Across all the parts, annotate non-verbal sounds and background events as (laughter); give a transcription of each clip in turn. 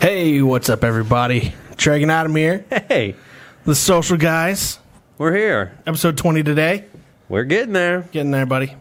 Hey, what's up, everybody? Treg and Adam here, Hey, the Social Guys, we're here. episode 20 today. We're getting there. Getting there, buddy.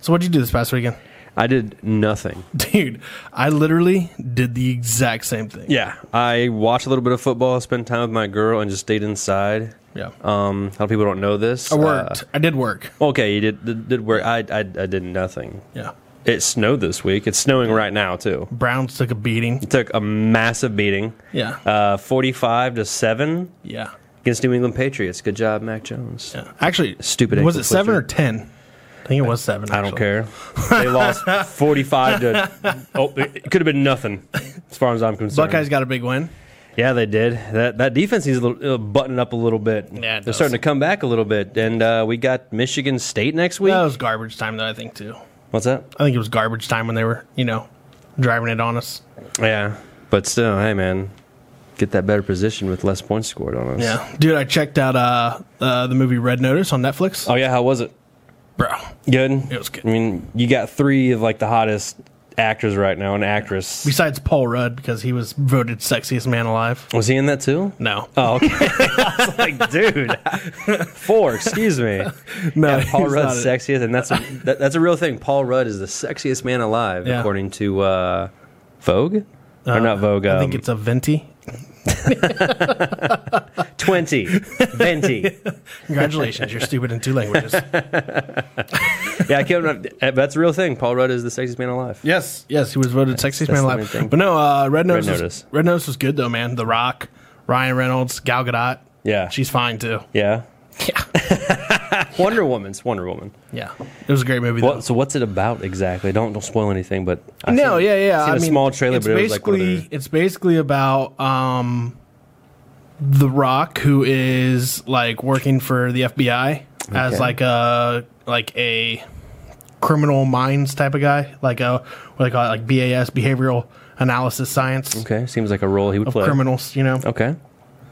So, what'd you do this past weekend? I did nothing. (laughs) Dude, I literally did the exact same thing. Yeah. I watched a little bit of football, spent time with my girl, and just stayed inside. Yeah. Um, a lot of people don't know this. I worked. I did work. Uh, okay, you did, did, did work. I, I, I did nothing. Yeah. It snowed this week. It's snowing right now, too. Browns took a beating. It took a massive beating. Yeah. Uh, 45 to 7 yeah. against New England Patriots. Good job, Mac Jones. Yeah. Actually, Stupid Was ankle it seven twister. or 10? I think it was seven. I don't actually. care. They lost (laughs) 45 to. Oh, it could have been nothing as far as I'm concerned. Buckeyes got a big win. Yeah, they did. That that defense needs a little uh, buttoned up a little bit. Yeah, it they're does. starting to come back a little bit, and uh, we got Michigan State next week. That was garbage time, though, I think, too. What's that? I think it was garbage time when they were, you know, driving it on us. Yeah, but still, hey man, get that better position with less points scored on us. Yeah. Dude, I checked out uh, uh the movie Red Notice on Netflix. Oh yeah, how was it? Bro, Good. it was good. I mean, you got three of like the hottest actors right now, and actress. Besides Paul Rudd, because he was voted sexiest man alive. Was he in that too? No. Oh, okay. (laughs) I was like, dude, four. Excuse me. (laughs) no. Yeah, Paul he's Rudd's not it. sexiest, and that's a, that, that's a real thing. Paul Rudd is the sexiest man alive, Yeah. Uh, according to uh, Vogue. or not Vogue. Um, I think it's a Venti. twenty (laughs) venti. Congratulations, (laughs) you're stupid in two languages. yeah, I can't. remember- uh, That's a real thing. Paul Rudd is the sexiest man alive. yes. Yes, he was voted sexiest man that's the main alive. thing. But no, uh, Red Notice. Red was- Notice. Red Notice was good though, man. The Rock, Ryan Reynolds, Gal Gadot. Yeah. She's fine too. yeah. Yeah. (laughs) Wonder Woman's Wonder Woman. Yeah. It was a great movie What, though. so what's it about exactly? Don't don't spoil anything. But I no, yeah, yeah. Seen I a mean, small trailer, it's but it was like one basically of it's basically about um, the Rock, who is like working for the FBI as Okay. like a like a criminal minds type of guy, like a what they call it, like BAS, behavioral analysis science. their- okay, seems like a role he would play. Criminals, you know. Okay.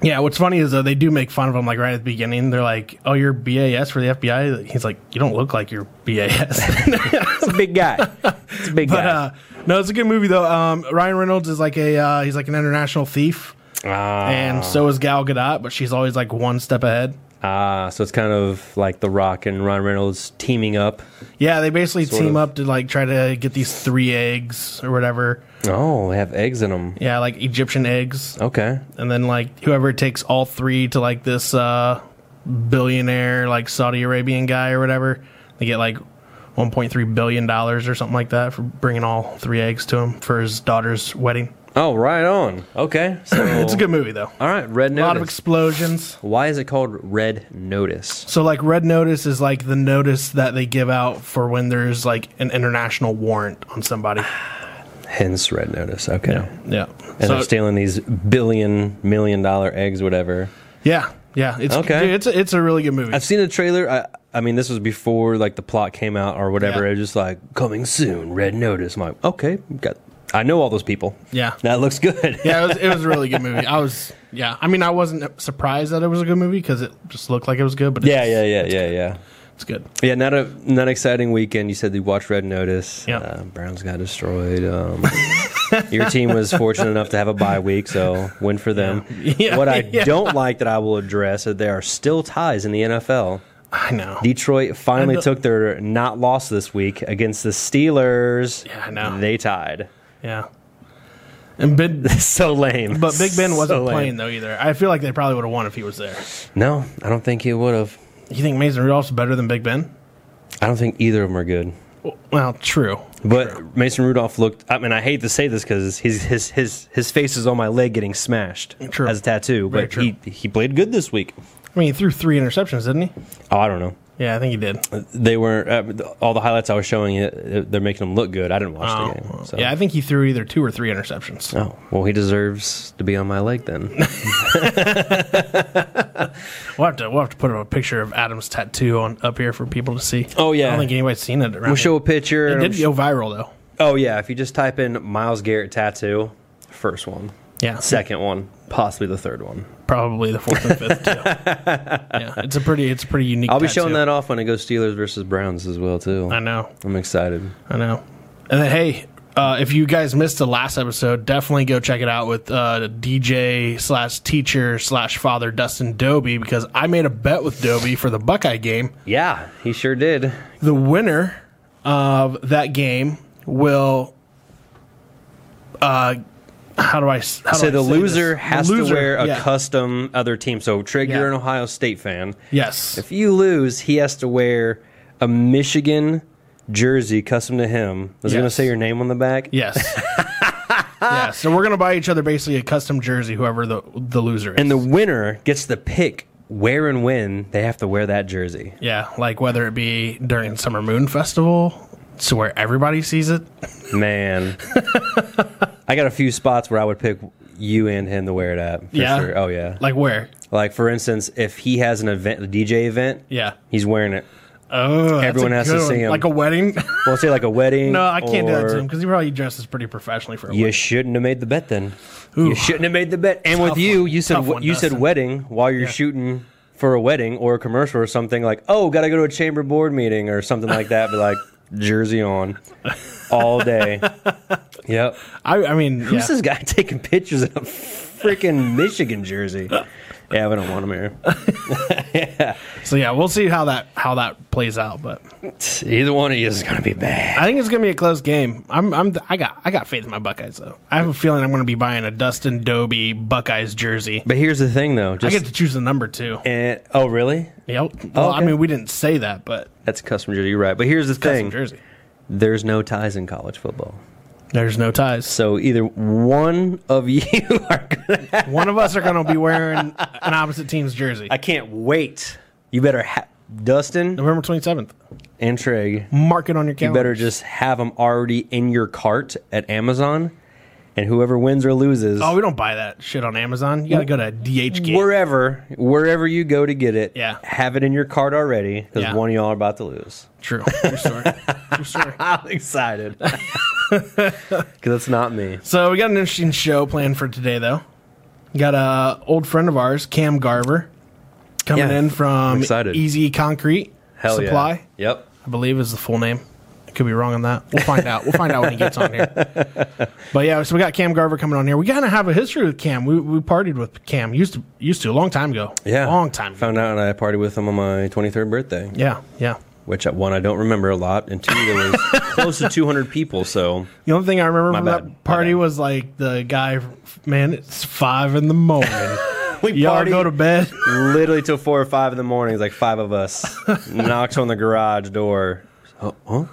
Yeah, what's funny is though they do make fun of him like right at the beginning. They're like, "Oh, you're BAS for the FBI." He's like, "You don't look like you're (laughs) BAS." It's a big guy. It's a (laughs) big But guy. uh, no, it's a good movie though. Um, Ryan Reynolds is like a uh, he's like an international thief, Ah, and so is Gal Gadot, but she's always like one step ahead. ah, so it's kind of like The Rock and Ryan Reynolds teaming up. Yeah, they basically Sort team of. up to like try to get these three eggs or whatever. Oh, they have eggs in them. Yeah, like Egyptian eggs, Okay. and then like whoever takes all three to like this uh, billionaire like Saudi Arabian guy or whatever, they get like. 1.3 billion dollars or something like that for bringing all three eggs to him for his daughter's wedding. Oh, right on. Okay. (coughs) So It's a good movie though. All right, Red A Notice. lot of explosions. Why is it called Red Notice? So like red notice is like the notice that they give out for when there's like an international warrant on (sighs) somebody. Hence Red Notice. Okay. Yeah. And So, they're stealing these billion, million dollar eggs, whatever. yeah. Yeah. It's Okay. dude, it's a, it's a really good movie. I've seen a trailer. I, I mean, this was before like the plot came out or whatever. Yeah. It was just like coming soon, Red Notice. I'm like, okay, got. I know all those people. (laughs) Yeah. That looks good. yeah, it was, it was a really good movie. I was yeah. I mean, I wasn't surprised that it was a good movie because it just looked like it was good. But yeah, it's- yeah, yeah, yeah, yeah. it's good. Yeah, not a not exciting weekend. You said you watched Red Notice. Yeah. Uh, Browns got destroyed. Um, (laughs) your team was fortunate enough to have a bye week, so win for them. Yeah, (laughs) what I yeah. don't like that I will address is there are still ties in the NFL. I know. Detroit I know. finally took their not loss this week against the Steelers. Yeah, I know. (laughs) They tied. Yeah. And (laughs) Ben, so lame. but Big Ben So wasn't lame. playing though either. I feel like they probably would have won if he was there. No, I don't think he would have. You think Mason Rudolph's better than Big Ben? I don't think either of them are good. Well, true. But Mason Rudolph looked. I mean, I hate to say this because his his his his face is on my leg getting smashed True. as a tattoo. Very But true. he he played good this week. I mean, he threw three interceptions, didn't he? Oh, I don't know. Yeah, I think he did. They were uh, all the highlights I was showing. uh, They're making him look good. I didn't watch Oh, the game. So. Yeah, I think he threw either two or three interceptions. Oh well, he deserves to be on my (laughs) leg then. We'll have to we'll have to put a picture of Adam's tattoo on up here for people to see. Oh, yeah. I don't think anybody's seen it around. we'll show here. a picture. and It I'm did sh- go viral though. oh yeah, if you just type in Miles Garrett tattoo, first one, Yeah, second one, possibly the third one. probably the fourth and (laughs) fifth too. yeah, it's a pretty it's a pretty unique. I'll be tattoo. showing that off when it goes Steelers versus Browns as well too. I know, I'm excited. I know. And then hey, Uh, if you guys missed the last episode, definitely go check it out with uh, DJ slash teacher slash father Dustin Doby because I made a bet with Doby for the Buckeye game. Yeah, he sure did. The winner of that game will, uh, how do I s- how do So I the say this? loser The has loser, to wear a yeah. custom other team. So Trig, Yeah. you're an Ohio State fan. Yes, If you lose, he has to wear a Michigan jersey custom to him. Was it going to Yes. say your name on the back? yes, (laughs) yeah. So we're gonna buy each other basically a custom jersey, whoever the the loser is. And the winner gets to pick where and when they have to wear that jersey. yeah, like whether it be during Summer Moon Festival, so where everybody sees it. (laughs) Man, I got a few spots where I would pick you and him to wear it at. For Yeah? Sure. Oh yeah. Like where? Like for instance, if he has an event, a DJ event, Yeah. he's wearing it. Oh, that's Everyone a has good to see one. him. Like a wedding? (laughs) Well, say like a wedding. no, I can't do that to or- him because he probably dresses pretty professionally for a You wedding. shouldn't have made the bet then. Ooh. You shouldn't have made the bet. And with Tough you, one. you said Tough one, you said Dustin. wedding while you're shooting for a wedding or a commercial or something like, "Oh, got to go to a chamber board meeting or something like that," but like jersey on (laughs) all day. yep. I, I mean, yeah. Who's this guy (laughs) taking pictures in a freaking Michigan jersey? Yeah, we don't want him (laughs) here. so yeah, we'll see how that how that plays out. But Either one of you is going to be bad. I think it's gonna be a close game. I'm I'm I got I got faith in my Buckeyes though. I have a feeling I'm gonna be buying a Dustin Doby Buckeyes jersey. But here's the thing, though. I Just get to choose the number too. and, oh, really? Yep. Well, I Okay. mean, we didn't say that, but That's a custom jersey. You're right. But here's the custom thing: jersey. there's no ties in college football. There's no (laughs) ties. So either one of (laughs) you are gonna. One of us are gonna be wearing an opposite team's jersey. I can't wait. You better ha- Dustin November 27th. and Trig. Mark it on your You calendar. better just have them already in your cart at Amazon, and whoever wins or loses, Oh, we don't buy that shit on Amazon. You gotta go to DHgate. wherever wherever you go to get it, Yeah. have it in your cart already because Yeah. one of y'all are about to lose. True. True story. (laughs) True story. I'm (laughs) excited because that's not me. So we got an interesting show planned for today, though. Got a old friend of ours, Cam Garver, coming Yeah, in from I'm excited. Easy Concrete Hell yeah. Supply. Yep. I believe is the full name. I could be wrong on that. We'll find out. We'll find out when he gets on (laughs) here. But yeah, so we got Cam Garver coming on here. We kind of have a history with Cam. We we partied with Cam used to used to a long time ago. Yeah. long time. ago. Found out I partied with him on my 23rd birthday. Yeah, yeah. which uh, one I don't remember a lot, and two there (laughs) was close to 200 people. So The only thing I remember from bad. My that party bad. was like the guy, man, it's five in the morning. (laughs) we Y'all go to bed. literally till four or five in the morning. It's like five of (laughs) us knocked on the garage door. Oh, huh?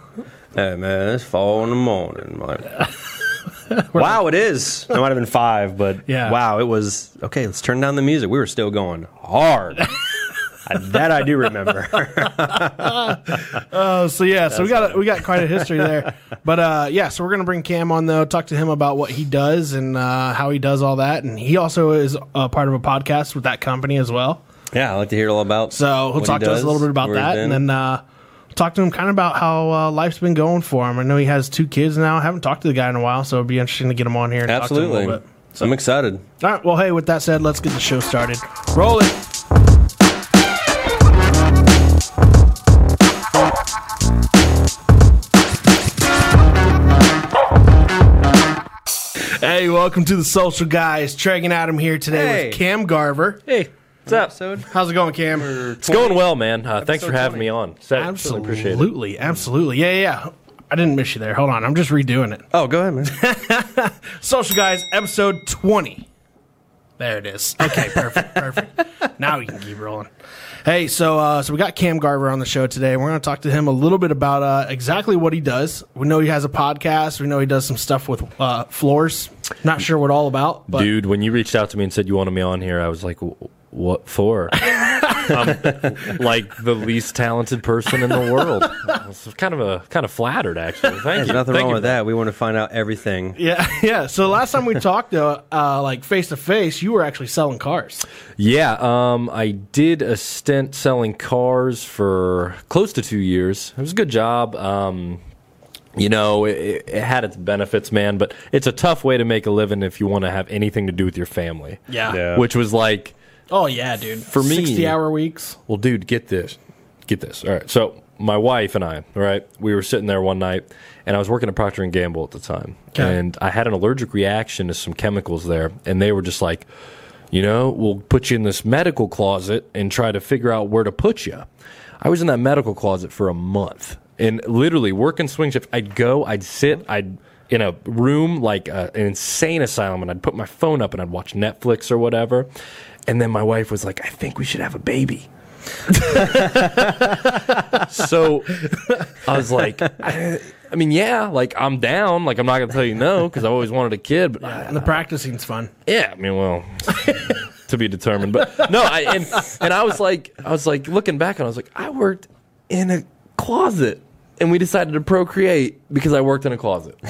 Hey man, it's four in the morning. I'm (laughs) like, wow, it is. It might have been five, but Yeah. wow, it was okay. Let's turn down the music. We were still going (laughs) hard. I- that I do remember. Oh, so yeah, so we got a, we got quite a history (laughs) there. But uh, yeah, so we're gonna bring Cam on though, talk to him about what he does and uh, how he does all that, and he also is a part of a podcast with that company as well. yeah, I like to hear all about. So he'll what he talk to us does, a little bit about where he's that, and been. then uh, talk to him kind of about how uh, life's been going for him. I know he has two kids now. I haven't talked to the guy in a while, so it'd be interesting to get him on here. And Talk to him a absolutely. little bit. I'm excited. All right. Well, hey, with that said, let's get the show started. Roll it. Hey, welcome to the Social Guys. Treg and Adam here today Hey. with Cam Garver. Hey, what's up? Episode? How's it going, Cam? It's going well, man. Uh, thanks for having 20. me on. So, Really appreciate it. Absolutely, absolutely. Yeah, yeah. yeah. I didn't miss you there. Hold on, I'm just redoing it. Oh, go ahead, man. Social Guys, episode 20. There it is. Okay, (laughs) perfect, perfect. Now we can keep rolling. Hey, so uh, so we got Cam Garver on the show today. We're going to talk to him a little bit about uh, exactly what he does. We know he has a podcast. We know he does some stuff with uh, floors. Not sure what all about, but Dude, when you reached out to me and said you wanted me on here, I was like, "Wh- what for? I'm like the least talented person in the world. I was kind of a kind of flattered actually. Thank There's you. nothing Thank wrong you with for that. We want to find out everything. (laughs) yeah, (laughs) yeah. So last time we talked, though, uh, like face to face, you were actually selling cars. Yeah, um, I did a stint selling cars for close to two years. It was a good job. Um, you know, it, it had its benefits, man, but it's a tough way to make a living if you want to have anything to do with your family. Yeah. Yeah. Which was like Oh yeah, dude. For me- sixty hour weeks. Well, dude, get this. Get this. All right. So my wife and I, right? We were sitting there one night, and I was working at Procter and Gamble at the time, Okay. and I had an allergic reaction to some chemicals there, and they were just like, you know, we'll put you in this medical closet and try to figure out where to put you. I was in that medical closet for a month, and literally working swing shift. I'd go, I'd sit, I'd in a room like uh an insane asylum, and I'd put my phone up and I'd watch Netflix or whatever. And then my wife was like, "I think we should have a baby." so I was like, I, I mean, yeah, like I'm down. Like I'm not gonna tell you no because I always wanted a kid, but I- And the practicing's fun. yeah, I mean, well, to be determined. But no, I and, and I was like, I was like looking back, and I was like, I worked in a closet, and we decided to procreate because I worked in a closet. (laughs)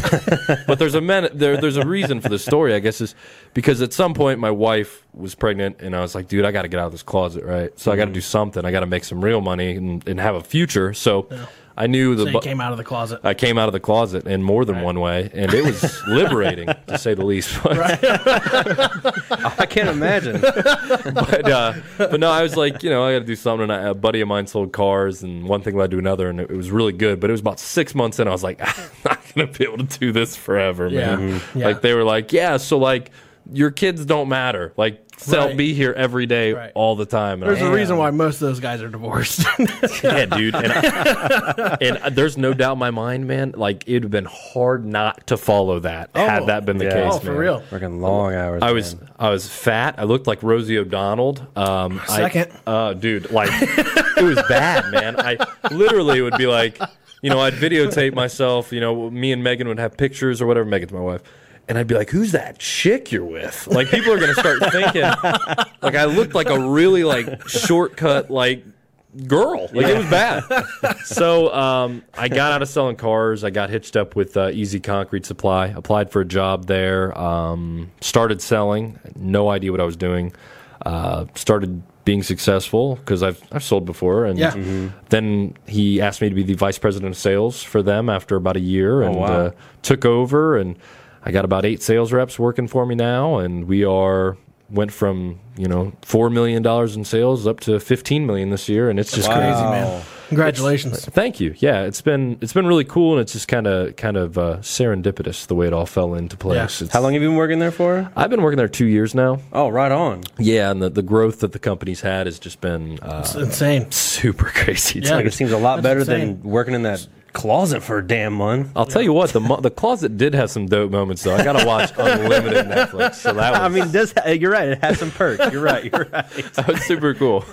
but there's a men, there, there's a reason for the story, I guess, is because at some point my wife was pregnant, and I was like, dude, I got to get out of this closet, right? So I Mm-hmm. got to do something. I got to make some real money and, and have a future. So I knew the So you bu- came out of the closet. I came out of the closet in more than one way, and it was liberating to say the (laughs) least. I can't (laughs) imagine. but uh, but no, I was like, you know, I got to do something. And I, a buddy of mine sold cars, and one thing led to another, and it, it was really good. But it was about six months in, I was like, (laughs) I'm not gonna be able to do this forever, Yeah. man. Mhm. Yeah. Like they were like, yeah, so like your kids don't matter. Like they'll Right. be here every day, Right. all the time. And I There's was a reason why most of those guys are divorced. (laughs) yeah, dude. And, I- and uh, there's no doubt in my mind, man. Like it'd have been hard not to follow that had that been the yeah. case. oh, for man. real. Working long hours. I was man. I was fat. I looked like Rosie O'Donnell. Um, I- Second. uh, dude, like it was bad, man. I literally would be like, you know, I'd videotape myself. You know, me and Megan would have pictures or whatever. Megan's my wife. And I'd be like, "Who's that chick you're with?" Like people are gonna start thinking, (laughs) like I looked like a really like shortcut like girl. Like it was bad. (laughs) so um, I got out of selling cars. I got hitched up with uh, Easy Concrete Supply. Applied for a job there. Um, started selling. No idea what I was doing. Uh, started being successful because I've I've sold before. And Yeah. then he asked me to be the vice president of sales for them after about a year, and wow. uh, took over. And I got about eight sales reps working for me now, and we are. Went from you know four million dollars in sales up to fifteen million this year, and it's just Wow. crazy. Crazy, man. Wow. Congratulations. Thank you. Yeah, Oh. it's been it's been really cool, and it's just kind of kind of uh, serendipitous the way it all fell into place. Yeah. It's- How long have you been working there for? I've been working there two years now. Oh, right on. Yeah, and the, the growth that the company's had has just been uh, It's insane. super crazy. It's Yeah. like- Like it seems a lot That's better insane. than working in that closet for a damn month. I'll tell you what, the mo- the closet did have some dope moments though. I gotta watch unlimited Netflix, so that was, I mean, does you're right. It has some perks. You're right. You're right. that was super cool.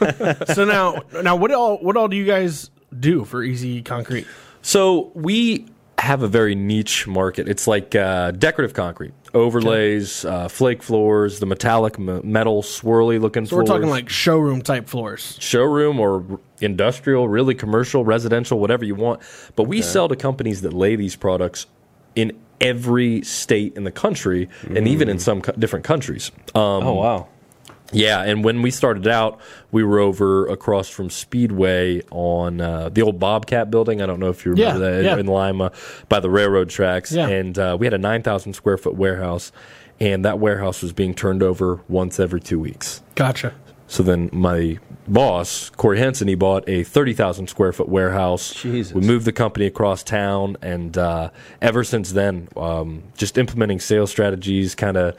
so now, now what all what all do you guys do for Easy Concrete? (laughs) So we have a very niche market. It's like uh, decorative concrete overlays, uh, flake floors, the metallic m- metal swirly looking. So we're talking like showroom type floors. showroom or industrial, really commercial, residential, whatever you want. But we sell to companies that lay these products in every state in the country and even in some co- different countries. Um, (laughs) Oh wow. yeah, and when we started out, we were over across from Speedway on uh, the old Bobcat building. I don't know if you remember Yeah, that yeah. in Lima by the railroad tracks. Yeah. And uh, we had a 9,000 square foot warehouse, and that warehouse was being turned over once every two weeks. Gotcha. So then my boss, Corey Henson, he bought a 30,000 square foot warehouse. Jesus. We moved the company across town. And uh, ever since then, um, just implementing sales strategies, kind of,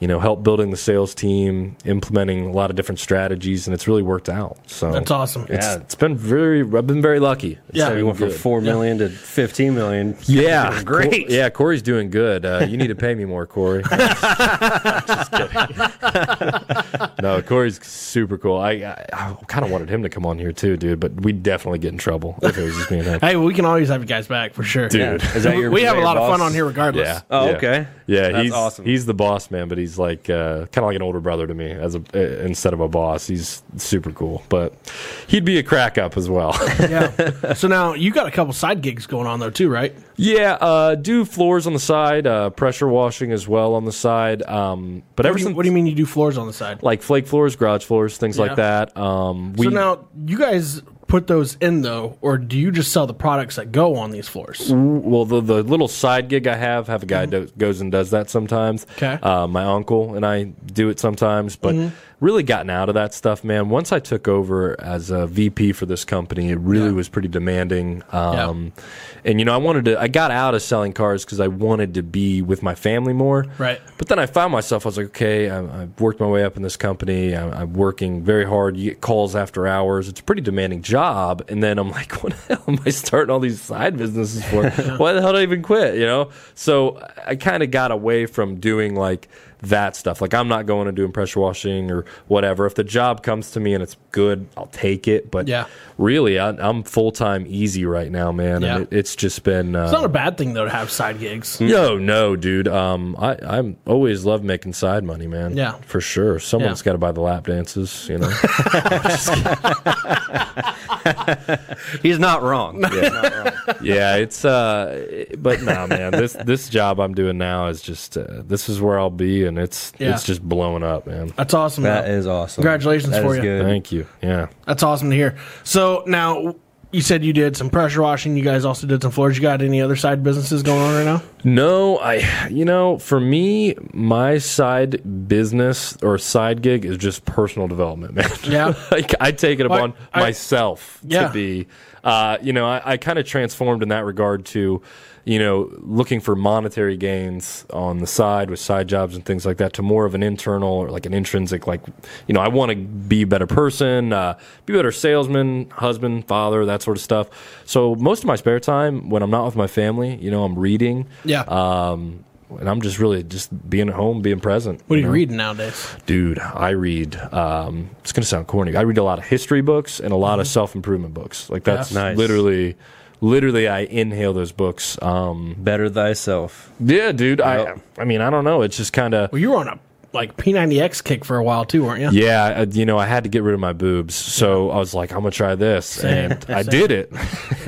you know, help building the sales team, implementing a lot of different strategies. And it's really worked out. So That's awesome. It's, it's been very, I've been very lucky. It's Yeah. been We went from Um, good. four million to fifteen million. Yeah, Great. Cor- yeah, Corey's doing good. Uh, you need to pay me (laughs) more, Corey. Just kidding. (laughs) no, Corey's super cool. I I, I kind of wanted him to come on here too, dude. But we'd definitely get in trouble if it was just me and him. Hey, we can always have you guys back for sure. Dude. Is that your? we is have that a your lot of boss? fun on here (laughs) regardless. Yeah. Oh, yeah. okay. Yeah, That's he's awesome. he's the boss man, but he's like uh, kind of like an older brother to me as a uh, instead of a boss. He's super cool, but he'd be a crack up as well. (laughs) yeah. So now you got a couple side gigs going on though too, right? yeah, uh, do floors on the side, uh, pressure washing as well on the side. Um, but What ever do, you, since what do you mean you do floors on the side? like flake floors, garage floors, things Yeah. like that. Um, we so now you guys put those in though, or do you just sell the products that go on these floors? well the the little side gig I have Mm-hmm. have a guy do, goes and does that sometimes. 'Kay. Mm-hmm. Uh, my uncle and I do it sometimes, but really gotten out of that stuff, man. Once I took over as a VP for this company, it really was pretty demanding. Um, And, you know, I wanted to, I got out of selling cars because I wanted to be with my family more. Right. But then I found myself, I was like, okay, I, I've worked my way up in this company. I'm, I'm working very hard. You get calls after hours. It's a pretty demanding job. And then I'm like, (laughs) what the hell am I starting all these side businesses (laughs) for? Why the hell did I even quit? You know? So I kind of got away from doing like that stuff. Like I'm not going and doing pressure washing or whatever. If the job comes to me and it's good, I'll take it. But Yeah. really, I, I'm full time easy right now, man. Yeah. And it, it's just been. Uh, It's not a bad thing though to have side gigs. no, no, dude. Um, I I'm always love making side money, man. Yeah. for sure. Someone's Yeah. got to buy the lap (laughs) dances, you know. He's not wrong. yeah, it's uh, but nah, man. This this job I'm doing now is just uh, this is where I'll be, and it's Yeah. it's just blowing up, man. That's awesome. That though. is awesome. Congratulations That for is you. good. Thank you. Yeah. That's awesome to hear. So now you said you did some pressure washing. You guys also did some floors. You got any other side businesses going on right now? No, I, you know, for me, my side business or side gig is just personal development, man. (laughs) Yeah. like I take it upon I- myself Yeah. to be, uh, you know, I, I kind of transformed in that regard to, you know, looking for monetary gains on the side with side jobs and things like that to more of an internal or like an intrinsic, like, you know, I want to be a better person, uh, be a better salesman, husband, father, that sort of stuff. So most of my spare time when I'm not with my family, you know, I'm reading. Yeah. Um, and I'm just really just being at home, being present. what are you know? reading nowadays? Dude, I read, um, it's going to sound corny. I read a lot of history books and a lot Mm-hmm. of self improvement books. Like, that's Yeah. Nice. literally, literally, I inhale those books. Um, Better thyself. yeah, dude. Yep. I, I mean, I don't know. It's just kind of, Well, you were on a like P90X kick for a while too, weren't you? yeah, I, you know, I had to get rid of my boobs. So I was like, I'm going to try this. (laughs) And I did it. (laughs)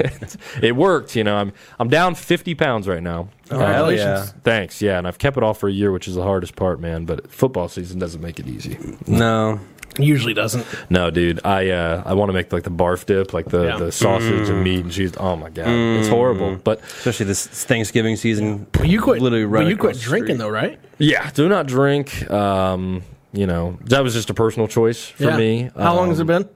it worked. You know, I'm, I'm down 50 pounds right now. Um, Hell Congratulations. yeah. Thanks. Yeah, and I've kept it off for a year, which is the hardest part, man. But football season doesn't make it easy. No. Usually doesn't. No, dude, I uh, I want to make like the barf dip, like the, Yeah. the sausage and meat and cheese. Oh my god, it's horrible. But Especially this Thanksgiving season. But you quit. Literally but right you quit across the drinking street. though, right? yeah, do not drink. Um, you know, that was just a personal choice for Yeah. me. How long has it Um, been?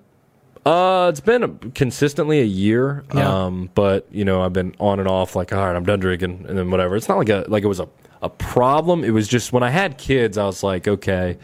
Uh, it's been a, consistently a year. Yeah. Um, but you know, I've been on and off. Like, all right, I'm done drinking, and then whatever. It's not like a like it was a a problem. It was just when I had kids, I was like, okay,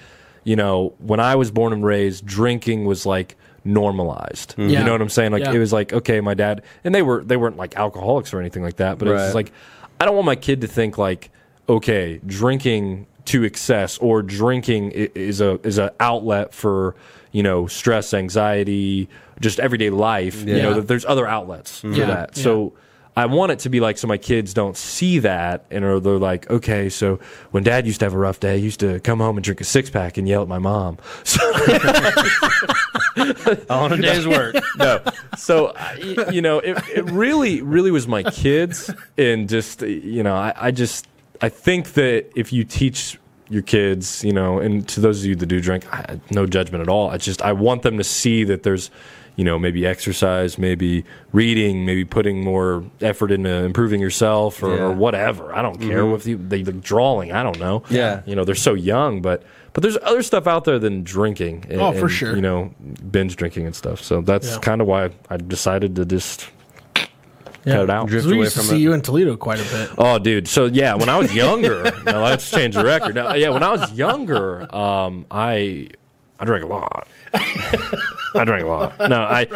you know, when I was born and raised, drinking was like normalized. Mm-hmm. Yeah. You know what I'm saying? Like, Yeah. it was like, okay, my dad, and they were they weren't like alcoholics or anything like that, but it was just Right. like, I don't want my kid to think like, okay, drinking to excess or drinking i- is a is a outlet for you know stress, anxiety, just everyday life. You Yeah. know that there's other outlets for Yeah, that. yeah. So I want it to be like so my kids don't see that and are they're like, okay, so when dad used to have a rough day, he used to come home and drink a six pack and yell at my mom. (laughs) So (laughs) On a day's work. no. So, I- y- you know, it, it really, really was my kids. And just, you know, I, I just, I think that if you teach your kids, you know, and to those of you that do drink, I, no judgment at all. I just, I want them to see that there's, you know, maybe exercise, maybe reading, maybe putting more effort into improving yourself or, or Yeah. whatever. I don't Mm-hmm. care with you. They the drawing. I don't know. Yeah. You know, they're so young, but but there's other stuff out there than drinking. and- Oh, for and, sure. You know, binge drinking and stuff. So that's Yeah. kind of why I decided to just. Yeah. Cut it out. 'Cause Drift We away used to from see it. you in Toledo quite a bit. Oh, dude. So yeah, when I was younger, (laughs) now let's change the record. Now, yeah, when I was younger, um, I I drank a lot. I drank a lot. No, I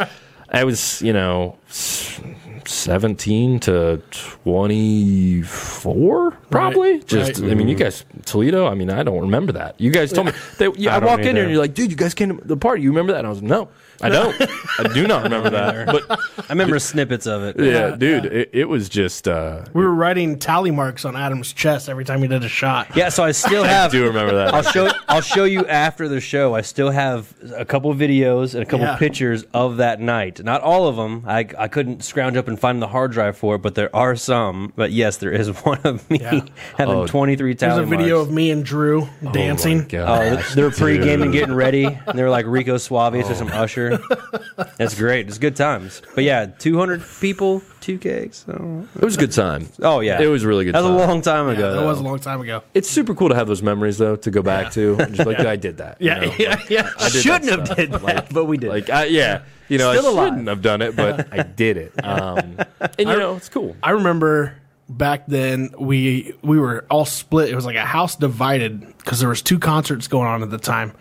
I was you know s- seventeen to twenty four probably. Right, Just right. I mean, you guys Toledo. I mean, I don't remember that. You guys told me that you, I, I don't walk in either. here and you're like, dude, you guys came to the party. You remember that? And I was no, I don't. I do not remember that. But I remember snippets of it. yeah, dude, It, it was just. uh We were writing tally marks on Adam's chest every time he did a shot. Yeah, so I (laughs) still have. do remember (laughs) that. I'll show. I'll show you after the show. I still have a couple of videos and a couple Yeah. pictures of that night. Not all of them. I I couldn't scrounge up and find the hard drive for it, but there are some. But yes, there is (laughs) one of me Yeah. having Oh. 23 There's tally a video marks. of me and Drew Oh my dancing. gosh. (laughs) Oh, they're pre-gaming, getting ready. And they were like Rico Suave or some (laughs) Usher. agree. That's great. It's good times. But yeah, 200 people, two cakes. I don't know. It was a good time. Oh yeah, It was a really good That was time. a long time ago. that was a though. long time ago. It's super cool to have those memories though to go back to. And (laughs) just like I did that. you Yeah, know? yeah, yeah. did Shouldn't that have stuff. did that, Like- but we did. (laughs) Like I, yeah, you know, Still I alive. shouldn't have done it, (laughs) but I did it. Um, (laughs) and you know, it's cool. I remember back then we we were all split. It was like a house divided because there was two concerts going on at the time,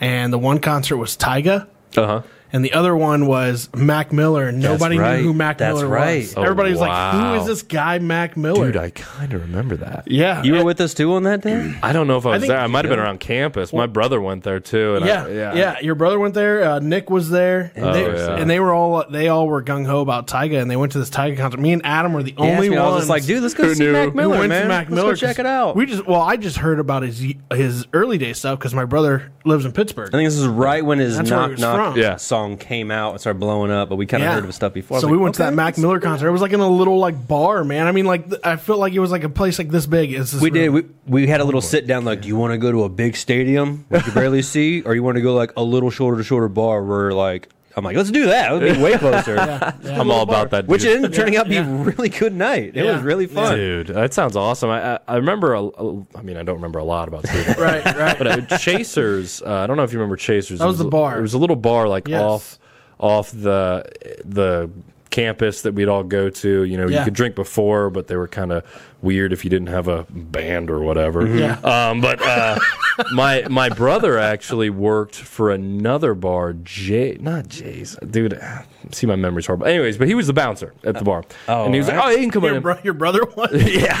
and the one concert was Tyga, Uh huh. and the other one was Mac Miller. And nobody right. knew who Mac That's Miller right. was. Oh, Everybody was like, "Who wow. is this guy, Mac Miller?" Dude, I kind of remember that. yeah, You were with us too on that day. I don't know if I was think- there. I might have been around campus. My brother went there too. And I- yeah, yeah, yeah, Your brother went there. Uh, Nick was there, Oh, and, they, yeah. and they were all they all were gung ho about Tyga, and they went to this Tyga concert. Me and Adam were the only I was ones. just like, dude, let's go Who see knew? Mac Who We Miller, went man. to Mac Miller. Let's go check 'cause it out. We just well, I just heard about his his early day stuff because my brother lives in Pittsburgh. I think this is right when his That's where it knock was knock from. Yeah. song came out and started blowing up. But we kind of heard of his stuff before. I So was we like, went to okay, that Mac let's- Miller concert. It was like in a little like bar, man. I mean, like th- I felt like it was like a place like this big. It's this We did. room. We, we had a little sit down. Like, do you want to go to a big (laughs) stadium where you can barely see, or you want to go like a little shoulder to shoulder bar where like I'm like, let's do that. It would be (laughs) way closer. I'm all about that. Dude. Which ended up turning out to be a really good night. It Yeah. was really fun. (laughs) dude, that sounds awesome. I I, I remember. A, a, I mean, I don't remember a lot (laughs) about. Steve. right, (laughs) right. but uh, Chasers, uh, I don't know if you remember Chasers. That was the bar. It was a little bar like Yes. off off the the campus that we'd all go to. You know, you Yeah. could drink before, but they were kind of weird if you didn't have a band or whatever. Mm-hmm. Yeah. Um, but uh, my my brother actually worked for another bar, Jay, not Jay's, dude. ah, See, my memory's horrible. Anyways, but he was the bouncer at the bar, Oh, and he was all like, "Oh, you can come in." your, and bro- your brother (laughs) was.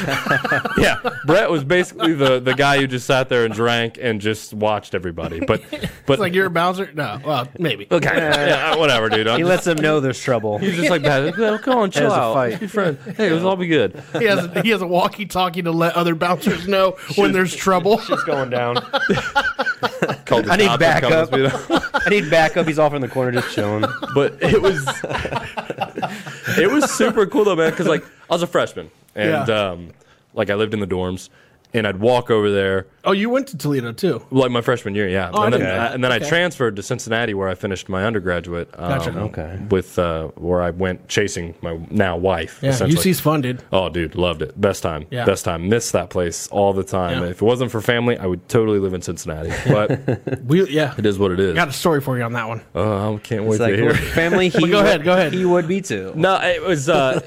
yeah. yeah. Brett was basically the, the guy who just sat there and drank and just watched everybody. But but (laughs) It's like you're a bouncer. No, well, maybe. okay. (laughs) yeah, whatever, dude. I'm He just, lets them know there's trouble. he's just like that. No, come on, chill There's a out. fight. Let's be friends. Hey, it'll all be good. He has a, he has a walkie-talkie to let other bouncers know when there's (laughs) trouble. It's going down. Called the I need cops and backup. comes, you know. (laughs) I need backup. He's off in the corner just chilling. But it was it was super cool though, man. Because like I was a freshman and Yeah. um, like I lived in the dorms and I'd walk over there. Oh, you went to Toledo too. Like my freshman year, yeah. Oh, I and, then, didn't know I, that. and then Okay. I transferred to Cincinnati where I finished my undergraduate. Um, Gotcha. Oh, Okay. With uh, where I went chasing my now wife. Yeah, essentially. UC's funded. Oh, dude, loved it. Best time. Yeah. Best time. Miss that place all the time. Yeah. If it wasn't for family, I would totally live (laughs) in Cincinnati. But it We yeah. is what it is. Got a story for you on that one. Oh, I can't wait It's like to hear. well, family. He go would- ahead, go ahead. He would be too. No, it (laughs) was. Uh,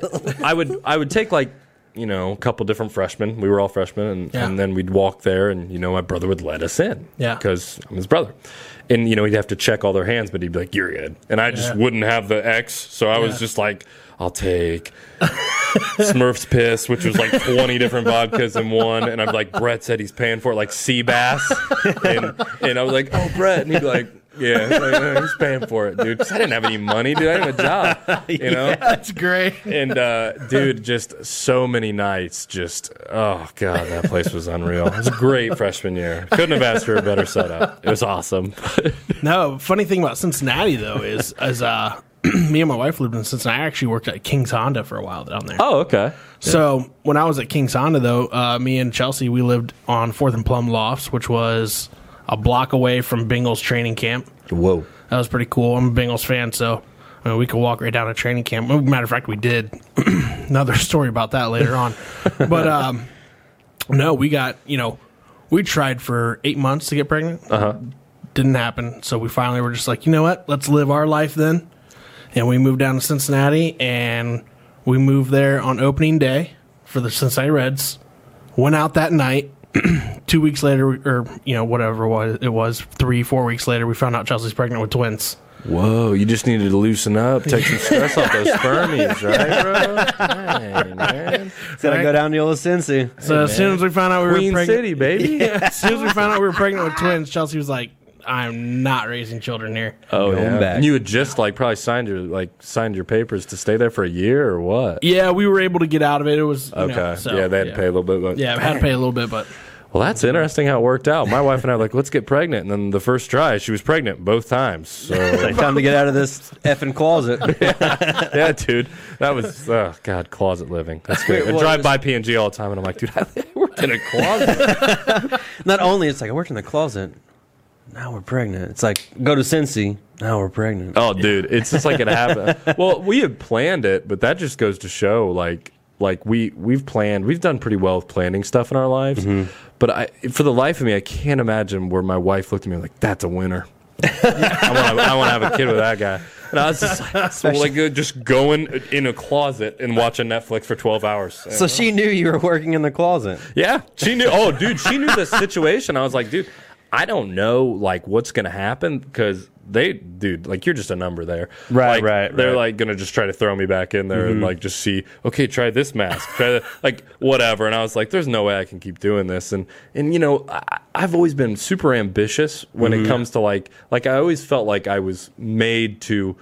I would. I would take like you know a couple different freshmen. We were all freshmen, and, Yeah. and then we'd walk there, and you know my brother would let us in. Yeah. because I'm his brother, and you know he'd have to check all their hands, but he'd be like, "You're good," and I just Yeah. wouldn't have the X, so I was just like, "I'll take." (laughs) Smurf's piss, which was like twenty different vodkas in one, and I'm like, Brett said he's paying for it, like sea bass, and, and I was like, oh Brett, and he'd be like, yeah, like, "Uh, he's paying for it, dude, 'Cause I didn't have any money, dude, I didn't have a (laughs) job, you know, That's great. and uh, dude, just so many nights. Just oh god, that place was unreal. It was a great freshman year. Couldn't have asked for a better setup. It was awesome. No, funny thing about Cincinnati though is is uh (clears throat) me and my wife lived in Cincinnati. I actually worked at King's Honda for a while down there. (laughs) oh okay. So when I was at King's Honda though, uh, me and Chelsea we lived on Fourth and Plum Lofts, which was a block away from Bengals training camp. Whoa. That was pretty cool. I'm a Bengals fan, so I mean, we could walk right down to training camp. Well, Matter of fact, we did. (clears throat) Another story about that later on. but um, no, we got, you know, we tried for eight months to get pregnant. Uh-huh. Didn't happen. So we finally were just like, you know what? Let's live our life then. And we moved down to Cincinnati and we moved there on opening day for the Cincinnati Reds. Went out that night. Two weeks later, or you know whatever it was it was three, four weeks later, we found out Chelsea's pregnant with twins. Whoa, you just needed to loosen up, take some stress off (laughs) those spermies, right, bro? Dang, man. It's gonna go down to old Cincy. So as soon as we found out we were Queen pregnant, City, (laughs) baby. as soon as we found out we were pregnant with twins, Chelsea was like, "I'm not raising children here." Oh Going yeah. back. And you had just like probably signed your like signed your papers to stay there for a year or what? Yeah, we were able to get out of it. It was you Okay. know, so, yeah, they had to pay a little bit, but Yeah, we had to pay a little bit, but Well, that's interesting how it worked out. My wife and I were like, let's get pregnant. And then the first try, she was pregnant both times. It's So, like time to get out of this effing closet. (laughs) (laughs) yeah, dude, that was, oh, God, closet living. That's great. Wait, I what drive is- by P&G all the time, and I'm like, dude, I worked in a closet. Not only it's like I worked in the closet. Now we're pregnant. It's like go to Cincy. Now we're pregnant. Oh, dude, it's just like it happened. well, we had planned it, but that just goes to show, like, like we we've planned, we've done pretty well with planning stuff in our lives. But I, for the life of me, I can't imagine where my wife looked at me like, "That's a winner." (laughs) I want to I wanna have a kid with that guy. And I was just like, so like uh, just going in a closet and watching Netflix for twelve hours. And- So she knew you were working in the closet. yeah, she knew. Oh, dude, she knew the situation. I was like, dude, I don't know like what's gonna happen because they, dude, like you're just a number there. Right, Like, right, They're right. Mm-hmm. like gonna just try to throw me back in there and like just see. Okay, try this mask. Try that, like whatever. And I was like, there's no way I can keep doing this. And and you know, I, I've always been super ambitious when Mm-hmm. it comes to like like I always felt like I was made to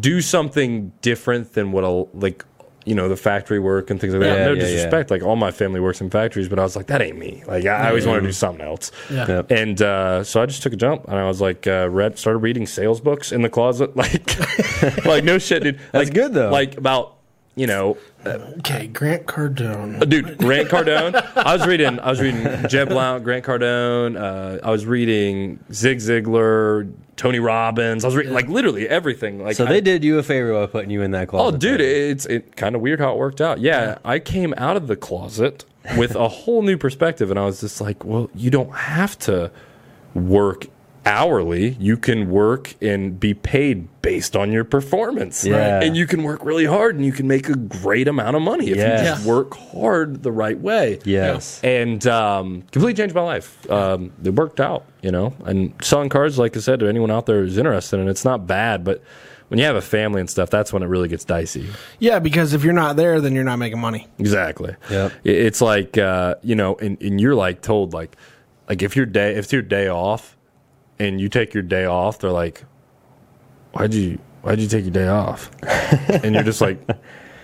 do something different than what a like. You know the factory work and things like that. Yeah, no yeah, yeah. disrespect like all my family works in factories, but I was like, that ain't me. Like I, I always want to do Mm-hmm. something else. Yeah. Yep. And uh, so I just took a jump, and I was like, uh, read, started reading sales books in the (laughs) closet, (laughs) like, like no shit, dude. That's like, good, though. Like about you know, Okay, Grant Cardone. dude, Grant Cardone. I was reading, I was reading Jeb Blount, Grant Cardone. Uh, I was reading Zig Ziglar, Tony Robbins. I was reading like literally everything. Like So I- they did you a favor by putting you in that Oh, closet. dude, then. it's it kind of weird how it worked out. Yeah, I came out of the closet with a whole new perspective, and I was just like, well, you don't have to work hourly. You can work and be paid based on your performance, Yeah. and you can work really hard, and you can make a great amount of money if you Yes. just work hard the right way. Yes. And um, completely changed my life. Um, it worked out, you know. And selling cards, like I said, to anyone out there who's interested, and it's not bad, but when you have a family and stuff, that's when it really gets dicey. Yeah, because if you're not there, then you're not making money. Exactly. Yep. I- It's like uh, you know, and, and you're like told like, like if your day if it's your day off, and you take your day off, they're like, why'd you why'd you take your (laughs) day off? and you're just like,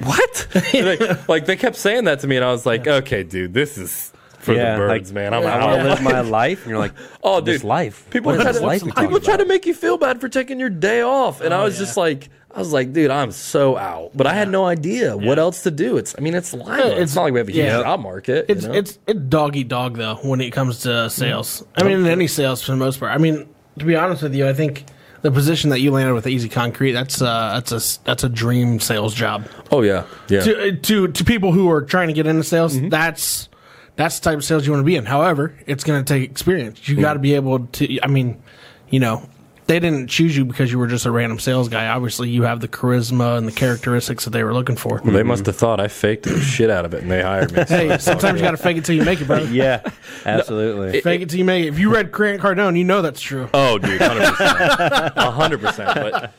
what? And they- like they kept saying that to me, and I was like, okay, dude, this is for Yeah, the birds, like, man. I'm I out. want to live my life. And you're like, (laughs) Oh, dude, this life. People what try is this to life? we talking people try to about? make you feel bad for taking your day off, and I was yeah. just like. I was like, dude, I'm so out, but I had no idea what else to do. It's, I mean, it's Lima. It's, Uh, it's- not like we have a huge yeah. job market. you It's know? it's it's dog eat dog though when it comes to sales. I mean, in any sales for the most part. I mean, to be honest with you, I think the position that you landed with Easy Concrete that's uh that's a s- that's a dream sales job oh yeah, yeah. Mm-hmm. to uh, to to people who are trying to get into sales. That's that's the type of sales you want to be in. However, it's going to take experience. Mm-hmm. You got to be able to. I mean, you know. They didn't choose you because you were just a random sales guy. Obviously, you have the charisma and the characteristics that they were looking for. they must have thought I faked the shit out of it, and they hired me. (laughs) Hey, sometimes you got to fake it till you make it, brother. Yeah, absolutely. Fake it till you make it. If you read Grant Cardone, you know that's true. (laughs) Oh, dude, hundred percent, hundred percent.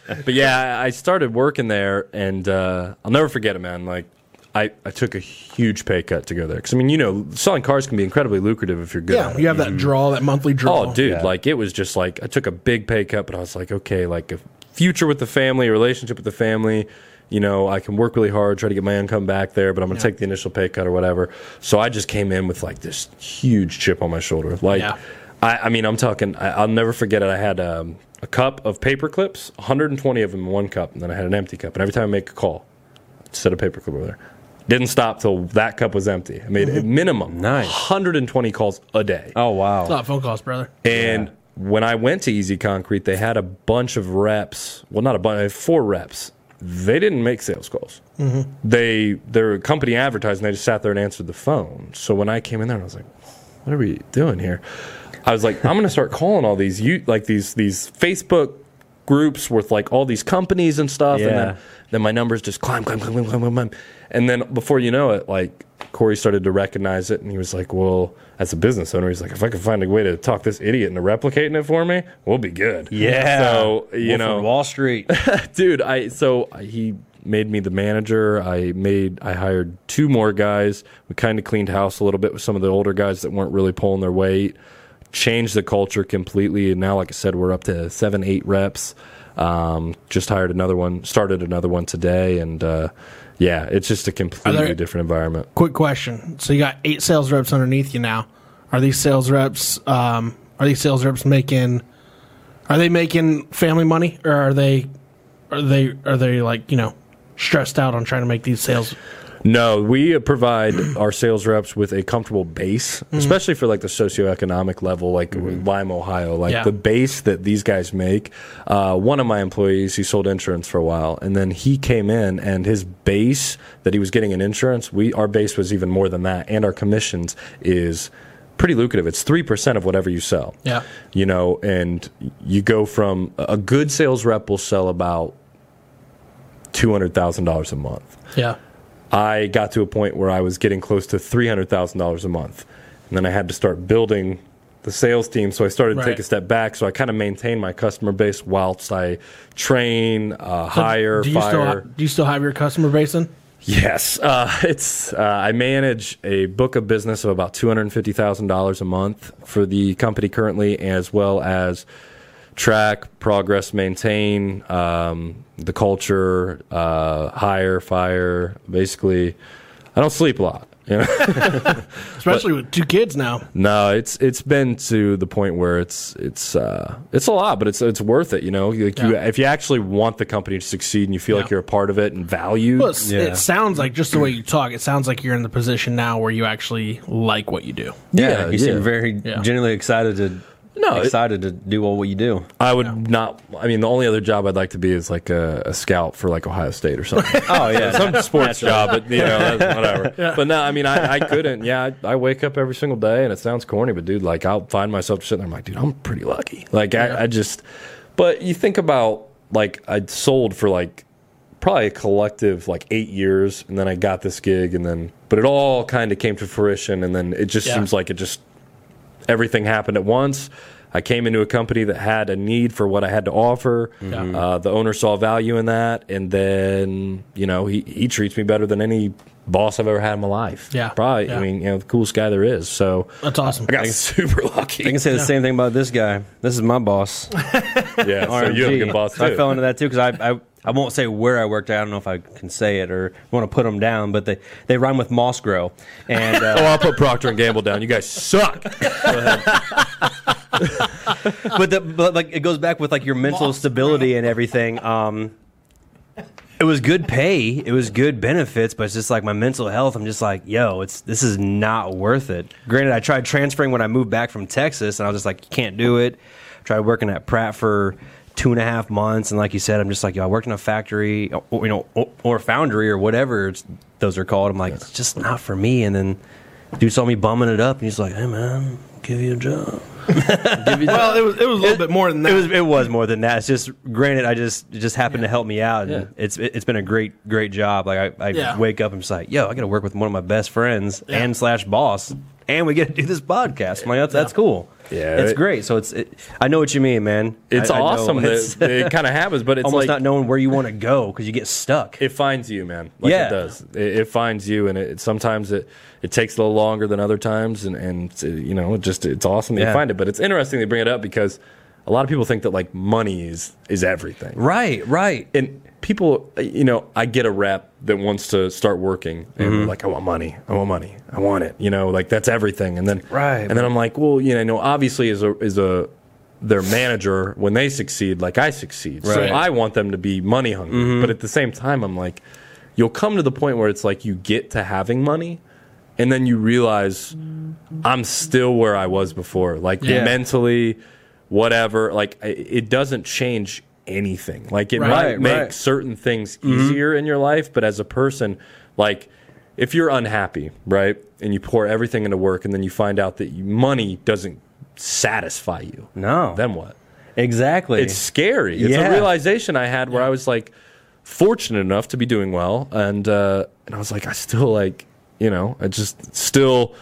But but yeah, I I started working there, and uh, I'll never forget it, man. Like I, I took a huge pay cut to go there because I mean, you know, selling cars can be incredibly lucrative if you're good. at Yeah, it. you have that draw, that monthly draw. Mm-hmm. Oh, dude, Yeah. like it was just like I took a big pay cut, but I was like, okay, like a future with the family, a relationship with the family. You know, I can work really hard, try to get my income back there, but I'm gonna take the initial pay cut or whatever. So I just came in with like this huge chip on my shoulder. Like, Yeah. I, I mean, I'm talking. I, I'll never forget it. I had um, a cup of paper clips, 120 of them in one cup, and then I had an empty cup. And every time I make a call, set a paperclip over there. Didn't stop till that cup was empty. I made a minimum Mm-hmm. Nice. 120 calls a day. Oh It's a wow. lot of phone calls, brother. And when I went to Easy Concrete, they had a bunch of reps. Well, not a bunch, they had four reps. They didn't make sales calls. They their company advertised, and they just sat there and answered the phone. So when I came in there, I was like, "What are we doing here?" I was like, "I'm going to start calling all these you like these these Facebook groups with like all these companies and stuff." Yeah. And then, then my numbers just climb, climb, climb, climb, climb, climb, climb. And then before you know it, like Corey started to recognize it, and he was like, "Well, as a business owner, he's like, if I can find a way to talk this idiot into replicating it for me, we'll be good." Yeah. So you Wolf of know, Wall (laughs) Street. dude i so he made me the manager i made i hired two more guys we kind of cleaned house a little bit with some of the older guys that weren't really pulling their weight changed the culture completely and now like i said we're up to seven eight reps um, just hired another one started another one today and uh, yeah it's just a completely there- different environment Quick question. So you got eight sales reps underneath you now. Are these sales reps? Um, are these sales reps making? Are they making family money, or are they? Are they? Are they like you know, stressed out on trying to make these sales? No, we uh, provide our sales reps with a comfortable base, Mm-hmm. especially for like the socioeconomic level, like with Lime, Ohio. Like Yeah. the base that these guys make. Uh, one of my employees, he sold insurance for a while, and then he came in, and his base that he was getting in insurance, we our base was even more than that, and our commissions is pretty lucrative. It's three percent of whatever you sell Yeah. you know, and you go from a good sales rep will sell about two hundred thousand dollars a month. Yeah. I got to a point where I was getting close to three hundred thousand dollars a month, and then I had to start building the sales team. So I started to Right. take a step back. So I kind of maintain my customer base whilst I train, uh, hire, do you fire. still ha- do you still have your customer base in? Yes, uh, (laughs) it's. Uh, I manage a book of business of about two hundred and fifty thousand dollars a month for the company currently, as well as track progress, maintain um, the culture, uh, hire, fire. Basically, I don't sleep a lot. (laughs) You know? Especially with two kids now. No, it's it's been to the point where it's it's uh, it's a lot, but it's it's worth it. You know, like you, Yeah. if you actually want the company to succeed and you feel Yeah. like you're a part of it and valued. Well, it's- Yeah. it sounds like just the way you talk, it sounds like you're in the position now where you actually like what you do. Yeah, you yeah. seem very Yeah. genuinely excited to No, it- excited to do all what you do. I would not. I mean, the only other job I'd like to be is like a, a scout for like Ohio State or something. (laughs) Oh yeah, Some sports job, but you know, that's whatever. But no, I mean, I, I couldn't. Yeah, I, I wake up every single day, and it sounds corny, but dude, like I'll find myself sitting there. I'm like, dude, I'm pretty lucky. Like I, I just. But you think about like I'd sold for like probably a collective like eight years, and then I got this gig, and then but it all kind of came to fruition, and then it just Yeah. seems like it just everything happened at once. I came into a company that had a need for what I had to offer. Mm-hmm. Uh, the owner saw value in that, and then you know he, he treats me better than any boss I've ever had in my life. Yeah. probably. Yeah. I mean, you know, the coolest guy there is. So That's awesome. I got super I lucky. can say the same thing about this guy. This is my boss. (laughs) yeah, so you have Oh, a good boss too. I fell into that too because I, I I won't say where I worked. at. I don't know if I can say it or want to put them down, but they they rhyme with Moss Grow and. Uh, Oh, I'll put Procter and Gamble down. You guys (laughs) suck. but the, but like it goes back with like your mental stability and everything. Um, it was good pay, it was good benefits, but it's just like my mental health. I'm just like, yo, it's this is not worth it. Granted, I tried transferring when I moved back from Texas, and I was just like, can't do it. Tried working at Pratt for two and a half months, and like you said, I'm just like, yo, I worked in a factory, or, you know, or, or foundry or whatever it's, those are called. I'm like, it's just not for me. And then dude saw me bumming it up, and he's like, hey man, give you a job. Well, it was it was a little bit more than that. It was it was more than that. It's just granted, I just it just happened to help me out, and it's it, has been a great great job. Like I, I Yeah. wake up and just like, yo, I got to work with one of my best friends Yeah. and slash boss, and we get to do this podcast. I'm like that's, that's cool. Yeah, it's it- great. So it's it, I know what you mean, man. It's I- I know. awesome that It's that it kind of happens, but (laughs) it's almost not like knowing where you want to go because you get stuck. it finds you, man. Like Yeah. it does. It, it finds you, and it, sometimes it, it takes a little longer than other times, and and uh, you know, it just it's awesome that you Yeah. find it. But it's interesting they bring it up because a lot of people think that like money is is everything, right, right. and people, uh, you know, I get a rep that wants to start working, and Mm-hmm. they're like, I want money, I want money, I want it, you know, like that's everything. And then, Right. And then I'm like, well, you know, obviously, as a as a their manager, when they succeed, like I succeed, so Right. Mm-hmm. I want them to be money hungry. But at the same time, I'm like, you'll come to the point where it's like you get to having money, and then you realize I'm still where I was before. Like Yeah. mentally, whatever. Like i- it doesn't change anything. Like it Right. Mm-hmm. might Right, make right. certain things easier in your life, but as a person, like if you're unhappy, right, and you pour everything into work, and then you find out that you, money doesn't satisfy you, No. then what? Exactly. It's scary. It's Yeah. a realization I had where I was like fortunate enough to be doing well, and uh, and I was like, I still like, you know, I just still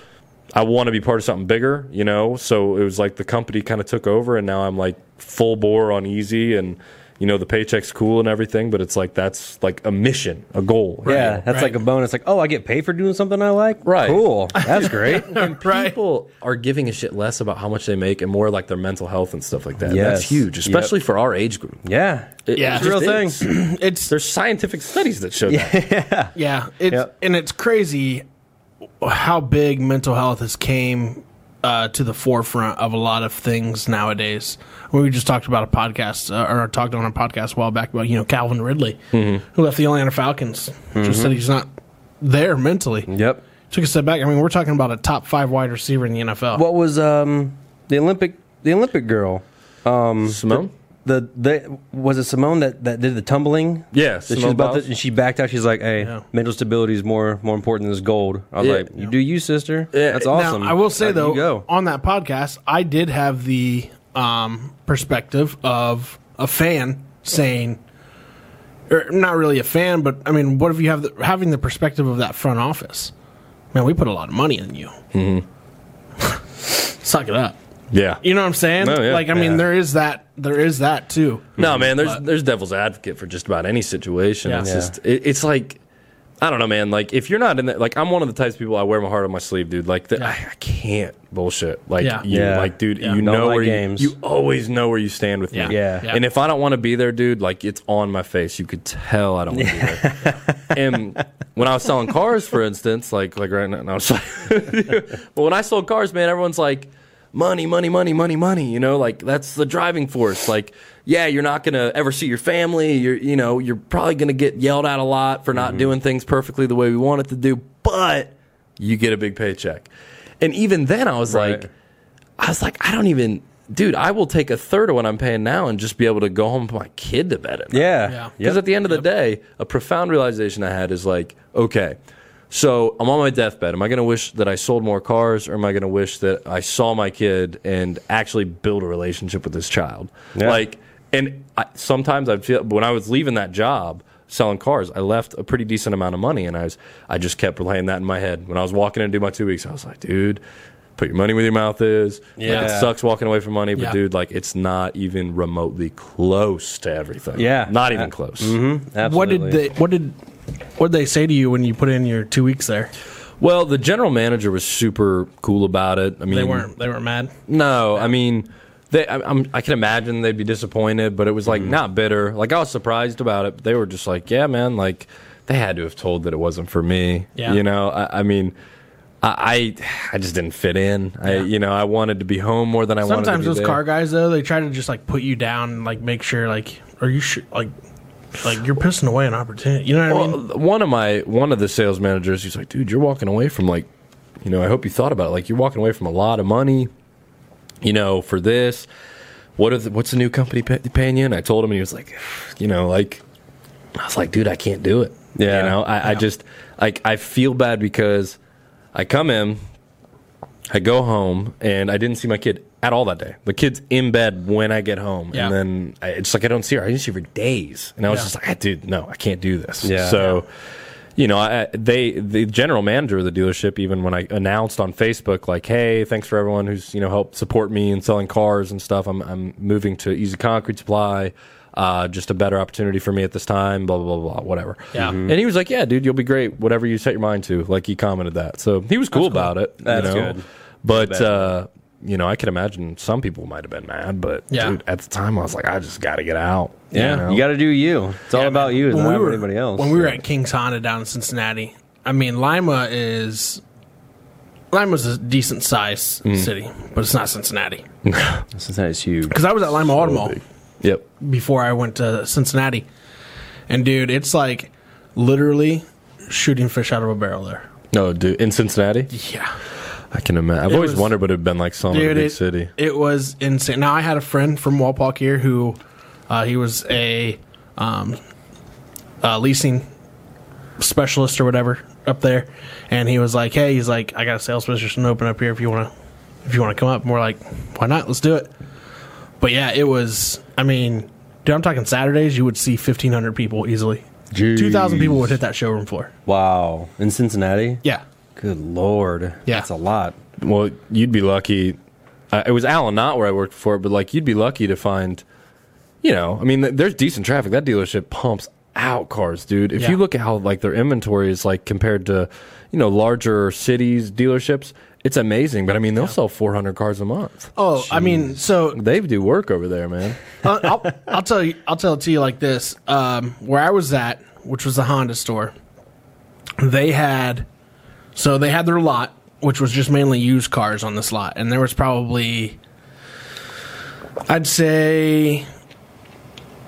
I want to be part of something bigger, you know. So it was like the company kind of took over, and now I'm like full bore on easy, and you know the paycheck's cool and everything, but it's like that's like a mission, a goal. yeah, that's right. like a bonus. Like, oh, I get paid for doing something I like. Right. Cool. (laughs) That's great. right. People are giving a shit less about how much they make and more like their mental health and stuff like that. Yes. That's huge, Yep. especially for our age group. yeah. It- Yeah. it It's a real just is. It's (clears throat) There's scientific studies that show that. yeah, it's Yep. and it's crazy how big mental health has came uh, to the forefront of a lot of things nowadays. We just talked about a podcast uh, or talked on a podcast a while back about you know Calvin Ridley who left the Atlanta Falcons. Just said he's not there mentally. Yep. Took a step back. I mean, we're talking about a top five wide receiver in the NFL. What was um the Olympic the Olympic girl? Simone? The the was it Simone that, that did the tumbling? Yeah, That she was Simone about to, Biles. and she backed out. She's like, "Hey, Yeah. mental stability is more more important than this gold." I was Yeah. like, "You do you, sister? Yeah. That's Now, awesome." Now, I will say Out you though, go. on that podcast, I did have the um, perspective of a fan saying, or not really a fan, but I mean, what if you have the, having the perspective of that front office? Man, we put a lot of money in you. Mm-hmm. (laughs) Suck it up. Yeah. You know what I'm saying? No, yeah. like, I mean, Yeah. there is that. There is that too. No, man, there's But- there's devil's advocate for just about any situation. Yeah. It's Yeah. just it, it's like I don't know, man. Like if you're not in that, like I'm one of the types of people I wear my heart on my sleeve, dude. Like the, I, I can't bullshit. Like Yeah. you, Yeah. like dude, Yeah. you Don't know like where you- games. you, always know where you stand with Yeah. me. Yeah. And if I don't want to be there, dude, like it's on my face. You could tell I (laughs) don't want to be there. and when I was selling cars, for instance, like like right now, and I was like, (laughs) but when I sold cars, man, everyone's like, money, money, money, money, money. You know, like that's the driving force. Like, yeah, you're not gonna ever see your family. You're you know, you're probably gonna get yelled at a lot for not doing things perfectly the way we want it to do, but you get a big paycheck. And even then, I was Right. like. I was like, I don't even, dude. I will take a third of what I'm paying now and just be able to go home with my kid to bed at night. yeah, Yeah. Because at the end of the day, a profound realization I had is like, okay, so I'm on my deathbed. Am I going to wish that I sold more cars or am I going to wish that I saw my kid and actually build a relationship with this child? Yeah. Like, and I, sometimes I feel when I was leaving that job selling cars, I left a pretty decent amount of money and I was, I just kept playing that in my head. When I was walking in to do my two weeks, I was like, dude, put your money where your mouth is. Like, it Yeah. sucks walking away from money, but Yeah. dude, like it's not even remotely close to everything. Yeah. Not even Uh, close. Absolutely. What did they? What did? What did they say to you when you put in your two weeks there? Well, the general manager was super cool about it. I mean, They weren't. They weren't mad. No, I mean, they. I, I'm, I can imagine they'd be disappointed, but it was Mm-hmm. like not bitter. Like I was surprised about it. But they were just like, yeah, man. Like they had to have told that it wasn't for me. Yeah. You know. I, I mean. I, I I just didn't fit in. I you know I wanted to be home more than I wanted. to Sometimes be those there. car guys though, they try to just like put you down and like make sure like are you sure like like you're pissing away an opportunity. You know what I mean? Well, one of my one of the sales managers, he's like, dude, you're walking away from like, you know, I hope you thought about it. Like, you're walking away from a lot of money, you know, for this. What are the, what's the new company pay, paying you? And I told him, and he was like, you know, like, I was like, dude, I can't do it. Yeah. you know, I, I just like I feel bad because I come in, I go home, and I didn't see my kid at all that day. The kid's in bed when I get home, Yeah. and then I, it's like I don't see her. I didn't see her for days, and I was Yeah. just like, "Ah, dude, no, I can't do this. Yeah. So, you know, I, they the general manager of the dealership, even when I announced on Facebook, like, "Hey, thanks for everyone who's you know helped support me in selling cars and stuff. I'm I'm moving to Easy Concrete Supply." Uh, just a better opportunity for me at this time, blah, blah, blah, blah, whatever. Yeah. Mhm. Mm-hmm. And he was like, Yeah, dude, you'll be great, whatever you set your mind to. Like, he commented that. So he was cool, about it. you That's know? good. But uh, you know, I can imagine some people might have been mad, but Yeah. dude, at the time I was like, I just got to get out. Yeah, you, know? got to do you. It's all Yeah, about man. you. It's When not we about were- anybody else. When we were at King's Honda down in Cincinnati, I mean Lima is Lima's a decent sized city, but it's not Cincinnati. Cincinnati's huge. Because I was at Lima Auto Mall Yep. before I went to Cincinnati, and dude, it's like literally shooting fish out of a barrel there. No, dude, Oh, in Cincinnati, Yeah. I can imagine. I've It always was- wondered what it'd been like some in a Dude, big it, city. it was insane. Now I had a friend from Walpock here who uh, he was a um, uh, leasing specialist or whatever up there, and he was like, "Hey, he's like, I got a sales position open up here if you want to, if you want to come up." And we're like, "Why not? Let's do it." But yeah, it was. I mean, dude, I'm talking Saturdays. You would see 1,500 people easily. Two thousand people would hit that showroom floor. Wow, in Cincinnati. Yeah, Good lord. Yeah. that's a lot. Well, you'd be lucky. Uh, it was Allen, not where I worked before, but like you'd be lucky to find, you know, I mean, th- there's decent traffic. That dealership pumps out cars, dude. If Yeah. you look at how like their inventory is like compared to, you know, larger cities dealerships, it's amazing. But I mean, they'll sell 400 cars a month. Oh, I mean, so They do work over there, man. uh, I'll, I'll tell you. I'll tell it to you like this. Um, where I was at, which was the Honda store, they had so they had their lot, which was just mainly used cars on this lot, and there was probably I'd say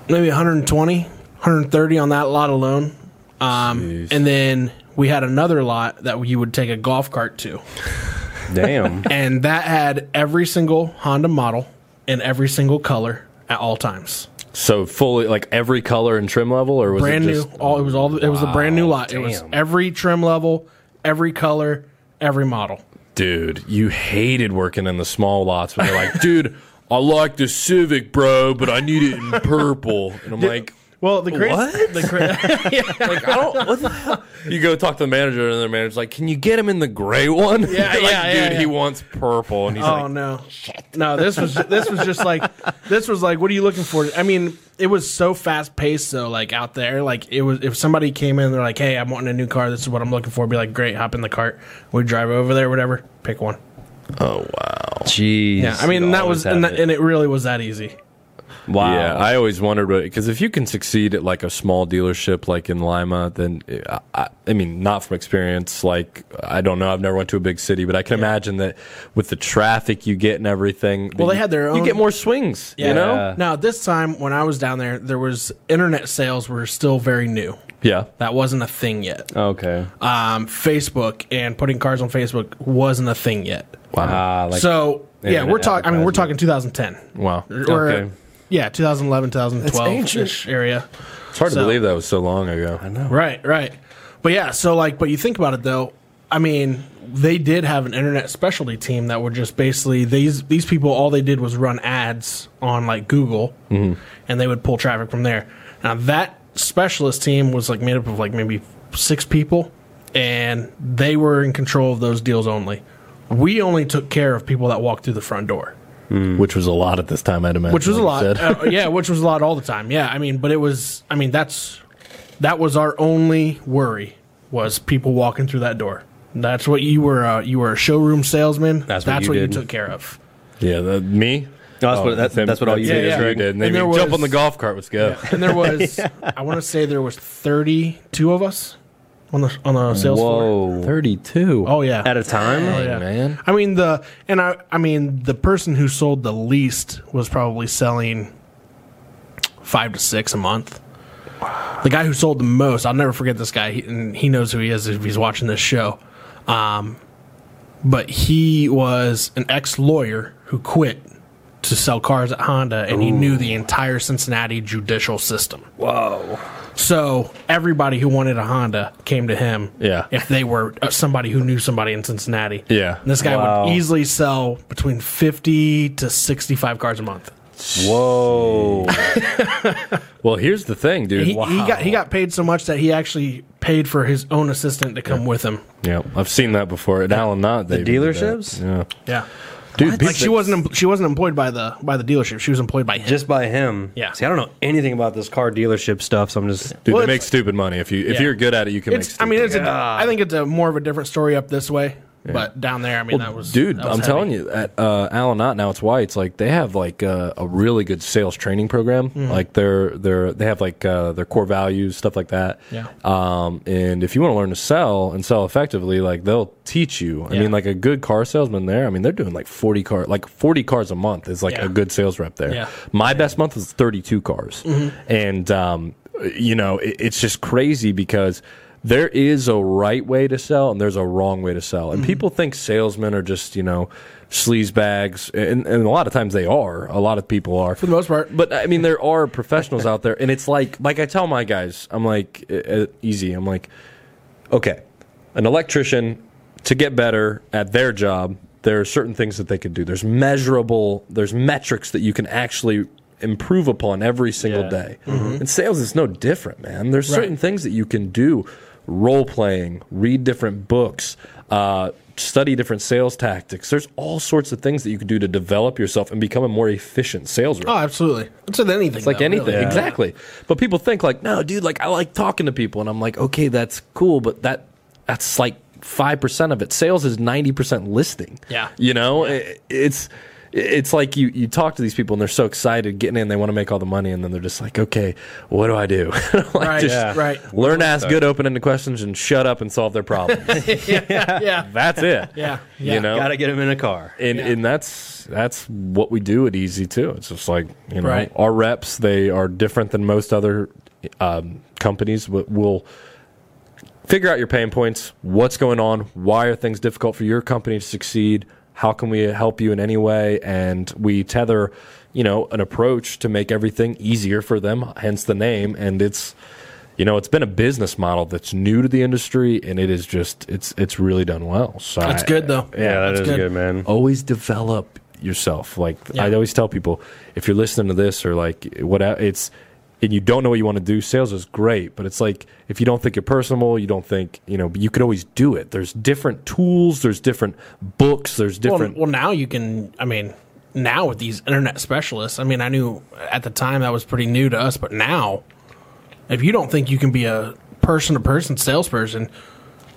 maybe 120, 130 on that lot alone. Um, Jeez. and then we had another lot that you would take a golf cart to, (laughs) Damn. and that had every single Honda model in every single color at all times. So fully like every color and trim level, or was brand it new. just, All it was all it was a brand new lot. It was damn. every trim level, every color, every model. Dude, you hated working in the small lots when they're like, dude, I like the Civic, bro, but I need it in purple. And I'm like, Well, the great, What? the (laughs) cra- like I don't. What the hell? You go talk to the manager, and the manager's like, "Can you get him in the gray one?" Yeah, (laughs) yeah, like, yeah, Dude, yeah. he wants purple, and he's oh like, no, no. This was this was just like this was like. What are you looking for? I mean, it was so fast paced. So like out there, like it was. If somebody came in, they're like, "Hey, I'm wanting a new car. This is what I'm looking for." I'd be like, "Great, hop in the cart. We drive over there, whatever. Pick one." "Oh wow." Jeez. Yeah, I mean, You'd that was always have and, that, it. and it really was that easy. wow. Yeah, I always wondered because if you can succeed at like a small dealership like in Lima, then eh, I, I, I mean, not from experience. Like I don't know, I've never went to a big city, but I can imagine that with the traffic you get and everything, Well, that they you- had their You own- get more swings, Yeah. you know? Now at this time when I was down there, there was internet sales were still very new. Yeah, That wasn't a thing yet. okay. um, Facebook and putting cars on Facebook wasn't a thing yet. Ah, like so yeah, internet we're talking. I mean, we're talking advertisement. 2010. wow. Or, uh, Okay. Yeah, 2011, 2012 ancient. ish area. It's hard So- to believe that was so long ago. I know. Right, right. But yeah, so like, but you think about it though. I mean, they did have an internet specialty team that would just basically these these people all they did was run ads on like Google, and they would pull traffic from there. Now that specialist team was like made up of like maybe six people, and they were in control of those deals only. We only took care of people that walked through the front door Which was a lot at this time, I'd imagine. which was a like you lot. said. Uh, yeah, which was a lot all the time. Yeah, I mean, but it was. I mean, that's that was our only worry was people walking through that door. That's what you were. Uh, you were a showroom salesman. That's what that's you what you did. took care of. Yeah, that, No, me. Oh, that's what- that's- that's what all you did, Yeah, that's You right. did. And then And there you jump was- on the golf cart. Let's go. And there was, I want to say, there was thirty-two of us on the on the sales floor. Whoa. Thirty-two. Oh yeah, At a time? Dang, yeah. man. I mean the and I I mean the person who sold the least was probably selling five to six a month. The guy who sold the most, I'll never forget this guy, he, and he knows who he is if he's watching this show. Um, but he was an ex lawyer who quit to sell cars at Honda, and he knew the entire Cincinnati judicial system. Whoa. So everybody who wanted a Honda came to him. Yeah. If they were uh, somebody who knew somebody in Cincinnati. Yeah. And this guy Wow. would easily sell between 50 to 65 cars a month. Whoa. Well, here's the thing, dude. He, he got he got paid so much that he actually paid for his own assistant to come with him. Yeah, I've seen that before. At Allen Knott, the dealerships? Yeah, Yeah. dude. Like she wasn't em- she wasn't employed by the by the dealership. She was employed by him. just by him. Yeah. See, I don't know anything about this car dealership stuff, so I'm just. Dude, Well, they it's- make stupid money. If you if Yeah. you're good at it, you can make. it's I Stupid mean it's a, Yeah. I think it's a more of a different story up this way, but down there I mean that was dude, that was I'm heavy. telling you, at uh, Allen Knott now it's why it's like they have like uh, a really good sales training program. Mm-hmm. Like they're they're they have like uh, their core values stuff like that. Yeah. Um, and if you want to learn to sell and sell effectively, like they'll teach you. I Yeah. mean, like a good car salesman there. I mean, they're doing like 40 car like 40 cars a month is like Yeah. a good sales rep there. Yeah. My best month was 32 cars. Mm-hmm. And, um, you know, it, it's just crazy because there is a right way to sell and there's a wrong way to sell. And Mm-hmm. people think salesmen are just, you know, sleaze bags. And, and a lot of times they are. A lot of people are. for the most part. But I mean, there are professionals out there, and it's like, like I tell my guys, I'm like, uh, uh, easy. I'm like, okay, an electrician to get better at their job, there are certain things that they can do. There's measurable, there's metrics that you can actually improve upon every single Yeah. day. And sales is no different, man. There's certain Right. things that you can do: role playing, read different books. Uh, Study different sales tactics. There's all sorts of things that you can do to develop yourself and become a more efficient sales rep. Oh, absolutely. It's with anything. It's like anything, exactly. But people think like, no, dude, like I like talking to people, and I'm like, okay, that's cool, but that that's like five percent of it. Sales is ninety percent listing. Yeah. you know, I- it's it's like you you talk to these people and they're so excited getting in, they want to make all the money, and then they're just like, okay, what do I do? (laughs) like, Right, (laughs) just yeah. (laughs) right. Learn to ask good open ended questions and shut up and solve their problems. (laughs) Yeah. that's it. Yeah. you Yeah. know. Gotta get him in a car. And and that's that's what we do at Easy too. It's just like you know Right. our reps they are different than most other um, companies. But will figure out your pain points. What's going on? Why are things difficult for your company to succeed? How can we help you in any way? And we tether, you know, an approach to make everything easier for them, hence the name. And it's, you know, it's been a business model that's new to the industry, and it is just it's it's really done well. So That's I- good Oh, though. Yeah, that that's is good. man. always develop yourself. Like Yeah. I always tell people, if you're listening to this or like what it's and you don't know what you want to do, sales is great, but it's like if you don't think you're personal, you don't think, you know, you could always do it. There's different tools, there's different books, there's different Well, well, now you can. I mean, now with these internet specialists, I mean, I knew at the time that was pretty new to us, but now, if you don't think you can be a person-to-person salesperson,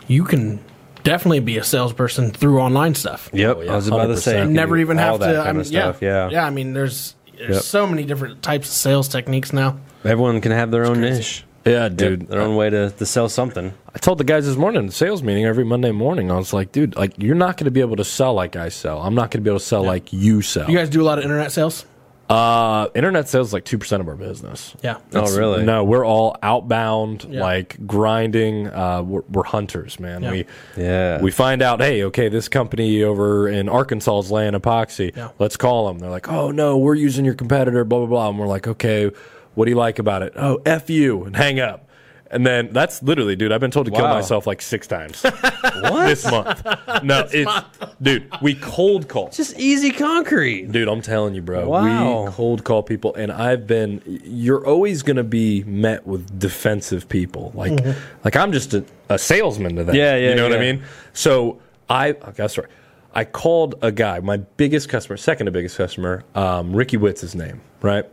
you can definitely be a salesperson through online stuff. Oh, Yep, I was about to say. 100%. you I can never do even all have that to. kind I mean, of stuff. yeah, Yeah. I mean, there's there's Yep. so many different types of sales techniques now. Everyone can have their own niche, Yeah, dude. their uh, own way to, to sell something. I told the guys this morning, sales meeting every Monday morning, I was like, dude, like you're not gonna be able to sell like I sell. I'm not gonna be able to sell like you sell. You guys do a lot of internet sales. uh internet sales is like two percent of our business. Yeah. oh, really? No, we're all outbound, Yeah. like grinding. Uh, we're, we're hunters, man. Yeah. We Yeah. we find out, hey, okay, this company over in Arkansas is laying epoxy. Yeah. Let's call them. They're like, oh no, we're using your competitor, blah blah blah. And we're like, okay, what do you like about it? Oh, f you, and hang up. And then that's literally, dude. I've been told to kill Wow. myself like six times (laughs) what? this month. (laughs) No, it's dude. We cold call. just easy concrete. Dude, I'm telling you, bro. Wow. We cold call people, and I've been. You're always going to be met with defensive people. Like, like I'm just a, a salesman to them. Mm-hmm. Yeah, yeah, You know what I yeah. mean? So I, okay, sorry, I called a guy, my biggest customer, second to biggest customer, um, Ricky Witt's his name, right?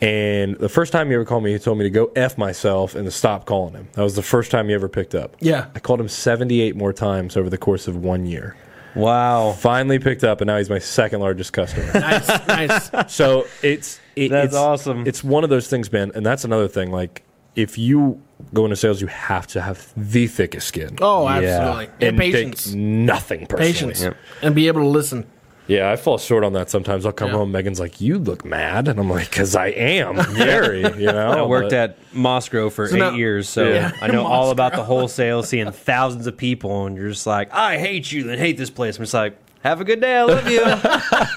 And the first time he ever called me, he told me to go f myself and to stop calling him. That was the first time he ever picked up. Yeah. I called him 78 more times over the course of one year. Wow. Finally picked up, and now he's my second largest customer. nice, (laughs) nice. So it's it, That's it's, awesome. It's one of those things, man, and that's another thing. Like if you go into sales, you have to have the thickest skin. Oh, Yeah. absolutely. And, and patience, take nothing personally. patience, and be able to listen. Yeah, I fall short on that sometimes. I'll come Yeah. home, Megan's like, "You look mad," and I'm like, "Cause (laughs) I am very." You know, I worked Oh, But- at Moscow for So eight now- years, so Yeah. I know all about the wholesale, seeing thousands of people, and you're just like, I hate you and hate this place. I'm just like, have a good day. I love you.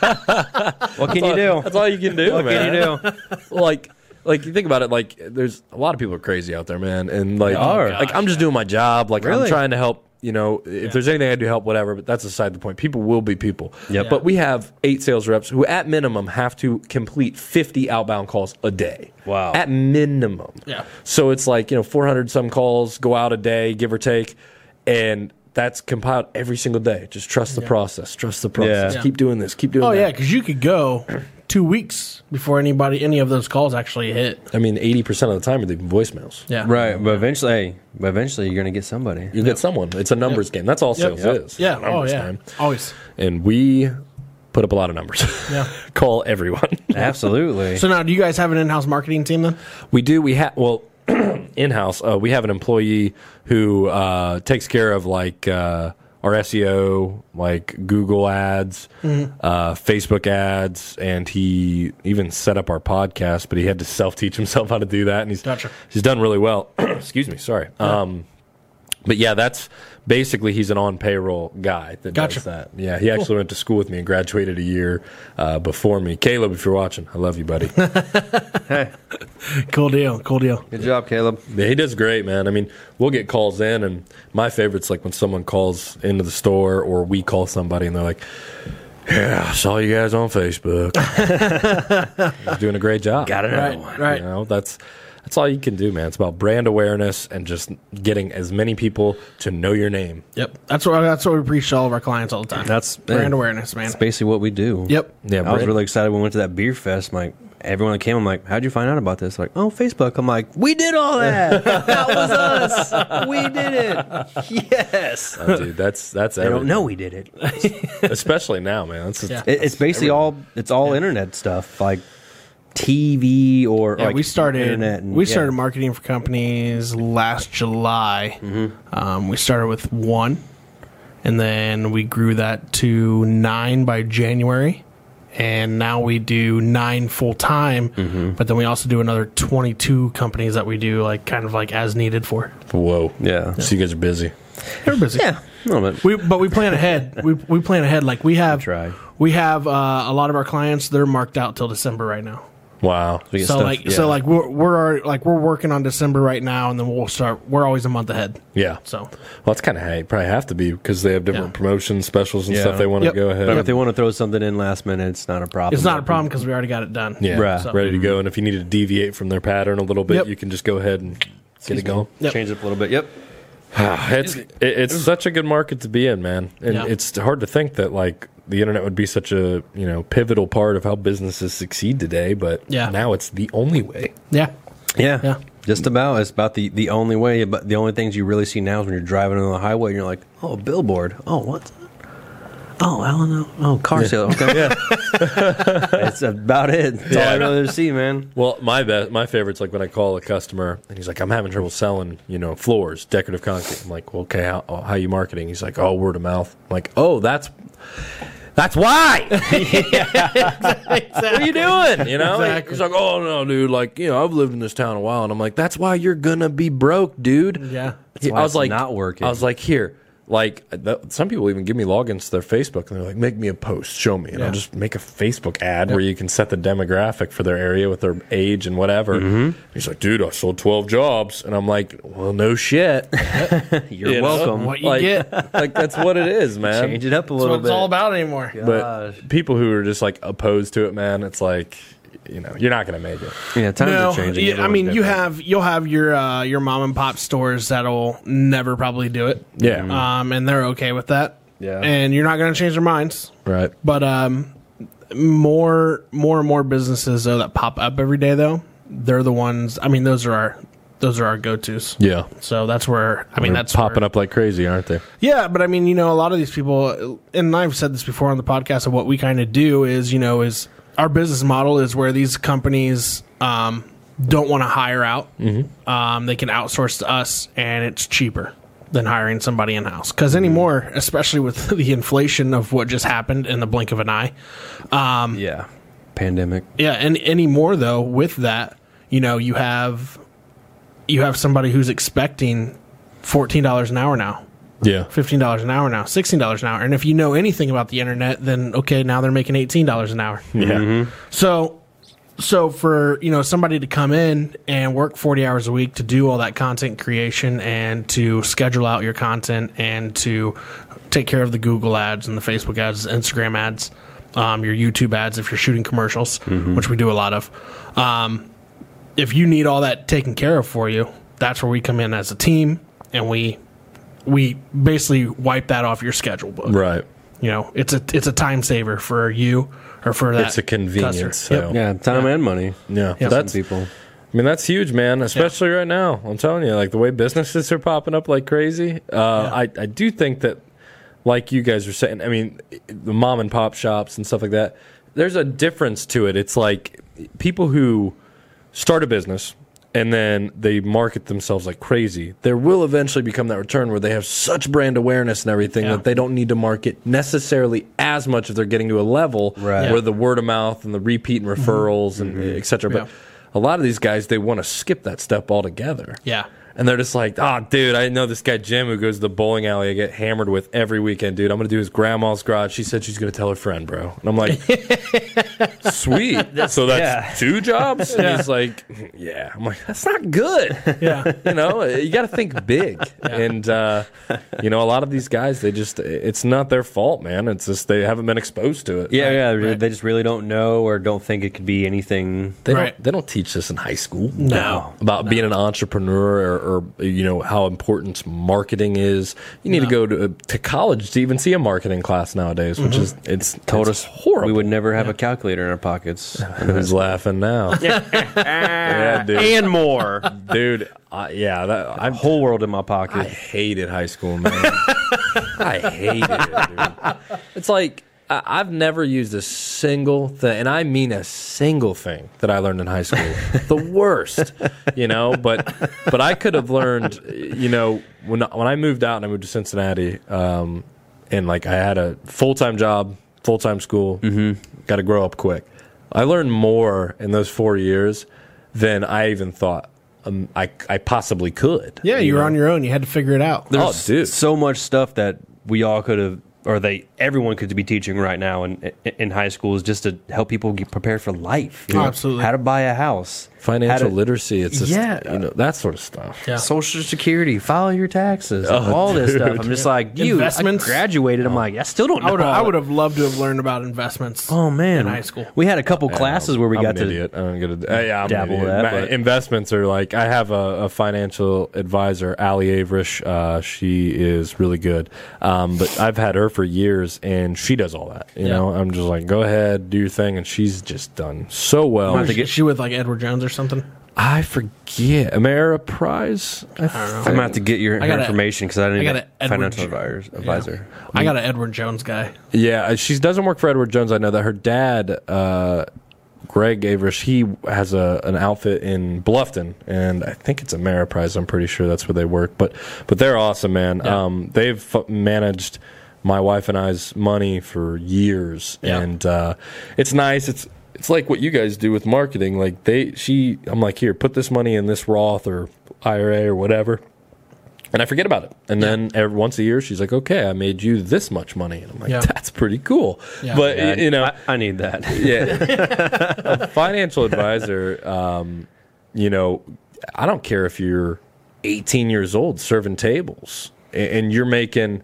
what can you do? That's all you can do, What man. can you do? like like you think about it like there's a lot of people are crazy out there man and like are. like i'm just doing my job like i'm Really? trying to help you know if there's anything i do help whatever but that's aside the point people will be people Yep. but we have eight sales reps who at minimum have to complete 50 outbound calls a day Wow. at minimum Yeah. so it's like you know 400 some calls go out a day give or take and that's compiled every single day just trust the process trust the process Yeah. keep doing this keep doing Oh that yeah, because you could go two weeks before anybody, any of those calls actually hit. i mean 80% of the time you're leaving voicemails Yeah, Right, but eventually, hey, but eventually, you're gonna get somebody. You get someone. It's a numbers game. That's all sales Yep. is. Yeah. It's a Oh numbers yeah. game. Always. And we put up a lot of numbers. Yeah. (laughs) Call everyone. Absolutely. So now, do you guys have an in-house marketing team then? we do. We have well (clears throat) in house. Uh, we have an employee who uh, takes care of like uh, our SEO, like Google ads, Mm-hmm. uh, Facebook ads, and he even set up our podcast. But he had to self teach himself how to do that, and he's Gotcha. he's done really well. (clears throat) Excuse me. Sorry. Um, But yeah, that's basically he's an on payroll guy that Gotcha. does that. Yeah, he actually went to school with me and graduated a year uh, before me. Caleb, if you're watching, I love you, buddy. Cool deal. Cool deal. Good job, Caleb. Yeah, he does great, man. I mean, we'll get calls in, and my favorite's like when someone calls into the store or we call somebody and they're like, "Yeah, I saw you guys on Facebook. (laughs) You're doing a great job. Got another Right. one. Right. You know, that's that's all you can do, man. It's about brand awareness and just getting as many people to know (laughs) your name. Yep. That's what that's what we preach to all of our clients all the time. That's- brand yeah. awareness, man. That's basically what we do. Yep. Yeah, I was brand- really excited when we went to that beer fest. I'm like everyone that came, I'm like, "How'd you find out about this?" Like, "Oh, Facebook." I'm like, "We did all that. that was us. We did it. Yes." Oh, dude, that's that's I everything. don't know. We did (laughs) it. it especially now, man. That's just- Yeah. it's basically all. It's all internet stuff, like TV or Yeah, like we started. internet and- we yeah. started marketing for companies last July. Mm-hmm. Um, we started with one, and then we grew that to nine by January, and now we do nine full time, Mm-hmm. but then we also do another 22 companies that we do like kind of like as needed for. Whoa. Yeah. So you guys are busy. Everybody's Yeah, a little bit. We but we plan (laughs) ahead. we we plan ahead. Like we have try. we have uh, a lot of our clients. They're marked out till December right now. Wow. We get So stuff- like yeah. so like we're we're already, like we're working on December right now, and then we'll start. We're always a month ahead. Yeah. So Well, that's kind of how you probably have to be because they have different Yeah. promotions, specials, and Yeah. stuff they want to Yep. go ahead. But if they want to throw something in last minute, it's not a problem. it's not a problem because we already got it done. yeah, Right. So- ready to go. And if you need to deviate from their pattern a little bit, Yep. you can just go ahead and get it going. Yep. Change it up a little bit. Yep. (sighs) It's it, it's such a good market to be in, man. And Yeah. it's hard to think that like the internet would be such a you know pivotal part of how businesses succeed today, but Yeah. now it's the only way. Yeah. Yeah. Yeah. Just about. It's about the, the only way. But the only things you really see now is when you're driving on the highway and you're like, oh, a billboard. Oh, what's that? Oh, I don't know. Oh, car sale. Okay. (laughs) yeah. That's about it. That's all I Yeah. really see, man. Well, my best, my favorite's like when I call a customer and he's like, "I'm having trouble selling, you know, floors, decorative concrete." I'm like, well, "Okay, how, uh, how are you marketing?" He's like, "Oh, word of mouth." I'm like, "Oh, that's (laughs) that's why." (laughs) Exactly. What are you doing? You know, Exactly. he's like, oh no, dude, like you know, I've lived in this town a while, and I'm like, that's why you're gonna be broke, dude. Yeah. He- why I it's was like, not working. I was like, here, like th- some people even give me logins to their Facebook, and they're like, make me a post, show me, and I'll Yeah. just make a Facebook ad where you can set the demographic for their area with their age and whatever. He's like, dude, I sold twelve jobs, and I'm like, well, no shit. (laughs) You're You know? welcome. What you Like- get? That's (laughs) like that's what (laughs) it is, man. Change it up a what little it's bit. all about anymore. But people who are just like opposed to it, man, it's like. You know, you're not gonna make it. Yeah, times No, are changing. yeah, I Everyone's mean, you different. have you'll have your uh, your mom and pop stores that'll never probably do it. Yeah. um, and they're okay with that. Yeah. and you're not going to change their minds. Right. But um, more more and more businesses though that pop up every day though they're the ones. I mean, those are our those are our go tos. Yeah. So that's where I mean that's popping where, up like crazy, aren't they? Yeah, but I mean, you know, a lot of these people, and I've said this before on the podcast, of what we kind of do is, you know, is our business model is where these companies um, don't want to hire out. Mm-hmm. Um, they can outsource to us, and it's cheaper than hiring somebody in house. Because anymore, especially with (laughs) the inflation of what just happened in the blink of an eye, Yeah. Pandemic. yeah, and anymore though, with that, you know, you have you have somebody who's expecting fourteen dollars an hour now. Yeah. fifteen dollars an hour now, sixteen dollars an hour. And if you know anything about the internet, then okay, now they're making eighteen dollars an hour. Yeah. So, so for you know somebody to come in and work forty hours a week to do all that content creation and to schedule out your content and to take care of the Google ads and the Facebook ads, Instagram ads, um, your YouTube ads if you're shooting commercials, which we do a lot of. Um, if you need all that taken care of for you, that's where we come in as a team and we we basically wipe that off your schedule book. Right. You know, it's a it's a time saver for you or for that. It's a convenience. customer. So Yep. Yeah, time and money. yeah. Yeah. That's Some people. I mean that's huge, man. Especially right now. I'm telling you, like the way businesses are popping up like crazy. Uh, I I do think that, like you guys were saying, I mean, the mom and pop shops and stuff like that. There's a difference to it. It's like people who start a business and then they market themselves like crazy. There will eventually become that return where they have such brand awareness and everything Yeah. that they don't need to market necessarily as much if they're getting to a level Right. where the word of mouth and the repeat and referrals and et cetera. But Yeah. a lot of these guys, they want to skip that step altogether. Yeah. And they're just like, oh, dude, I know this guy Jim who goes to the bowling alley I get hammered with every weekend, dude. I'm going to do his grandma's garage. She said she's going to tell her friend, bro. And I'm like, sweet. so that's yeah. two jobs? And he's like, yeah. I'm like, that's not good. (laughs) Yeah. you know, uh, you got to think big. And, uh, you know, a lot of these guys, they just, it's not their fault, man. It's just they haven't been exposed to it. Yeah, yeah. they- They just really don't know or don't think it could be anything. They Right. don't. They don't teach this in high school. No. about being an entrepreneur or, or you know how important marketing is. You need to go to, to college to even see a marketing class nowadays, which is it's Told us it's horrible. we would never have a calculator in our pockets. (laughs) Who's laughing now? yeah, dude. and more. dude I, yeah, (laughs) that, I'm whole world in my pocket. I hated high school, man. I hated it. Dude. It's like I- I've never used a single thing, and I mean a single thing that I learned in high school. the worst, you know. But but I could have learned, you know, when when I moved out and I moved to Cincinnati, um, and like I had a full time job, full time school. Mm-hmm. Got to grow up quick. I learned more in those four years than I even thought um, I I possibly could. Yeah, you were on your own. You had to figure it out. There's Oh, dude. so much stuff that we all could have, or they, everyone could be teaching right now in in high schools just to help people get prepared for life. you know? Absolutely. how to buy a house, Financial how to- literacy. It's just Yeah. you know that sort of stuff. Yeah. Social Security, file your taxes, Oh, all this stuff. I'm just like, you Investments. I graduated. I'm like, I still don't know. I would all I that. would have loved to have learned about investments. Oh man, in high school. we had a couple classes where we I'm got an to. idiot. I'm gonna uh, yeah, I'm dabble an idiot. that, Ma- but- investments are like I have a, a financial advisor, Ali Averish. Uh, she is really good, um, but I've had her for years, and she does all that. You know, I'm just like, go ahead, do your thing, and she's just done so well. Is she with like Edward Jones or something. I forget Ameriprise. I I don't know. I'm gonna have to get your I got a- information because I didn't I got get a Edward financial J- advisor. Yeah. advisor. I got an Edward Jones guy. Yeah, uh, she doesn't work for Edward Jones. I know that her dad, uh, Greg Averish, he has a an outfit in Bluffton, and I think it's Ameriprise. I'm pretty sure that's where they work. But but they're awesome, man. Yeah. Um, they've f- managed my wife and I's money for years, Yeah. and uh, it's nice. It's it's like what you guys do with marketing. Like they, she, I'm like, here, put this money in this Roth or IRA or whatever and I forget about it. And then every, once a year, she's like, "Okay, I made you this much money," and I'm like, Yeah. "That's pretty cool." Yeah. But Yeah, y- you know, I, I need that. yeah, a financial advisor, um, you know, I don't care if you're 18 years old serving tables a- and you're making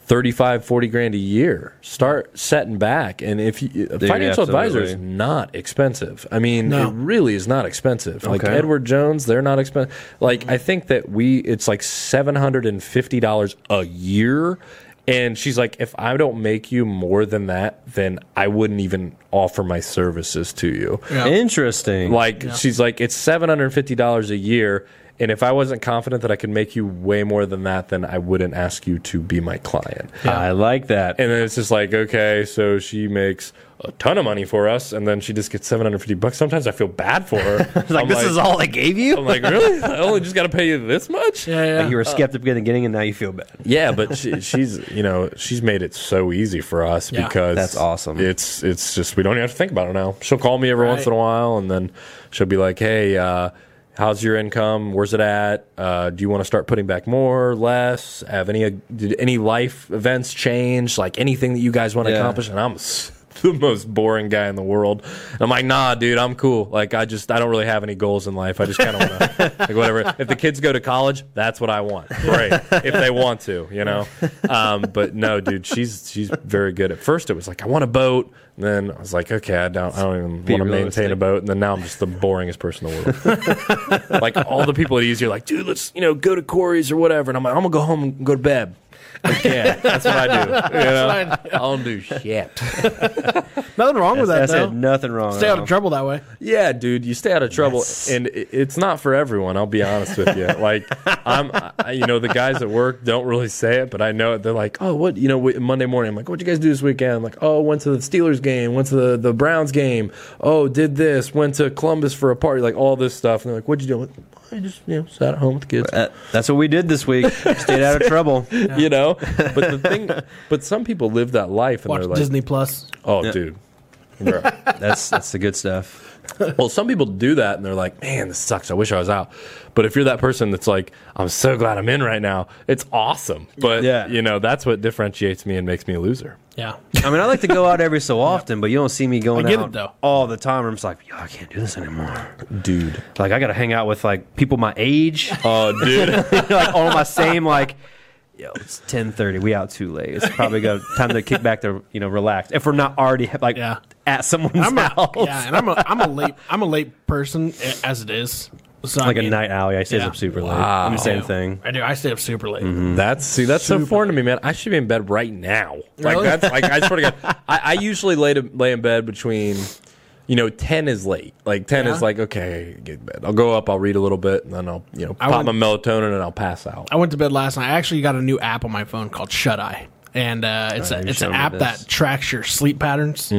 35, 40 grand a year. Start setting back, and if you, financial advisor is absolutely. not expensive. I mean, No. it really is not expensive. Like Okay. Edward Jones, they're not expensive. Like I think that we, it's like seven hundred and fifty dollars a year. And she's like, if I don't make you more than that, then I wouldn't even offer my services to you. Yeah. Interesting. Like she's like, it's seven hundred and fifty dollars a year. And if I wasn't confident that I could make you way more than that, then I wouldn't ask you to be my client. I like that. And then it's just like, okay, so she makes a ton of money for us, and then she just gets seven hundred fifty bucks. Sometimes I feel bad for her. (laughs) like I'm this is all I gave I'm you. like, Uh, really? I only just got to pay you this much? Yeah, yeah. Like you were skeptical in the beginning, and now you feel bad. Yeah, but she, she's you know she's made it so easy for us Yeah. because That's awesome. It's it's just we don't have to think about it now. She'll call me every once in a while, and then she'll be like, "Hey, uh, how's your income? Where's it at? Uh, do you want to start putting back more, less? Have any uh, did any life events change? Like anything that you guys want to Yeah. accomplish?" And I'm s- (laughs) the most boring guy in the world. And I'm like, nah, dude, I'm cool. Like, I just, I don't really have any goals in life. I just kind of want (laughs) to, like, whatever. If the kids go to college, that's what I want. Great. if they want to, you know? Um, but no, dude, she's, she's very good. At first, it was like, I want a boat. And then I was like, okay, I don't, I don't even Be want to maintain realistic. a boat. And then now I'm just the boringest person in the world. like, all the people at Easy are like, dude, let's, you know, go to Corey's or whatever. And I'm like, I'm going to go home and go to bed. Like, yeah, that's what I do. You know? I (laughs) I don't do shit. Nothing wrong with I that said though. nothing wrong. Stay at out all. of trouble that way. Yeah, dude, you stay out of trouble, and i- it's not for everyone. I'll be honest with you. Like, I'm, I, you know, the guys at work don't really say it, but I know it. They're like, "Oh, what?" You know, we- Monday morning, I'm like, "What'd you guys do this weekend?" I'm like, "Oh, went to the Steelers game, went to the, the Browns game. Oh, did this, went to Columbus for a party, like all this stuff." And they're like, "What'd you do?" I just, you know, sat at home with the kids. Uh, that's what we did (laughs) this week. Stayed out of trouble. (laughs) You know, but the thing, but some people live that life, and Watch they're like, Disney Plus. "Oh, Yeah. dude." Bruh. That's that's the good stuff. Well, some people do that and they're like, man, this sucks. I wish I was out. But if you're that person that's like, I'm so glad I'm in right now, it's awesome. But, Yeah. you know, that's what differentiates me and makes me a loser. (laughs) Yeah. I mean, I like to go out (laughs) every so often, but you don't see me going I get it, out though. all the time. I'm just like, yo, I can't do this anymore. Dude. Like, I got to hang out with like people my (laughs) age, (laughs) Oh, dude. like all my same like. Yo, it's ten thirty. We out too late. It's probably go time to kick back to you know relax. If we're not already like Yeah. at someone's I'm a, house, yeah, and I'm a I'm a late I'm a late person eh, as it is. So, I like a mean, night owl. Yeah, he stays Yeah. up super late. Wow. I'm the I same do. thing. Mm-hmm. I do. I stay up super late. (laughs) that's, see, that's so foreign to me, man. I should be in bed right now. Like, Really? that's, like, I swear to (laughs) God, I, I usually lay, to, lay in bed between, you know, 10 is late. Like, 10 Yeah. is like, okay, get to bed. I'll go up, I'll read a little bit, and then I'll, you know, pop my went- melatonin and I'll pass out. I went to bed last night. I actually got a new app on my phone called Shut Eye, and uh, it's you're a, it's an showing Oh, me app this. Mm-hmm. that tracks your sleep patterns.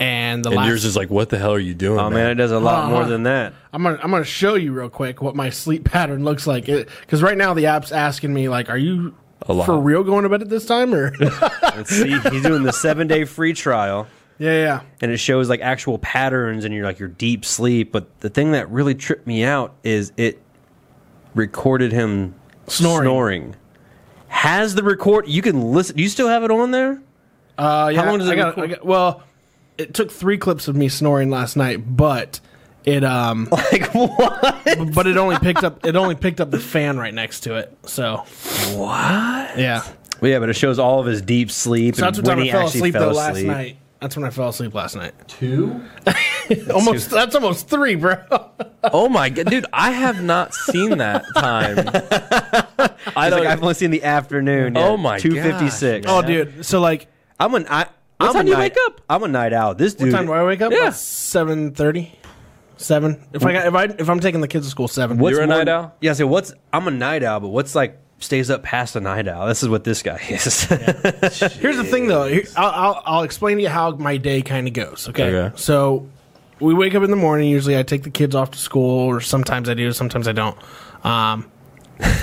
And the And last yours is like, what the hell are you doing? Oh man, it does a (laughs) lot more Uh-huh. than that. I'm gonna I'm gonna (laughs) show you real quick what my sleep pattern looks like because right now the app's asking me like, are you a lot. for real going to bed at this time (laughs) or yeah Let's see, he's doing the seven day free trial. yeah and it shows like actual patterns and you're like your deep sleep but the thing that really tripped me out is it recorded him Snoring. has the record you can listen you still have it on there (laughs) uh yeah How long does I it got, record? I got- well it took three clips of me snoring last night but it (laughs) um like what but it only picked up it only picked up the fan right next to it so what yeah well, yeah but it shows all of his deep sleep so and that's what time when I he fell actually asleep fell though last asleep night that's when I fell asleep last night Two? (laughs) almost that's almost three bro Oh my god, dude! I have not seen that (laughs) time. I It's don't. like, I've only seen the afternoon yeah, Oh my gosh, 256 (laughs) oh dude so like i'm an i What I'm time a do you night- wake up? i'm a night out this dude What time do I wake up? Yeah. seven thirty. Seven. If I got, if I if I'm taking the kids to school, seven. What's You're a more- night owl? Yeah, so what's I'm a night owl, but what's like stays up past the night owl? This is what this guy (laughs) is. Here's the thing, though. Here- I'll, I'll I'll explain to you how my day kind of goes. Okay? Okay. So we wake up in the morning. Usually, I take the kids off to school, or sometimes I do, sometimes I don't. Um,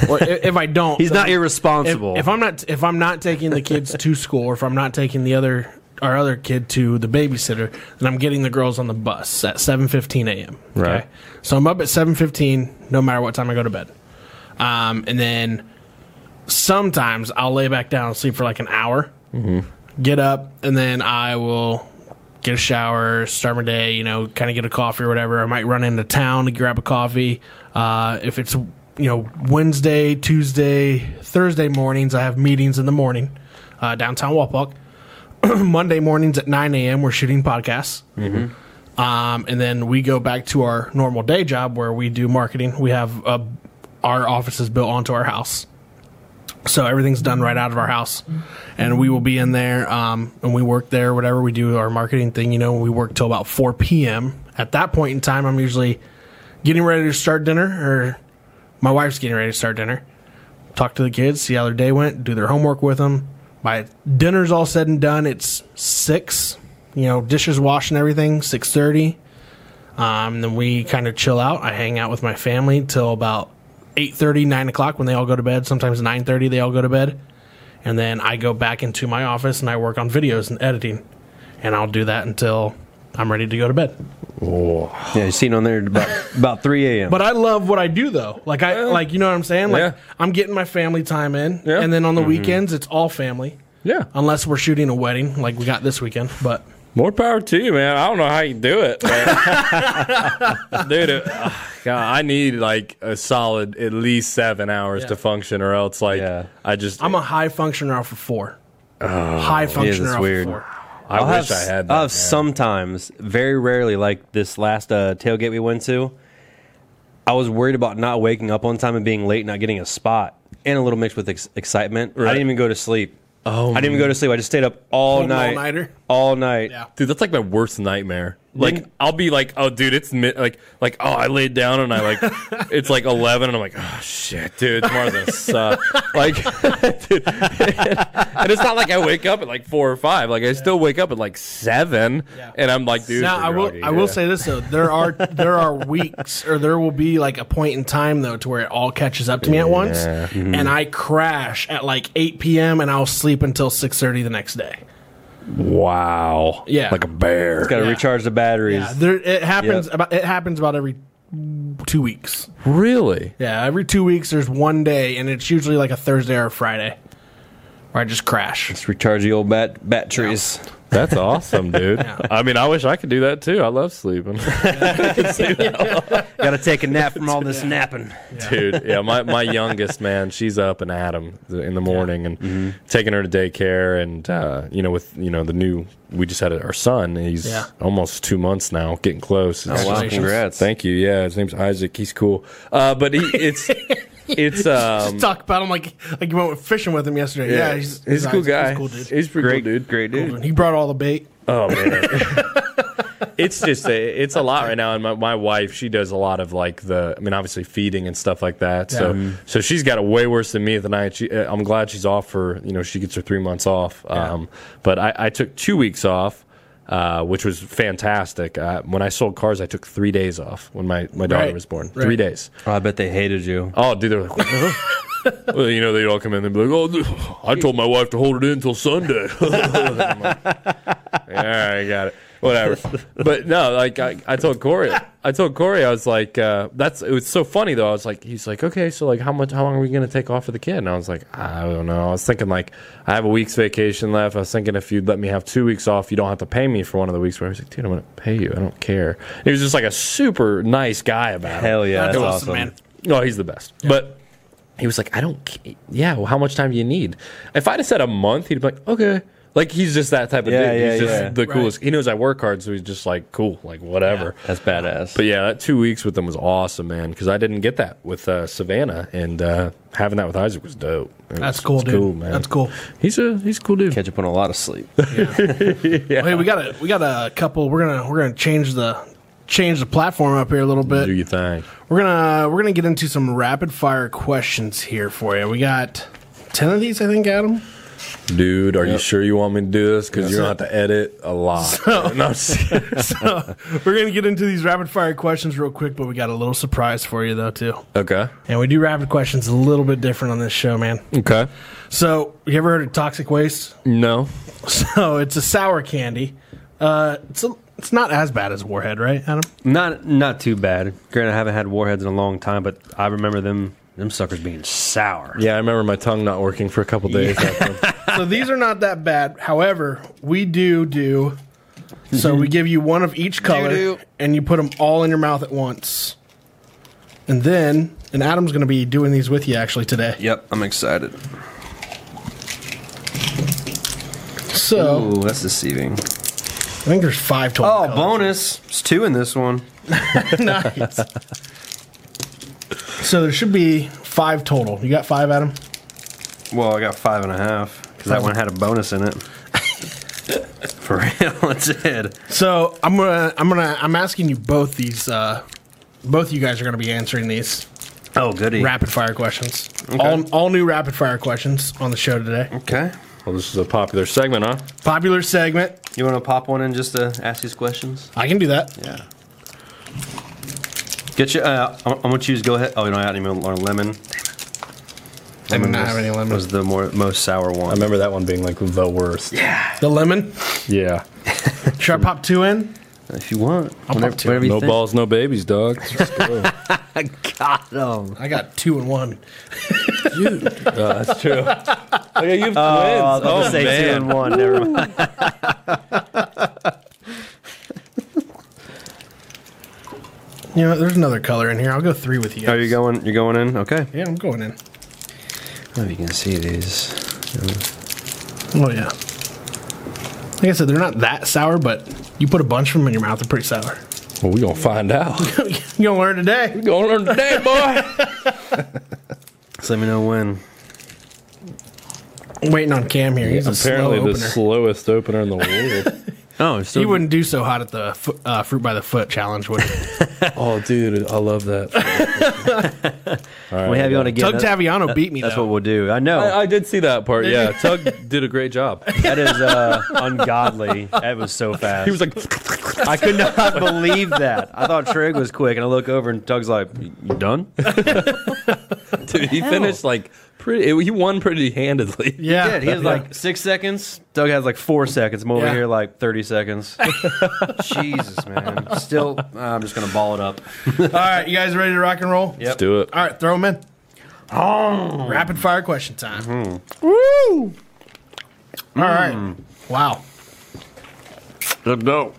or i- if I don't, (laughs) He's then- not irresponsible. If, if I'm not if I'm not taking the kids to school, or if I'm not taking the other our other kid to the babysitter, then I'm getting the girls on the bus at 7:15 a.m. Right. So I'm up at 7:15, no matter what time I go to bed. Um, and then sometimes I'll lay back down and sleep for like an hour, get up, and then I will get a shower, start my day, you know, kind of get a coffee or whatever. I might run into town to grab a coffee. Uh, if it's, you know, Wednesday, Tuesday, Thursday mornings, I have meetings in the morning, uh, downtown Walpock. (clears throat) Monday mornings at 9 a.m., we're shooting podcasts. Um, and then we go back to our normal day job where we do marketing. We have uh, our office is built onto our house. So everything's done right out of our house. And we will be in there um, and we work there, whatever. We do our marketing thing, you know, we work till about 4 p.m. At that point in time, I'm usually getting ready to start dinner or my wife's getting ready to start dinner. Talk to the kids, see how their day went, do their homework with them. By dinner's all said and done, it's 6, you know, dishes washed and everything, 6.30. Um, then we kind of chill out. I hang out with my family till about 8.30, 9 o'clock when they all go to bed. Sometimes 9.30 they all go to bed. And then I go back into my office and I work on videos and editing. And I'll do that until I'm ready to go to bed. yeah, you've seen on there about, about 3 a.m. But I love what I do though. Like I like you know what I'm saying? Like Yeah. I'm getting my family time in. Yeah. And then on the Mm-hmm. weekends it's all family. yeah, Unless we're shooting a wedding like we got this weekend. But more power to you, man. I don't know how you do it, (laughs) but- dude. It, ah, God, I need like a solid at least seven hours Yeah. to function, or else like Yeah. I just I'm a high functioner off of four. high functioner Oh, that's off weird. of four. I I'll wish have, I s- had. That, I'll have man. sometimes, very rarely, like this last uh, tailgate we went to, I was worried about not waking up on time and being late, not getting a spot, and a little mixed with ex- excitement. I didn't even go to sleep. Oh, I didn't even go to sleep. I just stayed up all Pulled an night. all-nighter? All night. Yeah. Dude, that's like my worst nightmare. Like Didn't- I'll be like, oh, dude, it's mid- like like oh, I laid down and I (laughs) like it's like eleven and I'm like, oh shit, dude, tomorrow's gonna suck. (laughs) like, dude, (laughs) and it's not like I wake up at like four or five. Like I still wake up at like seven, Yeah. and I'm like, dude, Now we're I will groggy, I will yeah. say this though there (laughs) are there are weeks or there will be like a point in time though to where it all catches up to me at once Yeah. Mm-hmm. and I crash at like 8 p.m. and I'll sleep until 6:30 the next day. wow, Yeah. like a bear. Got to Yeah. recharge the batteries. Yeah, there, it happens Yep. about it happens about every two weeks. really? Yeah, every two weeks there's one day, and it's usually like a Thursday or a Friday where I just crash. Just recharge the old bat batteries. That's awesome, (laughs) dude. I mean, I wish I could do that too. I love sleeping. (laughs) Got to take a nap from all (laughs) this napping. dude yeah my, my youngest man she's up and at 'em th- in the morning and taking her to daycare and uh, you know with you know the new we just had our son he's Yeah. almost two months now getting close It's wow. just- Congrats. thank you yeah his name's isaac he's cool uh, but he, it's it's um Talk about him like like you went fishing with him yesterday. Yeah, he's, he's, a cool nice. guy He's a cool dude. he's pretty Great cool dude dude. Great dude. He brought all the bait. Oh man, (laughs) it's just a, it's a lot right now. And my, my wife, she does a lot of like the, I mean, obviously feeding and stuff like that. So Yeah. Mm-hmm. so she's got it way worse than me at the night. She, uh, I'm glad she's off for you know she gets her three months off. Um, but I, I took two weeks off. Uh, which was fantastic. Uh, when I sold cars, I took three days off when my, my daughter Right. was born. Right. Three days. Oh, I bet they hated you. Oh, dude, they're like, well, you know, they'd all come in and be like, "Oh, th- I told my wife to hold it in until Sunday." (laughs) And I'm like, all right, I got it. Whatever. But no, like I, I told Corey, I told Corey, I was like, uh, "That's." It was so funny though. I was like, "He's like, okay, so like, how much? How long are we gonna take off for the kid?" And I was like, "I don't know." I was thinking like, I have a week's vacation left. I was thinking if you'd let me have two weeks off, you don't have to pay me for one of the weeks. Where I was like, "Dude, I'm gonna pay you. I don't care." He was just like a super nice guy about it. Hell yeah, That's that's awesome, awesome. man. No, he's the best. But he was like, I don't. ca- Yeah, well, how much time do you need? If I'd have said a month, he'd be like, okay. Like he's just that type of Yeah, dude. he's yeah, just yeah. the Right. coolest. He knows I work hard, so he's just like cool, like whatever. That's badass. But yeah, that two weeks with them was awesome, man. Because I didn't get that with uh, Savannah, and uh, having that with Isaac was dope. It That's was- cool, it's dude. That's cool. He's a he's a cool dude. Catch up on a lot of sleep. (laughs) Hey, we got a we got a couple. We're gonna we're gonna change the change the platform up here a little Do bit. you think? We're gonna we're gonna get into some rapid fire questions here for you. We got ten of these, I think, Adam. (laughs) Dude, are you sure you want me to do this? Because you're So- going to have to edit a lot. no, I'm just kidding. so we're gonna get into these rapid fire questions real quick, but we got a little surprise for you though too. okay. And we do rapid questions a little bit different on this show, man. Okay. So you ever heard of toxic waste? (laughs) No. So it's a sour candy. Uh, it's a, it's not as bad as Warhead, right, Adam? Not not too bad. Granted, I haven't had warheads in a long time, but I remember them them suckers being sour. Yeah, I remember my tongue not working for a couple days. after. so these are not that bad. However, we do do. So we give you one of each color, do. and you put them all in your mouth at once. And then, and Adam's going to be doing these with you actually today. Yep, I'm excited. So Ooh, that's deceiving. I think there's five total. Oh, colors. bonus! It's two in this one. (laughs) nice. So there should be five total. You got five, Adam. Well, I got five and a half because that one had a bonus (laughs) in it. For real, (laughs) it did. So I'm gonna, I'm gonna, I'm asking you both these. Uh, both you guys are gonna be answering these Oh, goody. rapid fire questions. All, all new rapid fire questions on the show today. Okay. (laughs) well, this is a popular segment, huh? Popular segment. You want to pop one in just to ask these questions? I can do that. Yeah. Get your. Uh, I'm, I'm gonna choose. Go ahead. Oh, you know, I don't even want a lemon. I do not was- have any lemon. Was the more most sour I one. remember that one being like the worst. Yeah. The lemon. yeah. Should I pop two in? If you want, I'll whenever, pop two. whatever you No think. balls, no babies, dog. (laughs) I got them. I got two and one. (laughs) that's true. you have twins. Oh, oh, say two man. and one. Never mind. You know, there's another color in here. I'll go three with you. Guys. (laughs) Are you going? You're going in? Okay. Yeah, I'm going in. I don't know if you can see these. Oh yeah. Like I said, they're not that sour, but you put a bunch of them in your mouth, they're pretty sour. (laughs) Well, we're going to find out. you gonna learn today. (laughs) We're going to learn today, boy. Just let me know when. I'm waiting on Cam here. He's Apparently, a slow the opener. slowest opener in the world. Oh, still. he wouldn't do so hot at the fo- uh, fruit by the foot challenge, would he? oh, dude, I love that. (laughs) All right, We have you on again. Doug That- Taviano beat me. That's though. what we'll do. I know. I, I did see that part. Yeah, Tug did a great job. (laughs) that is uh, (laughs) ungodly. That was so fast. He was like, (laughs) I could not believe that. I thought Trig was quick, and I look over, and Doug's like, "You you done?" dude, he finished like pretty. He won pretty handedly. yeah, He was Yeah. like six seconds. Doug has like four seconds. I'm over Yeah. here like thirty (laughs) seconds. Jesus, man. Still, uh, I'm just gonna ball it up. All right, you guys ready to rock and roll? Yep. Let's do it. All right, throw them in. Rapid fire question time. Woo! All right. Wow. Let's go.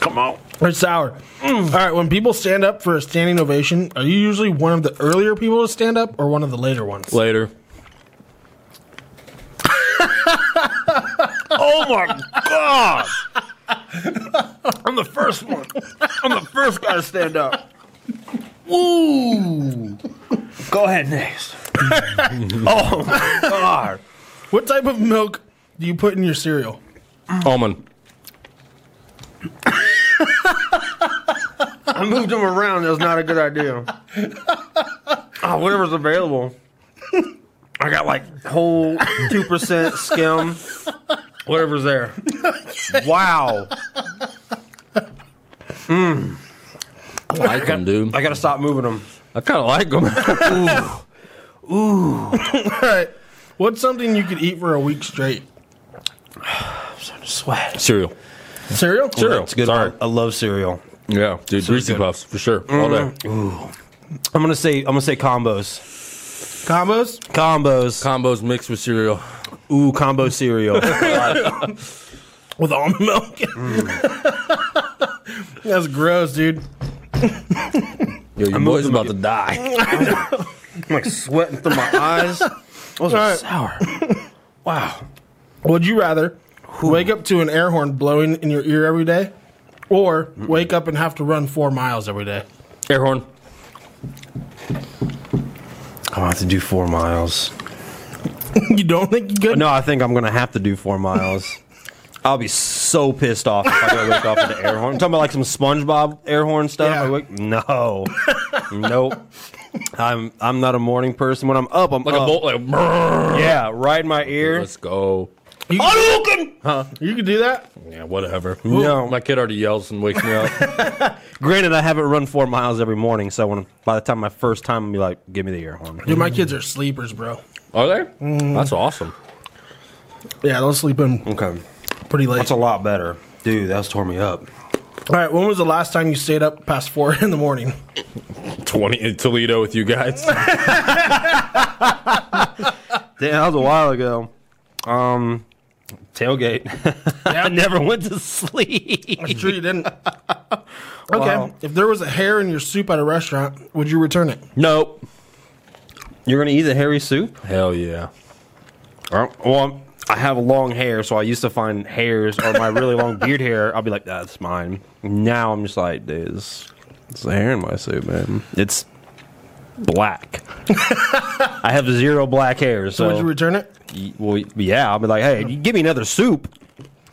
Come on. They're sour. All right. When people stand up for a standing ovation, are you usually one of the earlier people to stand up or one of the later ones? Later. (laughs) Oh my god! I'm the first one. I'm the first guy to stand up. Woo! Go ahead next. (laughs) oh my god! What type of milk do you put in your cereal? Almond. I moved them around. That was not a good idea. Oh, whatever's available. I got like whole two percent skim. Whatever's there. Wow! I like them, dude. I gotta stop moving them. (laughs) I kind of like them. All right. What's something you could eat for a week straight? Sweat. Cereal. Cereal? Cereal. It's good. Sorry. I love cereal. Yeah, dude. Reese's good. Puffs for sure. All day. I'm gonna say. I'm gonna say combos. Combos? Combos. Combos mixed with cereal. Ooh, combo cereal. With (laughs) almond milk? (laughs) That's gross, dude. Yo, your boy's about to die. I'm like sweating from my eyes. Those are All right. sour. Wow. Would you rather wake up to an air horn blowing in your ear every day or wake up and have to run four miles every day? (laughs) (laughs) Air horn. I'm gonna have to do four miles. you don't think you could? No, I think I'm gonna have to do four miles. I'll be so pissed off if I gotta wake up with an air horn. I'm talking about like some SpongeBob air horn stuff. Yeah. I wake, no, nope. I'm I'm not a morning person. When I'm up, I'm Like up. a bolt, like, brrrr. Yeah, right in my ear. Uh, Let's go. You, Hadouken! you could do that? Yeah, whatever. No. My kid already yells and wakes me up. Granted, I haven't run four miles every morning, so when by the time my first time, I'll be like, give me the air horn. Dude, my kids are sleepers, bro. (laughs) Are they? Mm. That's awesome. Yeah, they'll sleep in Okay, pretty late. that's a lot better, dude. That's tore me up. All right, when was the last time you stayed up past four (laughs) in the morning? 20 in uh, Toledo with you guys. Damn, that was a while ago. Um, tailgate. (laughs) I never went to sleep. I'm sure you (laughs) didn't. Okay, Wow. if there was a hair in your soup at a restaurant, would you return it? nope. You're gonna eat the hairy soup? (laughs) Hell yeah. Well, I'm- I have long hair, so I used to find hairs or my (laughs) really long beard hair. I'll be like, that's mine. Now I'm just like, dude, it's, it's the hair in my soup, man. It's (laughs) black. I have zero black hair, So so would you return it? y- well, yeah. I'll be like, hey, give me another soup,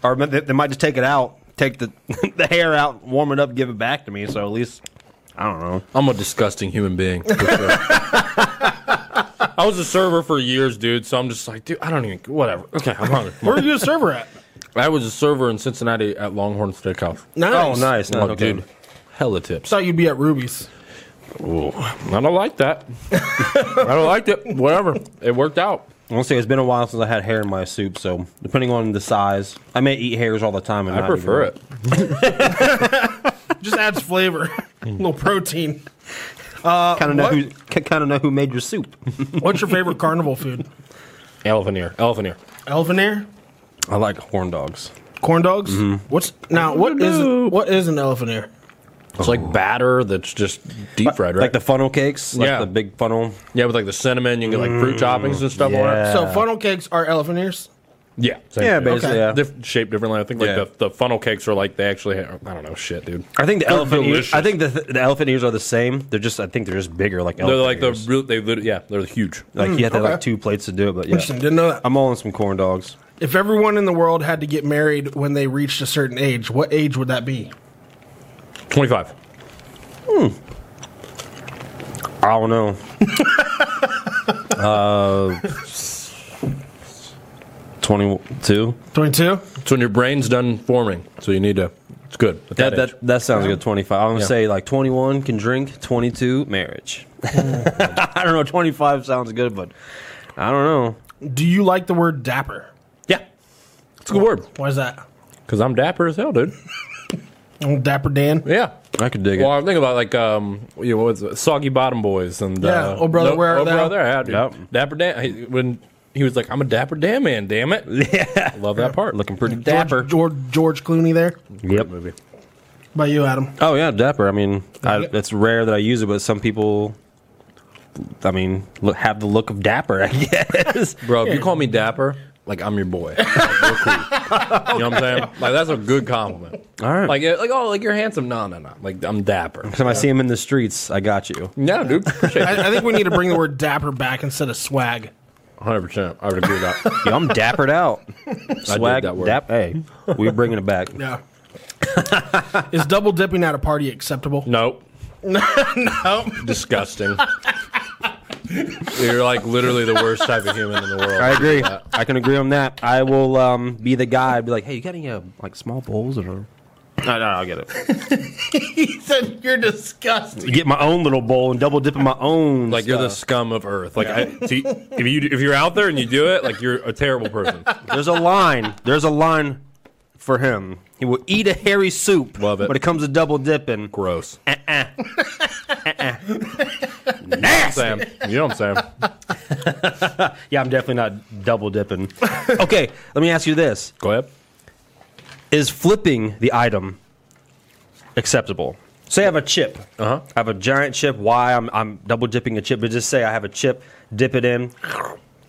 or they, they might just take it out, take the (laughs) the hair out, warm it up, give it back to me. So at least I don't know. I'm a disgusting human being. for sure. I was a server for years, dude. So I'm just like, dude, I don't even. Whatever. Okay, I'm hungry. Where were you a server (laughs) at? Oh, I was a server in Cincinnati at Longhorn Steakhouse. Nice. Oh, nice, I'm nice like, okay. dude, hella tips. Thought you'd be at Ruby's. Ooh, I don't like that. I don't like it. Whatever. It worked out. Honestly, it's been a while since I had hair in my soup, so depending on the size, I may eat hairs all the time. And I not prefer even- it. Just adds (laughs) flavor, (laughs) a little protein. Uh, Kind of know what? who, kind of know who made your soup. What's your favorite carnival food? Elephant ear. Elephant ear. Elephant ear, I like horn dogs. corn dogs. What's now? What is what is an elephant ear? It's like batter that's just deep fried, right? Oh. Like the funnel cakes, like Yeah. the big funnel. yeah, with like the cinnamon. You can get like fruit toppings and stuff on it. Mm. yeah. So funnel cakes are elephant ears. Yeah, same Yeah, thing. basically, Okay. yeah. Diff- shaped differently. I think like Yeah. the, the funnel cakes are like they actually. Have, I don't know, shit, dude. I think the They're elephant. Ears, delicious. I think the, the elephant ears are the same. They're just. I think they're just bigger. Like They're elephant like the ears. real. They lit- yeah, they're huge. like you have to have okay. like two plates to do it. But Interesting. yeah, Didn't know that. I'm all in some corn dogs. If everyone in the world had to get married when they reached a certain age, what age would that be? Twenty five. I don't (laughs) know. uh, twenty-two. Twenty-two. It's when your brain's done forming, so you need to. It's good. at That, age. that that sounds good. Twenty five. I'm gonna Yeah. say like twenty one can drink. Twenty two marriage. (laughs) I don't know. Twenty five sounds good, but I don't know. Do you like the word dapper? yeah, it's a good word Why is that? because I'm dapper as hell, dude. Oh, Dapper Dan. Yeah. I could dig Well, it. I think about like um, you know, what's it? Soggy Bottom Boys and Yeah, uh, Oh Brother, Nope, Where Art oh Thou? brother, yeah, dude. Yep. Dapper Dan he, when he was like, I'm a Dapper Dan man, damn (laughs) it. Yeah, Love that part. looking pretty dapper. George, George George Clooney there. Yep. movie. By you, Adam. Oh yeah, dapper. I mean, I, Yep. it's rare that I use it, but some people, I mean, look, have the look of dapper. (laughs) I guess. Bro, if you call me dapper, like I'm your boy. (laughs) Like, we're cool. You know what I'm saying? Like that's a good compliment. All right. Like eh, like oh like you're handsome. No, no, no. Like I'm dapper. (laughs) If I see him in the streets, I got you. Yeah, dude. Appreciate it. I, I think we need to bring the word dapper back instead of swag. 100%. I would agree with that. Yo, I'm dappered (laughs) out. Swag. that word. Dap. Hey, we're bringing it back. (laughs) Yeah. is double dipping at a party acceptable? (laughs) Nope. No. (laughs) Disgusting. you're like literally the worst type of human in the (laughs) world. I agree. I can agree on that. I will um, be the guy. Be like, hey, you got any uh, like small bowls or? No, no, I'll get it. he said You're disgusting. Get my own little bowl and double dip in my own. Like you're the stuff. scum of earth. Like I, see, if you if you're out there and you do it, like you're a terrible (laughs) person. There's a line. There's a line for him. He will eat a hairy soup. Love it. But it comes to double dipping. Gross. Nasty. Sam, you know what I'm saying? (laughs) Yeah, I'm definitely not double dipping. okay, let me ask you this: Go ahead. Is flipping the item acceptable? Say I have a chip. Uh-huh. I have a giant chip. Why I'm I'm double dipping a chip? But just say I have a chip. Dip it in.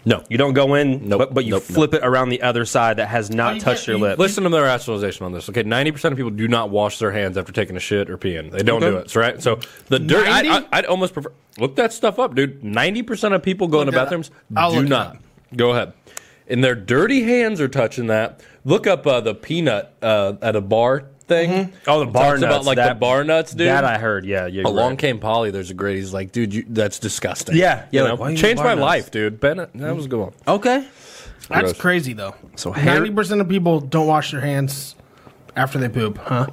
No. You don't go in. Nope, But, but you nope, flip it around the other side that has not you touched get- your you- lip. Listen to their rationalization on this. Okay, ninety percent of people do not wash their hands after taking a shit or peeing. They don't Okay. do it. Right. So the dirt. I, 90? I, I'd almost prefer look that stuff up, dude. Ninety percent of people go into it up. bathrooms I'll do look it not. Go ahead. And their dirty hands are touching that. Look up uh, the peanut uh, at a bar thing. Oh, the It bar talks nuts, About like the that- bar nuts, dude. that I heard. Yeah, yeah. you're Oh, Along right. came Polly. There's a great. He's like, dude, you, that's disgusting. Yeah, yeah, You like, know? why you changed bar my nuts? life, dude. Bennett, that was a good one. Okay. That's Gross. crazy though. So hair- ninety percent of people don't wash their hands after they poop, huh?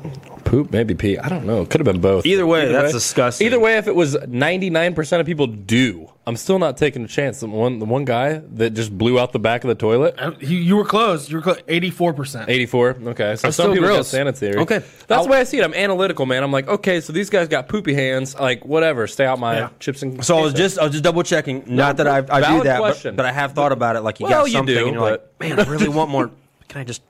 Poop, maybe pee. I don't know. It could have been both. Either way, that's disgusting. Either way, if it was 99% of people do, I'm still not taking a chance. The one, the one guy that just blew out the back of the toilet, Uh, You, you were close. You were eighty four percent. 84. Okay. So That's some still people got gross. sanitary. Okay. That's the way I see it. I'm analytical, man. I'm like, okay, so these guys got poopy hands. Like, whatever. Stay out my Yeah. chips and So I was just I was just double checking. Not that I, I do valid that, question. but, but I have thought about it. Like you Well, got you something, do, and you're like, man, I really want more. (laughs) Can I just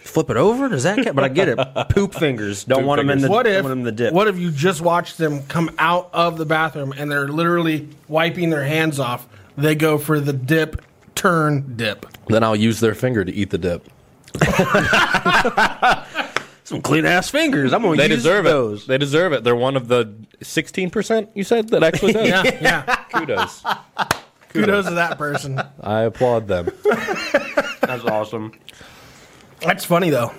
flip it over? Does that? Count? But I get it. Poop fingers. Don't Poop want them in the. What don't if want 'em in the dip? what if you just watched them come out of the bathroom and they're literally wiping their hands off? They go for the dip, turn, dip. Then I'll use their finger to eat the dip. Some clean ass fingers. I'm gonna They use deserve those. it. They deserve it. They're one of the 16% you said (laughs) that actually does. Yeah, yeah. Kudos. Kudos to that person. I applaud them. That's awesome. That's funny though.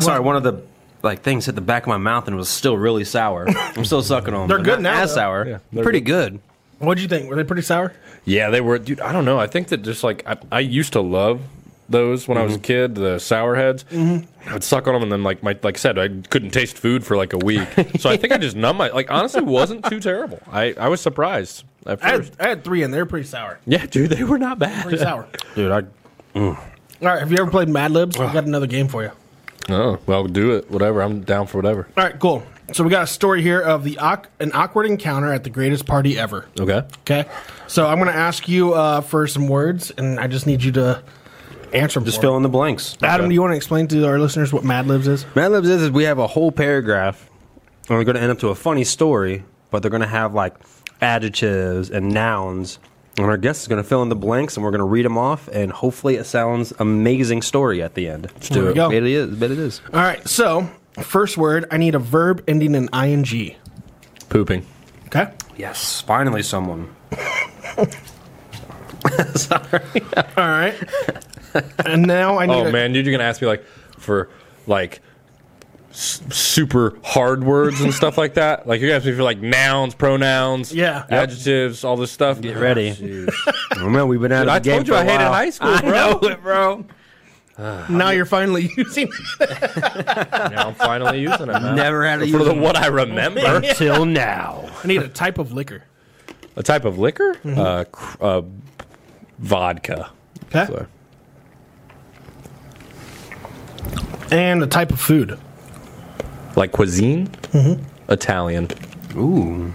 Sorry, one of the like things hit the back of my mouth and it was still really sour. I'm still sucking on them. They're but good not now, As though. sour. Yeah, they're Pretty good. What'd you think? Were they pretty sour? Yeah, they were, dude. I don't know. I think that just like I, I used to love those when I was Mm-hmm. a kid, the sour heads. I would suck on them, and then like my like I said, I couldn't taste food for like (laughs) a week. So I think I just numb my like. Honestly, wasn't too terrible. I I was surprised at I first. had, I had three in. They're pretty sour. yeah, dude, they were not Pretty bad. sour. Dude, I All right. Have you ever played Mad Libs? I got another game for you. Oh well, do it. Whatever. I'm down for whatever. All right, cool. So we got a story here of the awk- an awkward encounter at the greatest party ever. Okay. Okay, so I'm going to ask you uh, for some words, and I just need you to answer. 'em just for fill in the blanks. me. Adam, do you want to explain to our listeners what Mad Libs is? Mad Libs is, is we have a whole paragraph, and we're going to end up to a funny story, but they're going to have like adjectives and nouns, and our guest is going to fill in the blanks, and we're going to read them off, and hopefully it sounds amazing story at the end. Let's do There we it. go. It is, but it is. All right, so first word, I need a verb ending in ing. Pooping. Okay, Yes, finally (laughs) someone. all right, (laughs) and now I need. Oh a- man, dude, you're gonna ask me like for like s- super hard words and stuff like that. Like you're gonna ask me for like nouns, pronouns, Yeah. Yep. adjectives, all this stuff. Get ready. Oh, man, we've been out of the I game told you for I a hated while. high school, bro. I know it, bro. now you're finally (laughs) using. Now I'm finally using it. man. Never had to use for the them what I (laughs) remember. until now. I need a type of liquor. A type of liquor, uh, cr- uh, vodka. Okay, So, and a type of food. like cuisine, Italian. Ooh.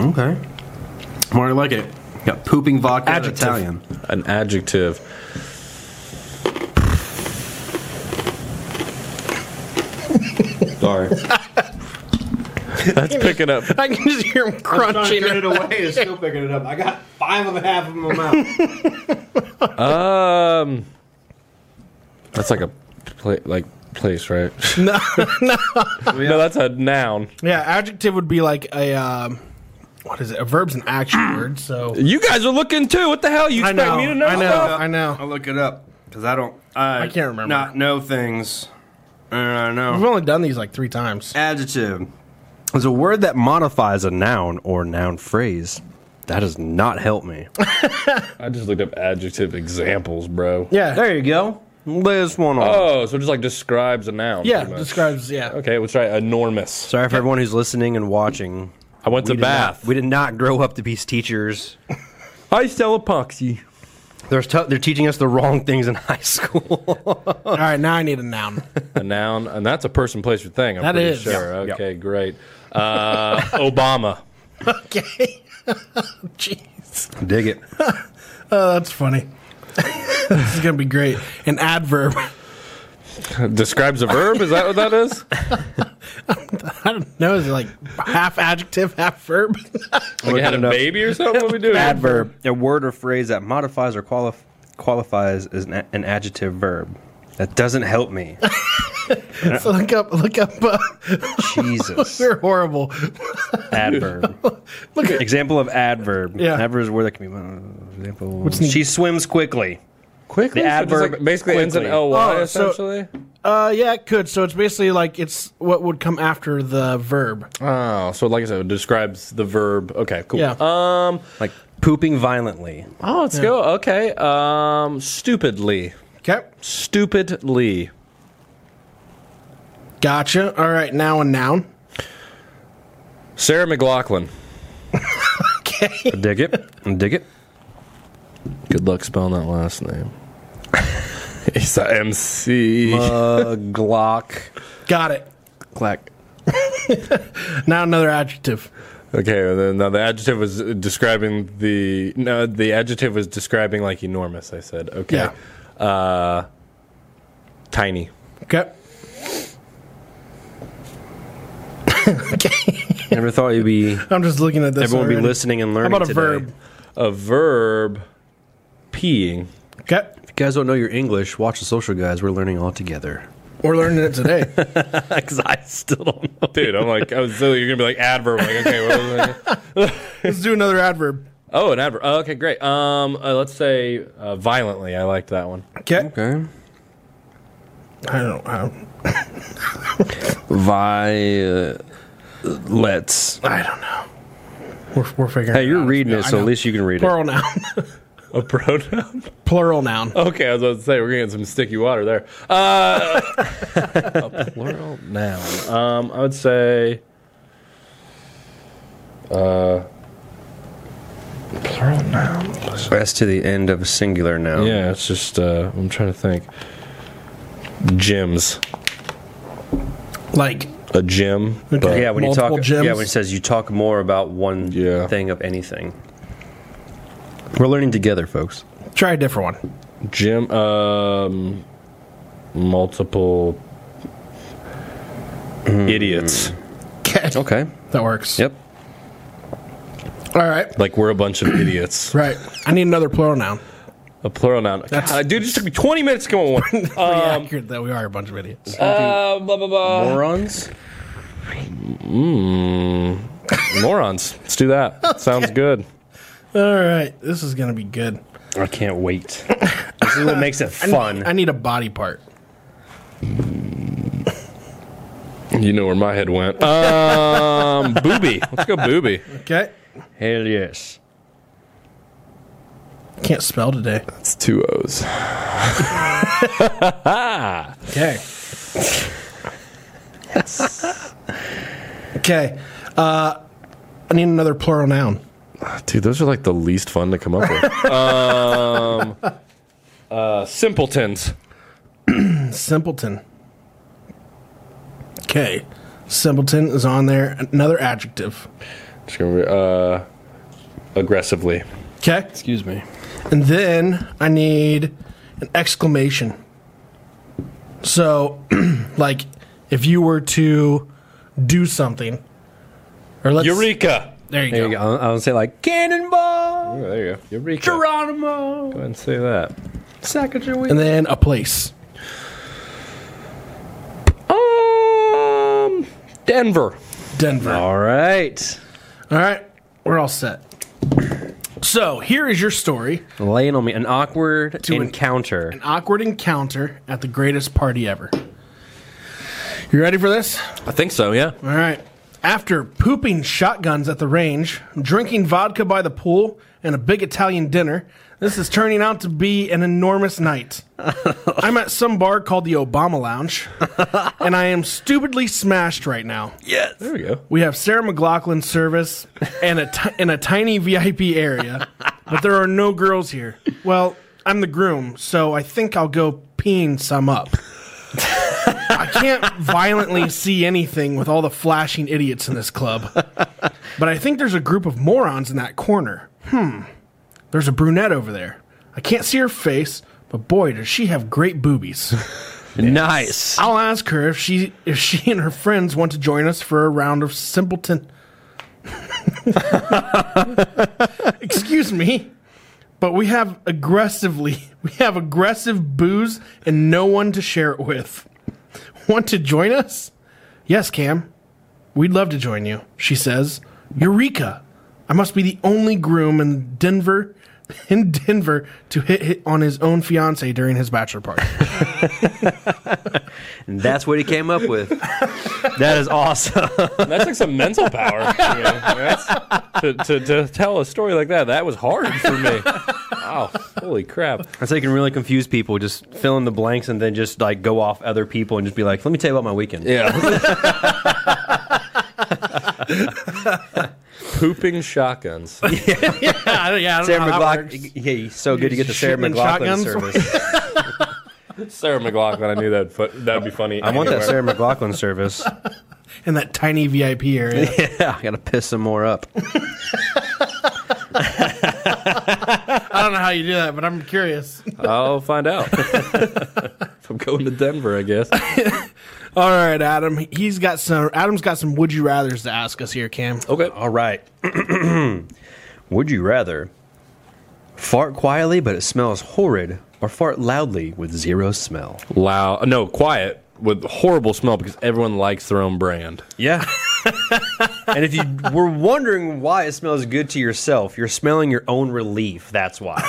Okay. More like it. Got pooping vodka. and Adjective. Italian. an adjective. Sorry. That's picking up. I can just hear him crunching. away is still picking it up. I got five and a half of them (laughs) in my mouth. (laughs) Um, that's like a pla- like place, right? No, (laughs) no, that's a noun. (laughs) Yeah, adjective would be like a um, what is it? A verb's an action word, so You guys are looking too. What the hell? You I expect know, me to know? I know, stuff? I I'll know. look it up because I don't. I, I can't remember. Not know things. I don't We've know. only done these like three times. Adjective is a word that modifies a noun or noun phrase. That does not help me. I just looked up adjective examples, bro. Yeah, you go. Lay this one on. Oh, so it just like describes a noun. Yeah, pretty much. describes. Yeah, Okay, let's try enormous. Sorry for everyone who's listening and watching. I went to did not- Bath. we did not grow up to be teachers. I sell epoxy. They're, t- they're teaching us the wrong things in high school. (laughs) all right. Now I need a noun. A noun, and that's a person, place, or thing. I'm That pretty is. sure. Yeah. Okay, great. Uh, (laughs) Obama. okay, (laughs) jeez, Dig it. oh, that's funny. (laughs) this is gonna be great. An adverb. (laughs) Describes a verb. Is that what that is? I don't know. Is it like half adjective, half verb? (laughs) Like you had it a up. baby or something? What we do? Adverb, a word or phrase that modifies or qualif- qualifies as an, a- an adjective verb. That doesn't help me. so look up. Look up. Uh, (laughs) Jesus. they're horrible. Adverb. (laughs) Look at Example of adverb. Yeah. Adverb is a word that can be. uh, Example. she swims quickly. Quickly. The so just, adverb like, basically ends in quickly. ly Oh, so- essentially. Uh, yeah, it could. So it's basically like it's what would come after the verb. oh, so like I said, it describes the verb. Okay, cool. Yeah. Um. Like pooping violently. Oh, let's go. Okay. Um. Stupidly. Okay, Stupidly. gotcha. All right, now a noun. Sarah McLaughlin. Okay, Dig it. (laughs) Dig it. Good luck spelling that last name. (laughs) it's a MC. Uh, Glock. got it. Clack. Now another adjective. Okay, well, then, no, the adjective was uh, describing the no, the adjective was describing like enormous. I said okay, uh, tiny. Okay. Never thought you'd be. I'm just looking at this. Everyone would be already. listening and How learning about a today. verb? A verb, (laughs) peeing. Okay. If you guys don't know your English, watch the social guys. We're learning all together. We're learning it today. (laughs) Because I still don't know. Dude, I'm like, I was so you're gonna be like adverb. I'm like, okay, what was (laughs) I- Let's do another adverb. oh, an adverb. Oh, okay, great. Um, uh, let's say uh, violently. I liked that one. Okay. Okay. I don't. I don't. Vi. Let's. I don't know. We're, we're figuring. Hey, it you're out. reading it, I so at know. least you can read it. plural noun. (laughs) A (laughs) pronoun. plural noun. Okay, I was about to say we're gonna get some sticky water there. Uh, a plural noun. Um, I would say. S to the end of singular noun. Yeah, it's just uh, I'm trying to think. Gyms, Like a gym. Okay. Yeah, when Multiple you talk, gyms. yeah, when it says you talk more about one Yeah. thing of anything. We're learning together, folks. try a different one. but Gym. Um, multiple idiots. Okay. Okay. That works. Yep. All right. Like we're a bunch of idiots. Right. I need another plural noun. A plural noun. God, dude, it just took me 20 minutes to come (laughs) on one. Pretty Um, accurate that we are a bunch of idiots. uh, blah blah blah. Morons. Morons. Let's do that. Sounds good. All right. This is gonna be good. I can't wait. this is what makes it fun. (laughs) I need a body part. You know where my head went. Um, booby. Let's go booby. Okay. Hell yes. Can't spell today. That's two O's. Okay. okay. Uh, I need another plural noun. Dude, those are like the least fun to come up with. (laughs) um, uh, simpletons. Simpleton. Okay. Simpleton is on there. Another adjective. Just gonna be, uh, aggressively. Okay. Excuse me. And then I need an exclamation. So, (clears throat) like, if you were to do something, or let's. Eureka. There you There go. you go. I- I would say like cannonball, Oh, there you go. Eureka. Geronimo, Go ahead and say that. And then a place. Um, Denver. Denver. All right. All right, we're all set. So here is your story: Laying on me. An awkward an- encounter. an awkward encounter at the greatest party ever. You ready for this? I think so. Yeah. All right. After pooping shotguns at the range, drinking vodka by the pool, and a big Italian dinner, This is turning out to be an enormous night. I'm at some bar called the Obama Lounge, and I am stupidly smashed right now. Yes. There we go. We have Sarah McLaughlin service and a ti- and a tiny VIP area, but there are no girls here. Well, I'm the groom, so I think I'll go peeing some up. I can't violently see anything with all the flashing idiots in this club, but I think there's a group of morons in that corner. Hmm. There's a brunette over there. I can't see her face, but boy, does she have great boobies. Nice. I'll ask her if she if she and her friends want to join us for a round of simpleton. (laughs) Excuse me, but we have aggressively we have aggressive booze and no one to share it with. Want to join us? Yes, Cam. We'd love to join you, she says. Eureka! I must be the only groom in Denver (laughs) in Denver to hit, hit on his own fiance during his bachelor party. And that's what he came (laughs) up with. That is awesome. That's like some mental power. you know, that's- to, to, to tell a story like that, that was hard for me. (laughs) Wow, holy crap. That's how you can really confuse people. Just fill in the blanks and then just like go off other people and just be like, let me tell you about my weekend. Yeah. (laughs) Pooping shotguns. (laughs) yeah, I don't- yeah, I don't Sarah know how that works. McLaughlin. Yeah, so good to get the Shitting Sarah McLaughlin shotguns? (laughs) service. (laughs) Sarah McLaughlin, I knew that fu- that'd be funny. I want that anywhere. Sarah McLaughlin service. in that tiny VIP area. (laughs) (laughs) Yeah, I gotta piss some more up. I don't know how you do that, but I'm curious. I'll (laughs) find out. if I'm going to Denver, I guess. (laughs) All right, Adam. He's got some. Adam's got some would you rather's to ask us here, Cam. Okay. All right. (clears throat) Would you rather fart quietly but it smells horrid, or fart loudly with zero smell? Loud. No, quiet with horrible smell because everyone likes their own brand. Yeah. (laughs) and if you were wondering why it smells good to yourself, you're smelling your own relief. That's why.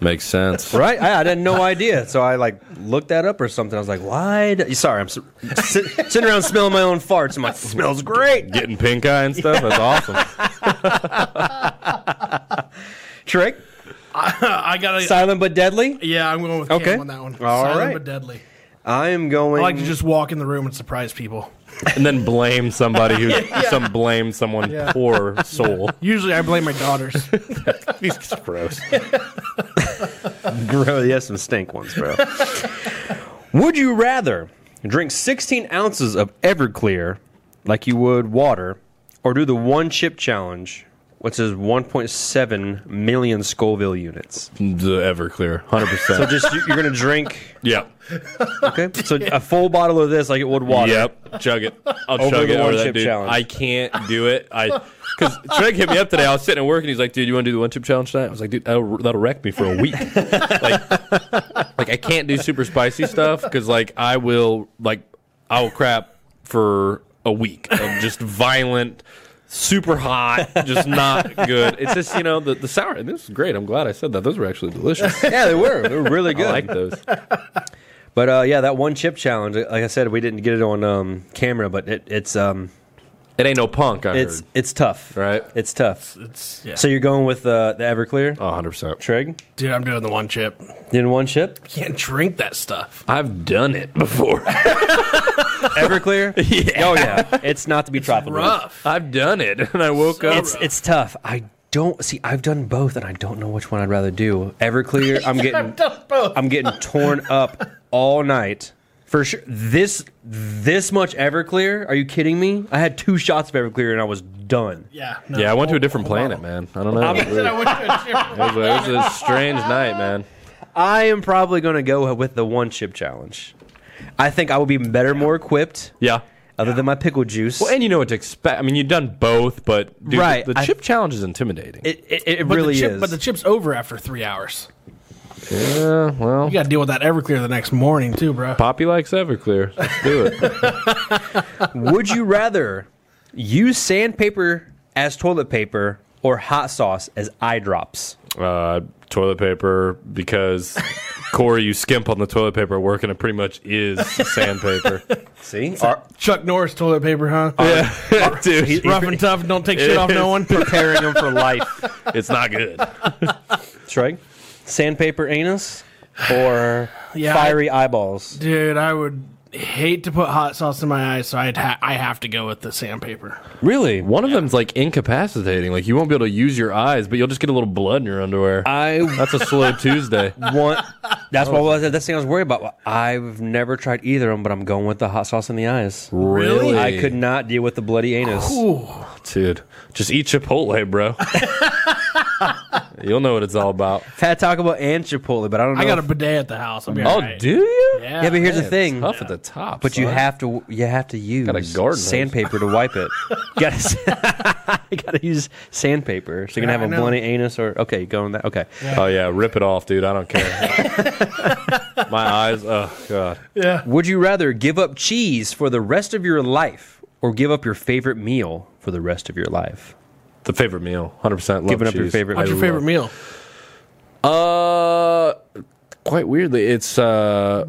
Makes sense. right? I, I had no idea. So I like looked that up or something. I was like, why? do- Sorry, I'm s- sit, sitting around smelling my own farts. I'm like, smells great. Getting pink eye and stuff. That's (laughs) awesome. Trick, I gotta. silent but deadly. yeah, I'm going with Cam Okay. on that one. All Silent right. but deadly. I am going. I like (laughs) to just walk in the room and surprise people. and then blame somebody who some blame someone Yeah. poor soul. Usually, I blame my (laughs) daughters. These guys are gross. Bro, you have some stink ones, bro. would you rather drink 16 ounces of Everclear like you would water or do the one chip challenge, which is 1.7 million Scoville units? The Everclear, hundred So percent. just you- you're going to drink, Yep, okay? So a full bottle of this like it would water. yep. Chug it. I'll Over chug the it one over that chip dude. challenge. I can't do it. I because Craig hit me up today. I was sitting at work and he's like, "Dude, you want to do the one chip challenge tonight?" I was like, "Dude, that'll, that'll wreck me for a (laughs) week." like, like I can't do super spicy stuff because like I will like I will crap for a week of just violent. Super hot, just not good. It's just you know the the sour. This is great. I'm glad I said that. Those were actually (laughs) delicious. Yeah, they were. They were really good. I like those. But uh, yeah, that one chip challenge. uh, Like I said, we didn't get it on um, camera, but it, it's um, It ain't no punk. I it's heard. it's tough, Right. It's tough. it's, yeah. So you're going with uh, the Everclear, Oh, 100%. Trig? Dude, I'm doing the one chip. In one chip, Can't drink that stuff. I've done it before. Everclear. yeah. Oh (laughs) yeah, it's not to be trifled with. Rough. I've done it. (laughs) And I woke up. It's it's tough. I don't see. I've done both, and I don't know which one I'd rather do. Everclear. (laughs) I'm getting both. I'm getting torn up all night. For sure, this this much Everclear? Are you kidding me? I had two shots of Everclear and I was done. Yeah. no. yeah, I went to a different Hold on. planet, man. I don't know. It I was, said I went (laughs) to a a, it was a strange night, man. I am probably going to go with the one chip challenge. I think I will be better, more equipped, Yeah. other than my pickle juice. Well, and you know what to expect. I mean, you've done both, but dude, the- Right. the, I- chip challenge is intimidating. it it, it but really the chip, is. But the chip's over after three hours. yeah, well, You got to deal with that Everclear the next morning too, bro. Poppy likes Everclear. Let's do (laughs) it. Would you rather use sandpaper as toilet paper or hot sauce as eye drops? uh, toilet paper, because Corey, you skimp on the toilet paper at work, and it pretty much is sandpaper. See, Are- Chuck Norris toilet paper, huh? (laughs) yeah. (laughs) (laughs) Dude, Rough and tough. Don't take shit off no one. preparing them for life. it's not good. Shrike? Sandpaper anus or Yeah, fiery eyeballs? Dude, I would hate to put hot sauce in my eyes, so I'd ha- I have to go with the sandpaper. Really? One of them's like incapacitating. Like you won't be able to use your eyes, but you'll just get a little blood in your underwear. I That's a slow (laughs) Tuesday. want. That's what I was. That's the thing I was worried about. I've never tried either of them, but I'm going with the hot sauce in the eyes. Really? I could not deal with the bloody anus. dude. Just eat (laughs) Chipotle, bro. You'll know what it's all about. I've had Taco Bell and Chipotle, but I don't know. I got a if- bidet at the house. I'll be Oh, alright. do you? Yeah, Yeah, but here's the It's thing. tough at the top, But you son. have to you have to use a garden hose. sandpaper to wipe it. Got (laughs) to got to use sandpaper. So Yeah, you're gonna have I a know. bloody anus or okay, go on that. Okay, Oh yeah, rip it off, dude. I (laughs) don't care. My eyes. Oh god. yeah. would you rather give up cheese for the rest of your life or give up your favorite meal for the rest of your life? The favorite meal, hundred percent. Giving up your favorite What's I your favorite love- meal? Uh, quite weirdly, it's uh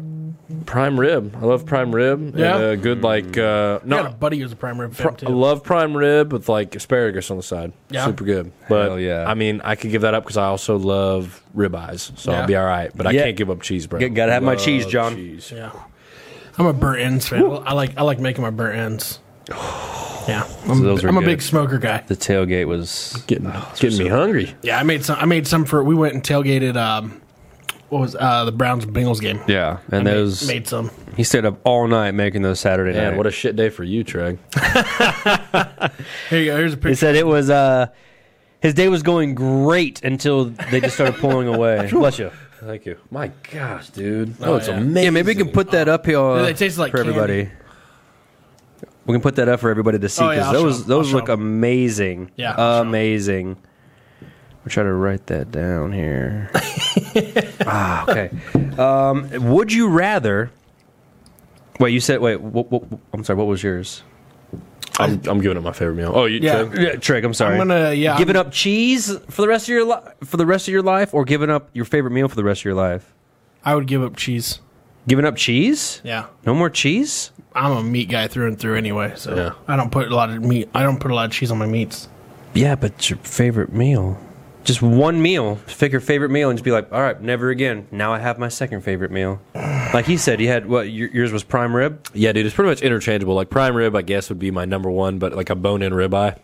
prime rib. I love prime rib. and Yeah? Mm. a good I like uh got a no. buddy who's a primary fan I too. love prime rib with like asparagus on the side. Yeah. Super good. But Hell yeah. I mean, I could give that up because I also love ribeyes, so Yeah. I'll be all right. But I Yeah. can't give up cheese, bro. G- gotta have my Love cheese, John. cheese. Yeah, I'm a burnt ends fan. I like I like making my burnt (sighs) ends. Yeah, I'm, those are I'm a good. big smoker guy. The tailgate was Oh, Getting, getting me hungry. Yeah, I made some. I made some for. We went and tailgated. Um, what was uh, the Browns Bengals game? yeah, and those made some. he stayed up all night making those Saturday Man, night. what a shit day for you, Treg. Here you go. Here's a He picture. said it was uh his day was going great until they just started (laughs) pulling away. Bless you. Thank you. My gosh, dude. Oh, yeah. Yeah, maybe we can put that up here uh, They taste like for everybody. We can put that up for everybody to see Oh, yeah, because I'll show those 'em. I'll those show look 'em. amazing. Yeah, I'll show 'em. amazing. We'll try to write that down (laughs) here. ah, okay. Um, would you rather? Wait, you said wait. What, what, I'm sorry. What was yours? I'm, I'm giving it my favorite meal. Oh, you, Yeah. Treg? Yeah, Trick. I'm sorry. I'm gonna- yeah, Giving up cheese for the rest of your li- for the rest of your life, or giving up your favorite meal for the rest of your life? I would give up cheese. Giving up cheese? Yeah, No more cheese? I'm a meat guy through and through anyway. So Yeah. I don't put a lot of meat. I don't put a lot of cheese on my meats. Yeah, but your favorite meal. Just one meal. Pick your favorite meal and just be like, all right, never again. Now I have my second favorite meal. Like he said, he had what? Your, yours was prime rib? Yeah, dude, it's pretty much interchangeable. Like prime rib, I guess, would be my number one, but like a bone-in ribeye.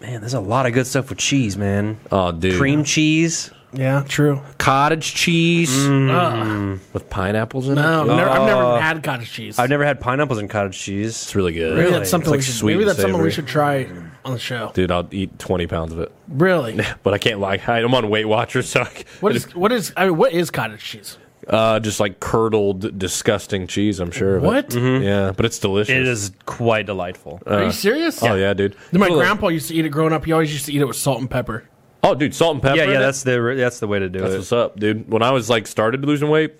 Man, there's a lot of good stuff with cheese, man. Oh, dude, Cream cheese, Yeah, true. cottage cheese Ugh. with pineapples in no, it. I've never, I've Uh, never had cottage cheese. I've never had pineapples and cottage cheese. It's really good. Maybe that's something It's, like, we should. sweet Maybe and that's something we savory. should try on the show. Dude, I'll eat twenty pounds of it, Really? (laughs) but I can't lie. I'm on Weight Watchers, so I, What is what is I mean, what is cottage cheese? uh, just like curdled, disgusting cheese. I'm sure. of it. What? Yeah, but it's delicious. It is quite delightful. Are you serious? Oh yeah, dude. My Put a little- grandpa used to eat it growing up. He always used to eat it with salt and pepper. Oh, dude, salt and pepper. yeah, in yeah, it? that's the that's the way to do That's it. what's up, dude. When I was like started losing weight,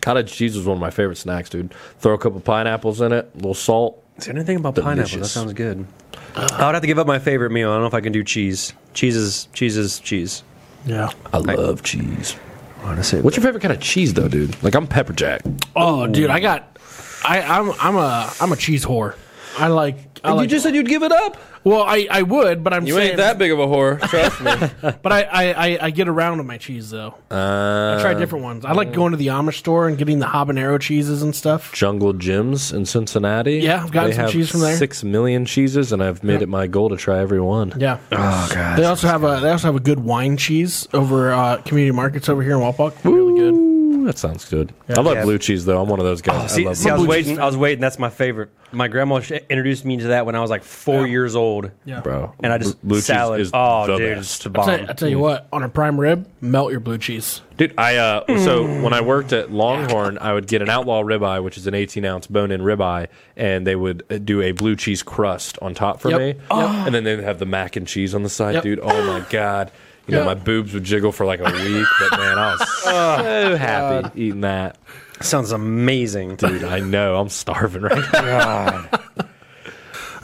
cottage cheese was one of my favorite snacks, dude. Throw a couple pineapples in it, a little salt. Is there anything about pineapple? That Delicious. sounds good. I would have to give up my favorite meal. I don't know if I can do cheese. Cheese is cheese is cheese. Yeah. I love cheese. Honestly, What's your favorite kind of cheese though, dude? Like I'm pepper jack. Oh, dude, I got. I, I'm I'm a I'm a cheese whore. I like. I like said you'd give it up. well, I, I would, but I'm You saying, ain't that big of a whore, (laughs) trust me. But I, I, I, I get around with my cheese though. I Uh, try different ones. I like going to the Amish store and getting the habanero cheeses and stuff. Jungle Gyms in Cincinnati. Yeah, I've gotten They some have cheese from there. Six million cheeses, and I've made it my goal to try every one. Yeah. Oh god. They also have a they also have a good wine cheese over uh, community markets over here in Walpock. Really good. Ooh, that sounds good. I love Yeah. blue cheese though. I'm one of those guys. Oh, See, I love see, I was Blue cheese waiting. I was waiting. That's my favorite. My grandma sh- introduced me to that when I was like four years old. Yeah. bro. And I just blue salad. cheese is oh, the dude, best. it's the I bomb. tell, I tell you what, on a prime rib, melt your blue cheese. Dude, I uh, so Hmm. when I worked at Longhorn, I would get an outlaw ribeye, which is an 18 ounce bone in ribeye, and they would uh, do a blue cheese crust on top for Yep. me, and then they'd have the mac and cheese on the side, Yep. dude. Oh my god, you know Yeah. my boobs would jiggle for like a week, but man, I (laughs) was Oh, so happy eating that, Sounds amazing. dude. I know I'm starving (laughs) right now.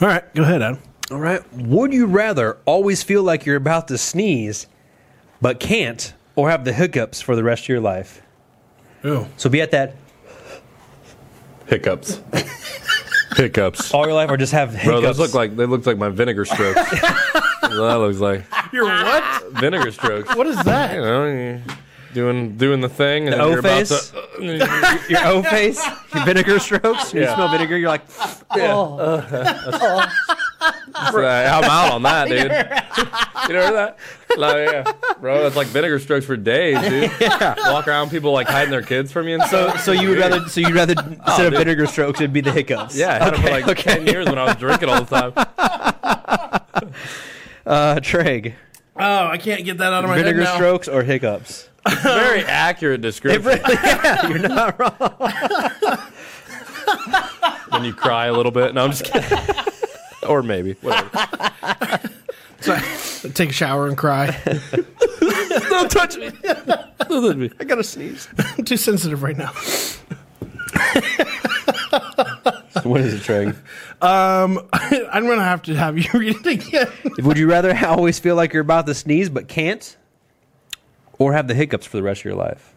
All right, go ahead, Adam. All right. Would you rather always feel like you're about to sneeze, but can't, or have the hiccups for the rest of your life? Ooh. So be at that Hiccups, hiccups. all your life, or just have (laughs) hiccups. Bro, those look like they look like my vinegar strokes. That's what that looks like You're what? Vinegar strokes. What is You that? know, you're doing doing the thing. And The then you're about O-face? to- (laughs) Your O face, your (laughs) vinegar strokes. When You Yeah. smell vinegar, you're like, oh. It's like, I'm out on that, dude. you know that? Like, yeah, bro, that's like vinegar strokes for days, (laughs) dude. Walk around, people like hiding their kids from you and so, stuff. so you would rather, so you'd (laughs) rather instead of vinegar strokes, it'd be the hiccups. Yeah, I had them for like okay. ten years when I was drinking all the time. Uh, Treg, Oh, I can't get that out of my vinegar head now. strokes or hiccups? (laughs) Very accurate description. yeah, you're not wrong. (laughs) when you cry a little bit. No, I'm just kidding. (laughs) or maybe. Whatever. Take a shower and cry. (laughs) Don't touch (laughs) me. I gotta sneeze. I'm too sensitive right now. (laughs) What is it, Treg? Um, (laughs) I'm gonna have to have you (laughs) read it again. Would you rather (laughs) always feel like you're about to sneeze but can't, or have the hiccups for the rest of your life?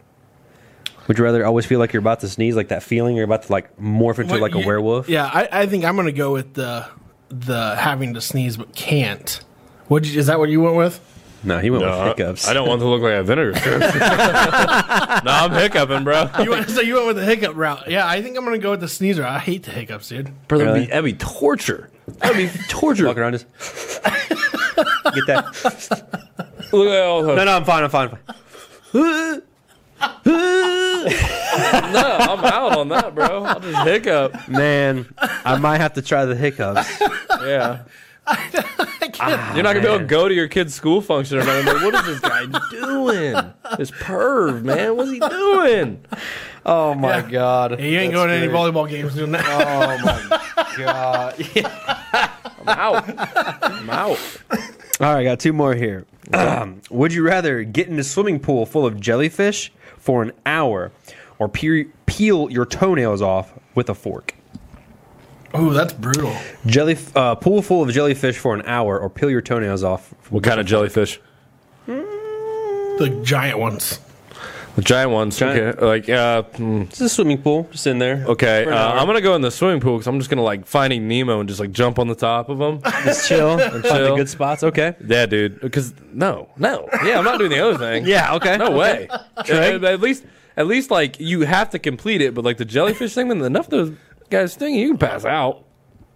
Would you rather always feel like you're about to sneeze, like that feeling you're about to like morph into like a You- werewolf? Yeah, I, I think I'm gonna go with the the having to sneeze but can't. What is that? What you went with? No, he went No, with I, hiccups. I don't want to look like a vinegar (laughs) strip. no, I'm hiccuping, bro. You went, so you went with the hiccup route. Yeah, I think I'm gonna go with the sneezer. I hate the hiccups, dude. Bro, that'd, Really? be, that'd be torture. That'd be torture. walk around just get that. Look at all (laughs) the- No, no, I'm fine. I'm fine. I'm fine. (laughs) No, I'm out on that, bro. I'll just hiccup. Man, I might have to try the hiccups. Yeah. Ah, can't- You're not gonna be able to go to your kid's school function or nothing. Like, what is this guy doing? This perv, man. What's he doing? Oh my Yeah. god! Yeah, you ain't going to any volleyball games doing that. Oh my god! I'm out. I'm out. All right, I got two more here. (clears throat) Would you rather get in a swimming pool full of jellyfish for an hour, or pe- peel your toenails off with a fork? Oh, that's brutal. Jelly uh, pool full of jellyfish for an hour, or peel your toenails off. What kind of jellyfish? The giant ones. The giant ones. Giant. Okay. Like, uh, hmm, It's a swimming pool, just in there. okay. For an Uh, hour. I'm gonna go in the swimming pool because I'm just gonna like finding Nemo and just like jump on the top of him. just chill and (laughs) find the Chill. good spots. Okay. yeah, dude. Because no, no. Yeah, I'm not doing the other thing. Yeah. Okay. No way. At, at least, at least like you have to complete it. But like the jellyfish thing, then enough of those guys sting, you can pass out.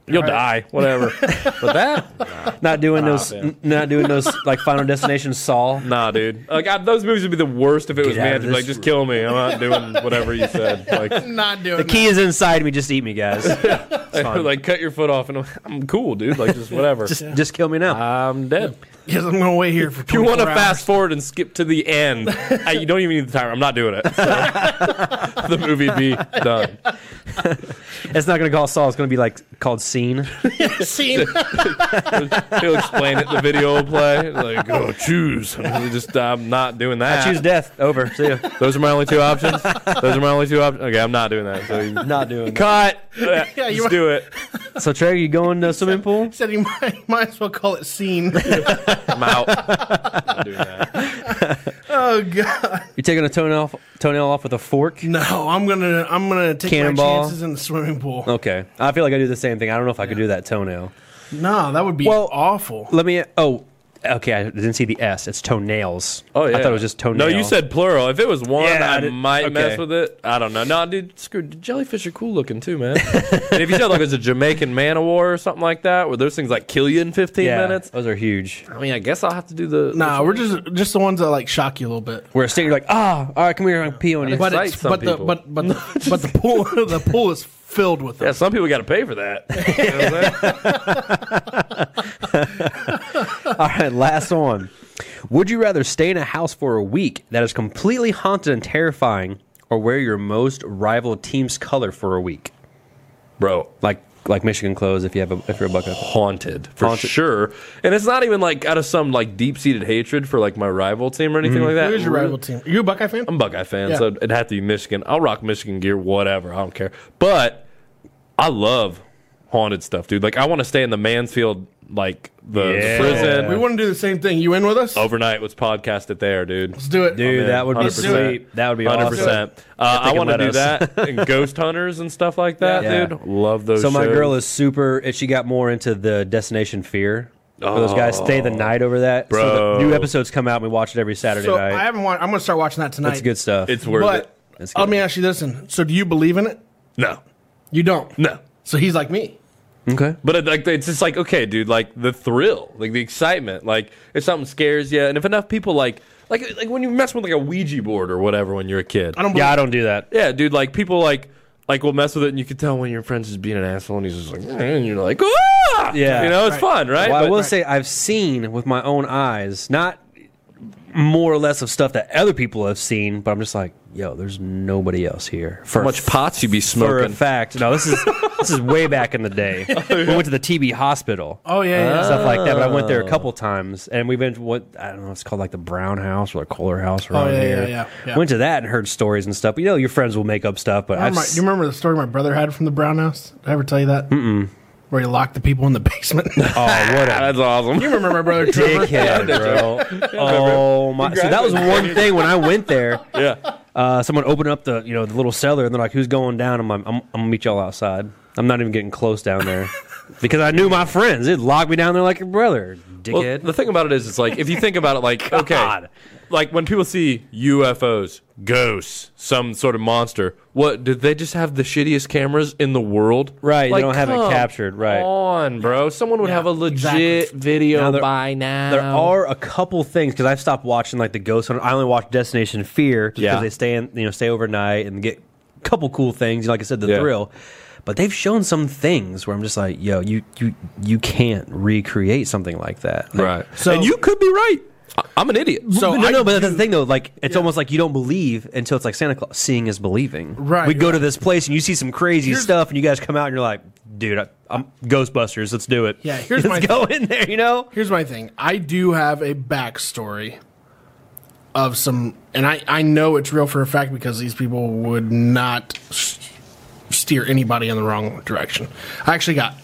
You'll die. (laughs) Whatever. but that, Not doing those. man. n- not doing those like Final Destination Saul. nah, dude. Like I, those movies would be the worst if it was Get out me. of I'd be Like this just kill me. I'm not doing whatever (laughs) you said. Like, Not doing The key is inside me. Just eat me, guys. (laughs) fine. (laughs) like cut your foot off, and I'm, I'm cool, dude. (laughs) Like just whatever. Just, just kill me now. I'm dead. that. Yes, I'm gonna wait here for. (laughs) If you want to 24 hours. fast forward and skip to the (laughs) end, I, you don't even need the timer. I'm not doing it. So, (laughs) the movie be done. It's not gonna call Saul. It's gonna be like called (laughs) Scene. scene. He'll explain it. The video will play. Like, oh, choose. I'm just, I'm not doing I that. choose death. Over. See ya. Those are my only two options. Those are my only two options. Okay, I'm not doing that. So you- (laughs) Not doing. That. cut. (laughs) Yeah, you just do it. So Trey, you going to a swimming pool? Said he might, might as well call it scene. I'm out. Not doing that. (laughs) oh god. You're taking a toenail off, toenail off with a fork? No, I'm gonna I'm gonna take Cannonball. Oh. my chances in the swimming pool. Okay. I feel like I do the same thing. I don't know if I could do that toenail. No, that would be Well- awful. Let me. Oh, okay. I didn't see the S. It's toenails. Oh yeah. I thought it was just toenail. No, you said plural. If it was one, Yeah, I I, did- might mess okay. with it. I don't know. No, dude, screw. Jellyfish are cool looking too, man. and if you said like it's a Jamaican man of war or something like that, where those things like kill you in 15 yeah, minutes. Those are huge. I mean, I guess I'll have to do the. No, we're just just the ones that like shock you a little bit. Where a state, you're like, ah, all right, come here, I'm gonna pee on you. But Excite it's some but the people. but but the, but the pool (laughs) the pool is filled with Yeah, them. some people got to pay for that. (laughs) You know what I'm saying? (laughs) All right, last one. Would you rather stay in a house for a week that is completely haunted and terrifying, or wear your most rival team's color for a week, Bro, like like Michigan clothes if you have a, if you're a bucket? haunted for Haunted. sure. And it's not even like out of some like deep seated hatred for like my rival team or anything like that. Mm. Who's your rival team? Are you a Buckeye fan? I'm a Buckeye fan, Yeah. so it'd have to be Michigan. I'll rock Michigan gear, whatever. I don't care. But I love haunted stuff, dude. Like I want to stay in the Mansfield, like the, the Yeah. prison. we want to do the same thing. You in with us? Overnight was podcasted there, Oh, dude. Let's do it. Dude, Man, that would be 100%. sweet. That would be Hundred awesome. percent. Uh, I can want to let do us. (laughs) that and ghost hunters and stuff like that, Yeah. dude. Love those. So my shows. girl is super. She got more into the Destination Fear. Where those guys stay the night over that. So Oh. Bro. the new episodes come out and we watch it every Saturday So night. I haven't watched. I'm gonna start watching that tonight. That's good stuff. It's worth it. But That's good. let me ask you this: and so do you believe in it? No, You don't. no. So he's like me. okay. But it- like, it's just like okay, dude. Like the thrill, like the excitement. Like if something scares you, and if enough people like, like, like when you mess with like a Ouija board or whatever when you're a kid. I don't. Believe Yeah, I don't do that. Yeah, dude. Like people like like will mess with it, and you can tell when your friend's just being an asshole, and he's just like, "Eh," and you're like, ah, Yeah, you know, it's right. fun, right? Well, I But- will say I've seen with my own eyes, not more or less of stuff that other people have seen, but I'm just like, yo, there's nobody else here. For How much pots you be for a smoking? fact, no, this is this is way back in the day. We went to the TB hospital. Oh yeah, yeah. Stuff like that, but I went there a couple times, and we've been to what I don't know. It's called like the Brown House or the Kohler House around Oh, yeah, here. yeah, yeah, yeah. Went to that and heard stories and stuff. But you know, your friends will make up stuff. But I I've remember- s- you remember the story my brother had from the Brown House? Did I ever tell you that? Mm-mm. Where he locked the people in the (laughs) basement. (laughs) oh, (laughs) what a that's awesome. you remember my brother Trevor? (laughs) dickhead, bro. Oh my! So that was one thing when I went there. yeah, Uh, someone opened up the you know the little cellar, and they're like, "Who's going down?" I'm like, "I'm, I'm gonna meet y'all outside. I'm not even getting close down (laughs) there." Because I knew my friends, it locked me down there like your brother, Well, dickhead. the thing about it is, it's like if you think about (laughs) it, like okay, God. like when people see UFOs, ghosts, some sort of monster, what did they just have the shittiest cameras in the world? Right, they like, don't have it come captured, right. On, bro, someone would Yeah, have a legit exactly. video Now there- by now. there are a couple things because I've stopped watching like the Ghost Hunter. I only watch Destination Fear just because Yeah. they stay in, you know stay overnight and get a couple cool things. You know, like I said, the Yeah. thrill. But they've shown some things where I'm just like, yo, you you you can't recreate something like that. Like, right, So- and you could be right. I- I'm an idiot. So But no, I no, but that's the thing though. Like, it's almost like you don't believe until it's like Santa Claus. Seeing is believing. Right, We go right. to this place and you see some crazy Here's- stuff, and you guys come out and you're like, dude, I, I'm Ghostbusters. Let's do it. Yeah, here's (laughs) let's my- go in there. You know. Here's my thing. I do have a backstory of some, and I, I know it's real for a fact because these people would not s- steer anybody in the wrong direction. I actually got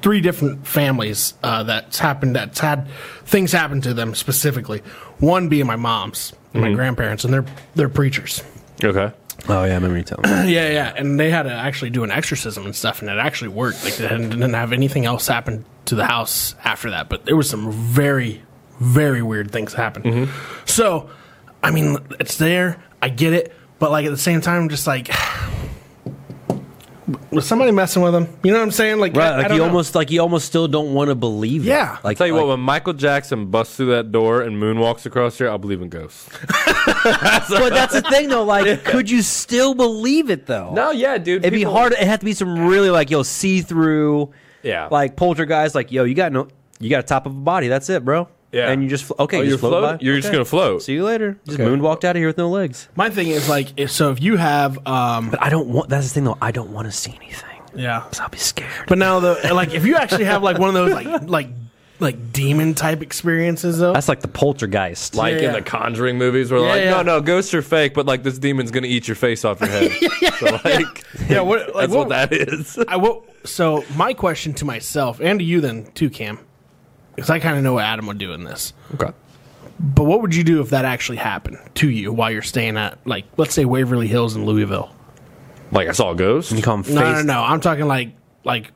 three different families uh, that's happened that's had things happen to them specifically. One being my mom's, and my grandparents, and they're they're preachers. Okay. Oh yeah, I remember you telling. me. Yeah, yeah, and they had to actually do an exorcism and stuff, and it actually worked. Like they didn't, didn't have anything else happen to the house after that, but there was some very, very weird things happen. Mm-hmm. So, I mean, it's there. I get it, but like at the same time, just like (sighs) was somebody messing with him? You know what I'm saying? Like, I- Right, I like don't you know. almost like you almost still don't want to believe. Yeah. it. like Tell you like, what, when Michael Jackson busts through that door and moonwalks across here, I'll believe in ghosts. (laughs) but that's the thing though. Like, could you still believe it though? yeah, dude. it'd be hard. It had to be some really like yo see through. Yeah. like poltergeist. Like yo, you got no, you got a top of a body. That's it, bro. Yeah. and you just fl- okay. Oh, you you're just float. float- by? you're just Okay. gonna float. See you later. Just moonwalked out of here with no legs. my thing is like, if, so if you have, (laughs) um, But I don't want. That's the thing though. I don't want to see anything. yeah, I'll be scared. but now the like if you actually have like one of those like like like demon type experiences though. that's like the poltergeist. Like Yeah, in yeah. the Conjuring movies, where Yeah, like, yeah. no, no, ghosts are fake, but like this demon's gonna eat your face off (laughs) your head. so, like, yeah, what, like, that's what, that is. I will. So my question to myself and to you then too, Cam, because I kind of know what Adam would do in this. Okay. But what would you do if that actually happened to you while you're staying at, like, let's say Waverly Hills in Louisville? Like I saw a ghost. you call him face. No, no, no. I'm talking like, like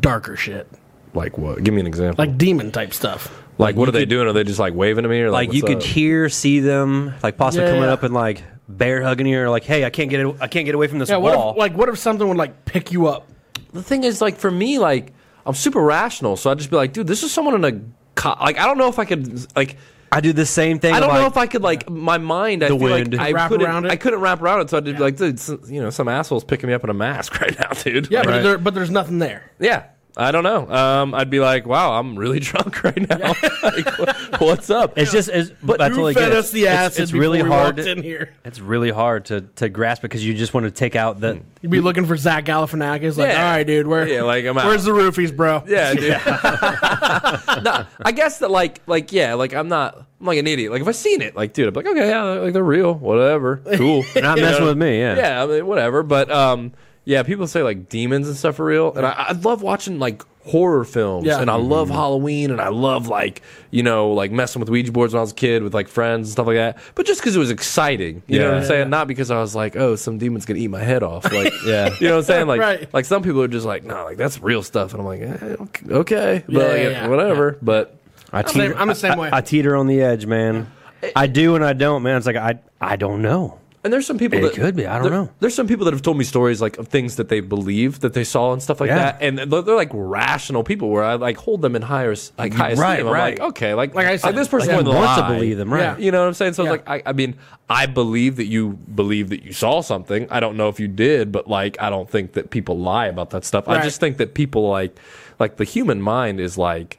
darker shit, Like what? Give me an example. Like, like demon type stuff. what are they doing? Are they just like waving at me or like, Like you what's could up? hear, see them, like possibly Yeah, coming yeah. up and like bear hugging you, or like, hey, I can't get, I can't get away from this Yeah. What wall. if, like, what if something would like pick you up? the thing is, like for me, like I'm super rational, so I'd just be like, dude, this is someone in a co- like I don't know if I could like I do the same thing. I don't like, know if I could like my mind. I The feel wind. Like I Wrap couldn't, around it? I couldn't wrap around it, so I'd just be like, dude, some, you know, some asshole's picking me up in a mask (laughs) right now, dude. Yeah, Like, but, there, but there's nothing there. yeah. I don't know. Um, I'd be like, wow, I'm really (laughs) drunk right now. (laughs) like, wha- what's up? It's just, it's, but that's Who what fed us the it's, acid it's really before we hard. walked in here? It's really hard to to grasp because you just want to take out (laughs) the. (laughs) You'd be looking for Zach Galifianakis. Like, Yeah. all right, dude, where? Yeah, like, I'm out. Where's the roofies, bro? (laughs) yeah, dude. (laughs) no, I guess that like, like, yeah, like I'm not, I'm like an idiot. Like if I seen it, like, dude, I'm like, okay, yeah, like they're real, whatever, cool. Not messing with me, yeah. yeah, I mean, whatever. But um, yeah, people say like demons and stuff are real, and I, I love watching like horror films, Yeah. Mm-hmm. and I love Halloween, and I love like you know like messing with Ouija boards when I was a kid with like friends and stuff like that. But just because it was exciting, you know what I'm Yeah. saying? Not because I was like, oh, some demon's gonna eat my head off, (laughs) like Yeah. you know what I'm saying? Like Right. like some people are just like, no, like that's real stuff, and I'm like, eh, okay, but Yeah, like, yeah, yeah. whatever. But I the same- I'm the (laughs) same I- I- way. I teeter on the edge, man. I do and I don't, man. It's like I I don't know. And there's some people It that could be. I don't there- know. There's some people that have told me stories like of things that they believe that they saw and stuff like Yeah. that, and they're, they're like rational people where I like hold them in higher s- like high Right, esteem. I'm right. like, okay, like Like I said, this person like, wouldn't you want to lie. believe them, right. Yeah. You know what I'm saying? So Yeah. it's like I, I mean, I believe that you believe that you saw something. I don't know if you did, but like I don't think that people lie about that stuff. Right. I just think that people like like the human mind is like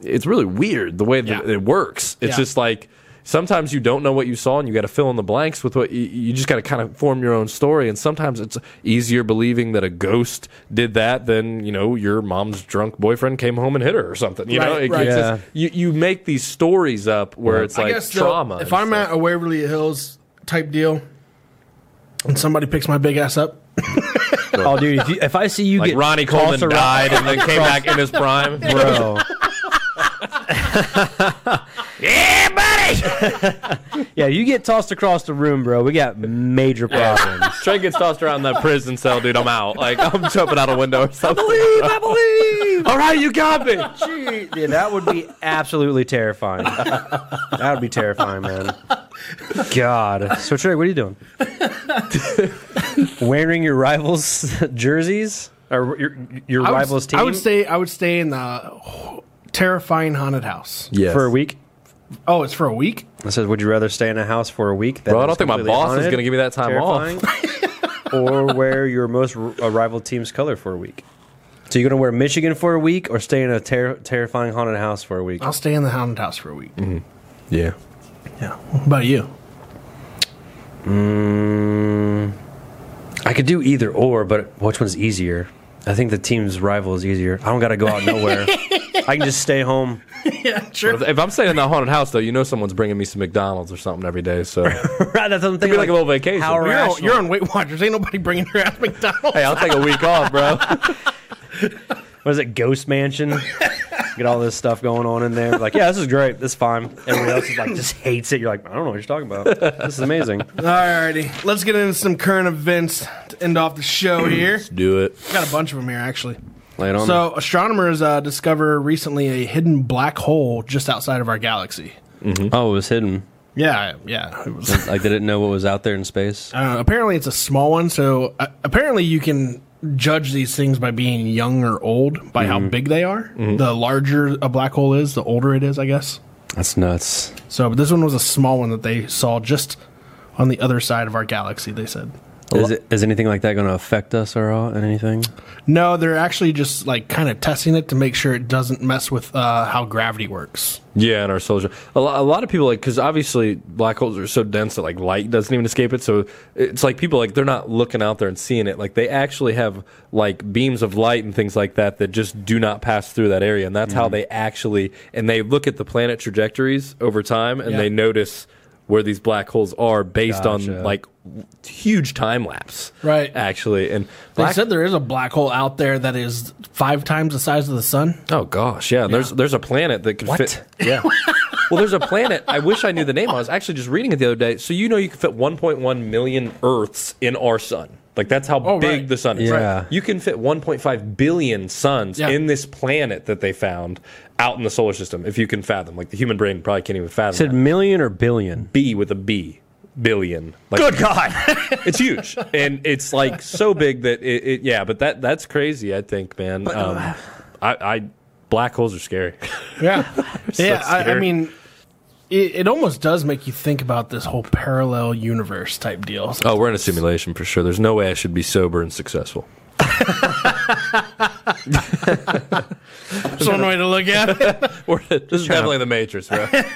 it's really weird the way that Yeah. it works. It's Yeah. just like sometimes you don't know what you saw and you got to fill in the blanks with what you, you just got to kind of form your own story. And sometimes it's easier believing that a ghost did that than, you know, your mom's drunk boyfriend came home and hit her or something. You know, Right, right. it's Yeah. just- you, you make these stories up where it's like though, trauma. if and I'm stuff. at a Waverly Hills type deal, and somebody picks my big ass up, Oh, dude, if, you, if I see you like get Ronnie Coleman tossed around- died and then came back in (laughs) his prime. bro. yeah, buddy. (laughs) yeah, you get tossed across the room, bro. We got major problems. (laughs) Trey gets tossed around that prison cell, dude. I'm out. Like I'm jumping out a window or something. I believe. I believe. All right, you got me. Gee, yeah, that would be absolutely terrifying. that would be terrifying, man. God. So, Trey, what are you (laughs) doing? Wearing your rivals' jerseys or your your I would- rivals' team I would stay. I would stay in the terrifying haunted house. Yes. for a week. Oh, it's for a week. I said, would you rather stay in a house for a week? That Bro, I is don't think my completely boss is haunted, gonna give me that time off. terrifying, or wear your most r- uh, rival team's color for a week. So you're gonna wear Michigan for a week, or stay in a ter- terrifying haunted house for a week? I'll stay in the haunted house for a week. Mm-hmm. Yeah. Yeah. What about you? I could do either or, but which one's easier? I think the team's rival is easier. I don't got to go (laughs) out nowhere. I can just stay home. (laughs) Yeah, sure. If I'm staying in that haunted house, though, you know someone's bringing me some McDonald's or something every day. (laughs) So hey, right, that's what I'm be thinking. like a little vacation. How You're You're rational. on, you're on Weight Watchers. Ain't nobody bringing your ass McDonald's. I'll take a week off, bro. what is it? Ghost mansion. Get all this stuff going on in there. Like, yeah, this is great. This is fine. Everybody else is like just hates it. You're like, I don't know what you're talking about. This is (laughs) amazing. Alrighty, let's get into some current events to end off the show Mm. here. (laughs) Do it. Got a bunch of them here, actually. Lay it on. So, astronomers uh, discover recently a hidden black hole just outside of our galaxy. oh, it was hidden. Yeah, yeah. It was, Like they didn't know what was out there in space. uh, apparently, it's a small one. So, uh, apparently, you can judge these things by being young or old by how big they are. The larger a black hole is, the older it is, I guess. That's nuts. So, but this one was a small one that they saw just on the other side of our galaxy. They said. Is, it, is anything like that going to affect us or all, anything? No, they're actually just like kind of testing it to make sure it doesn't mess with uh, how gravity works. Yeah, in our solar system. A, lo- a lot of people like because obviously black holes are so dense that like light doesn't even escape it. So it's like people like they're not looking out there and seeing it. Like they actually have like beams of light and things like that that just do not pass through that area, and that's Mm-hmm. how they actually and they look at the planet trajectories over time and Yeah. they notice where these black holes are based Gotcha. on like w- huge time lapse. Right. Actually, and They black said there is a black hole out there that is five times the size of the sun. Oh gosh, yeah. and There's there's a planet that could fit. (laughs) Yeah. well, there's a planet. I wish I knew the name. I was actually just reading it the other day. So you know you can fit 1.1 million Earths in our sun. Like that's how Oh, big right. the sun is. Yeah. You can fit 1.5 billion suns Yeah. in this planet that they found out in the solar system. If you can fathom, like the human brain probably can't even fathom. Said that. million or billion? B with a B, billion. Like, Good God, it's huge, and it's like so big that it, it yeah. But that that's crazy. I think, man. um, I, I black holes are scary. Yeah, yeah. I, I scared. mean, it, it almost does make you think about this whole parallel universe type deal. Oh, we're in a simulation for sure. There's no way I should be sober and successful. That's one way to look at it. (laughs) We're, this is definitely the (laughs) Matrix, bro. Trying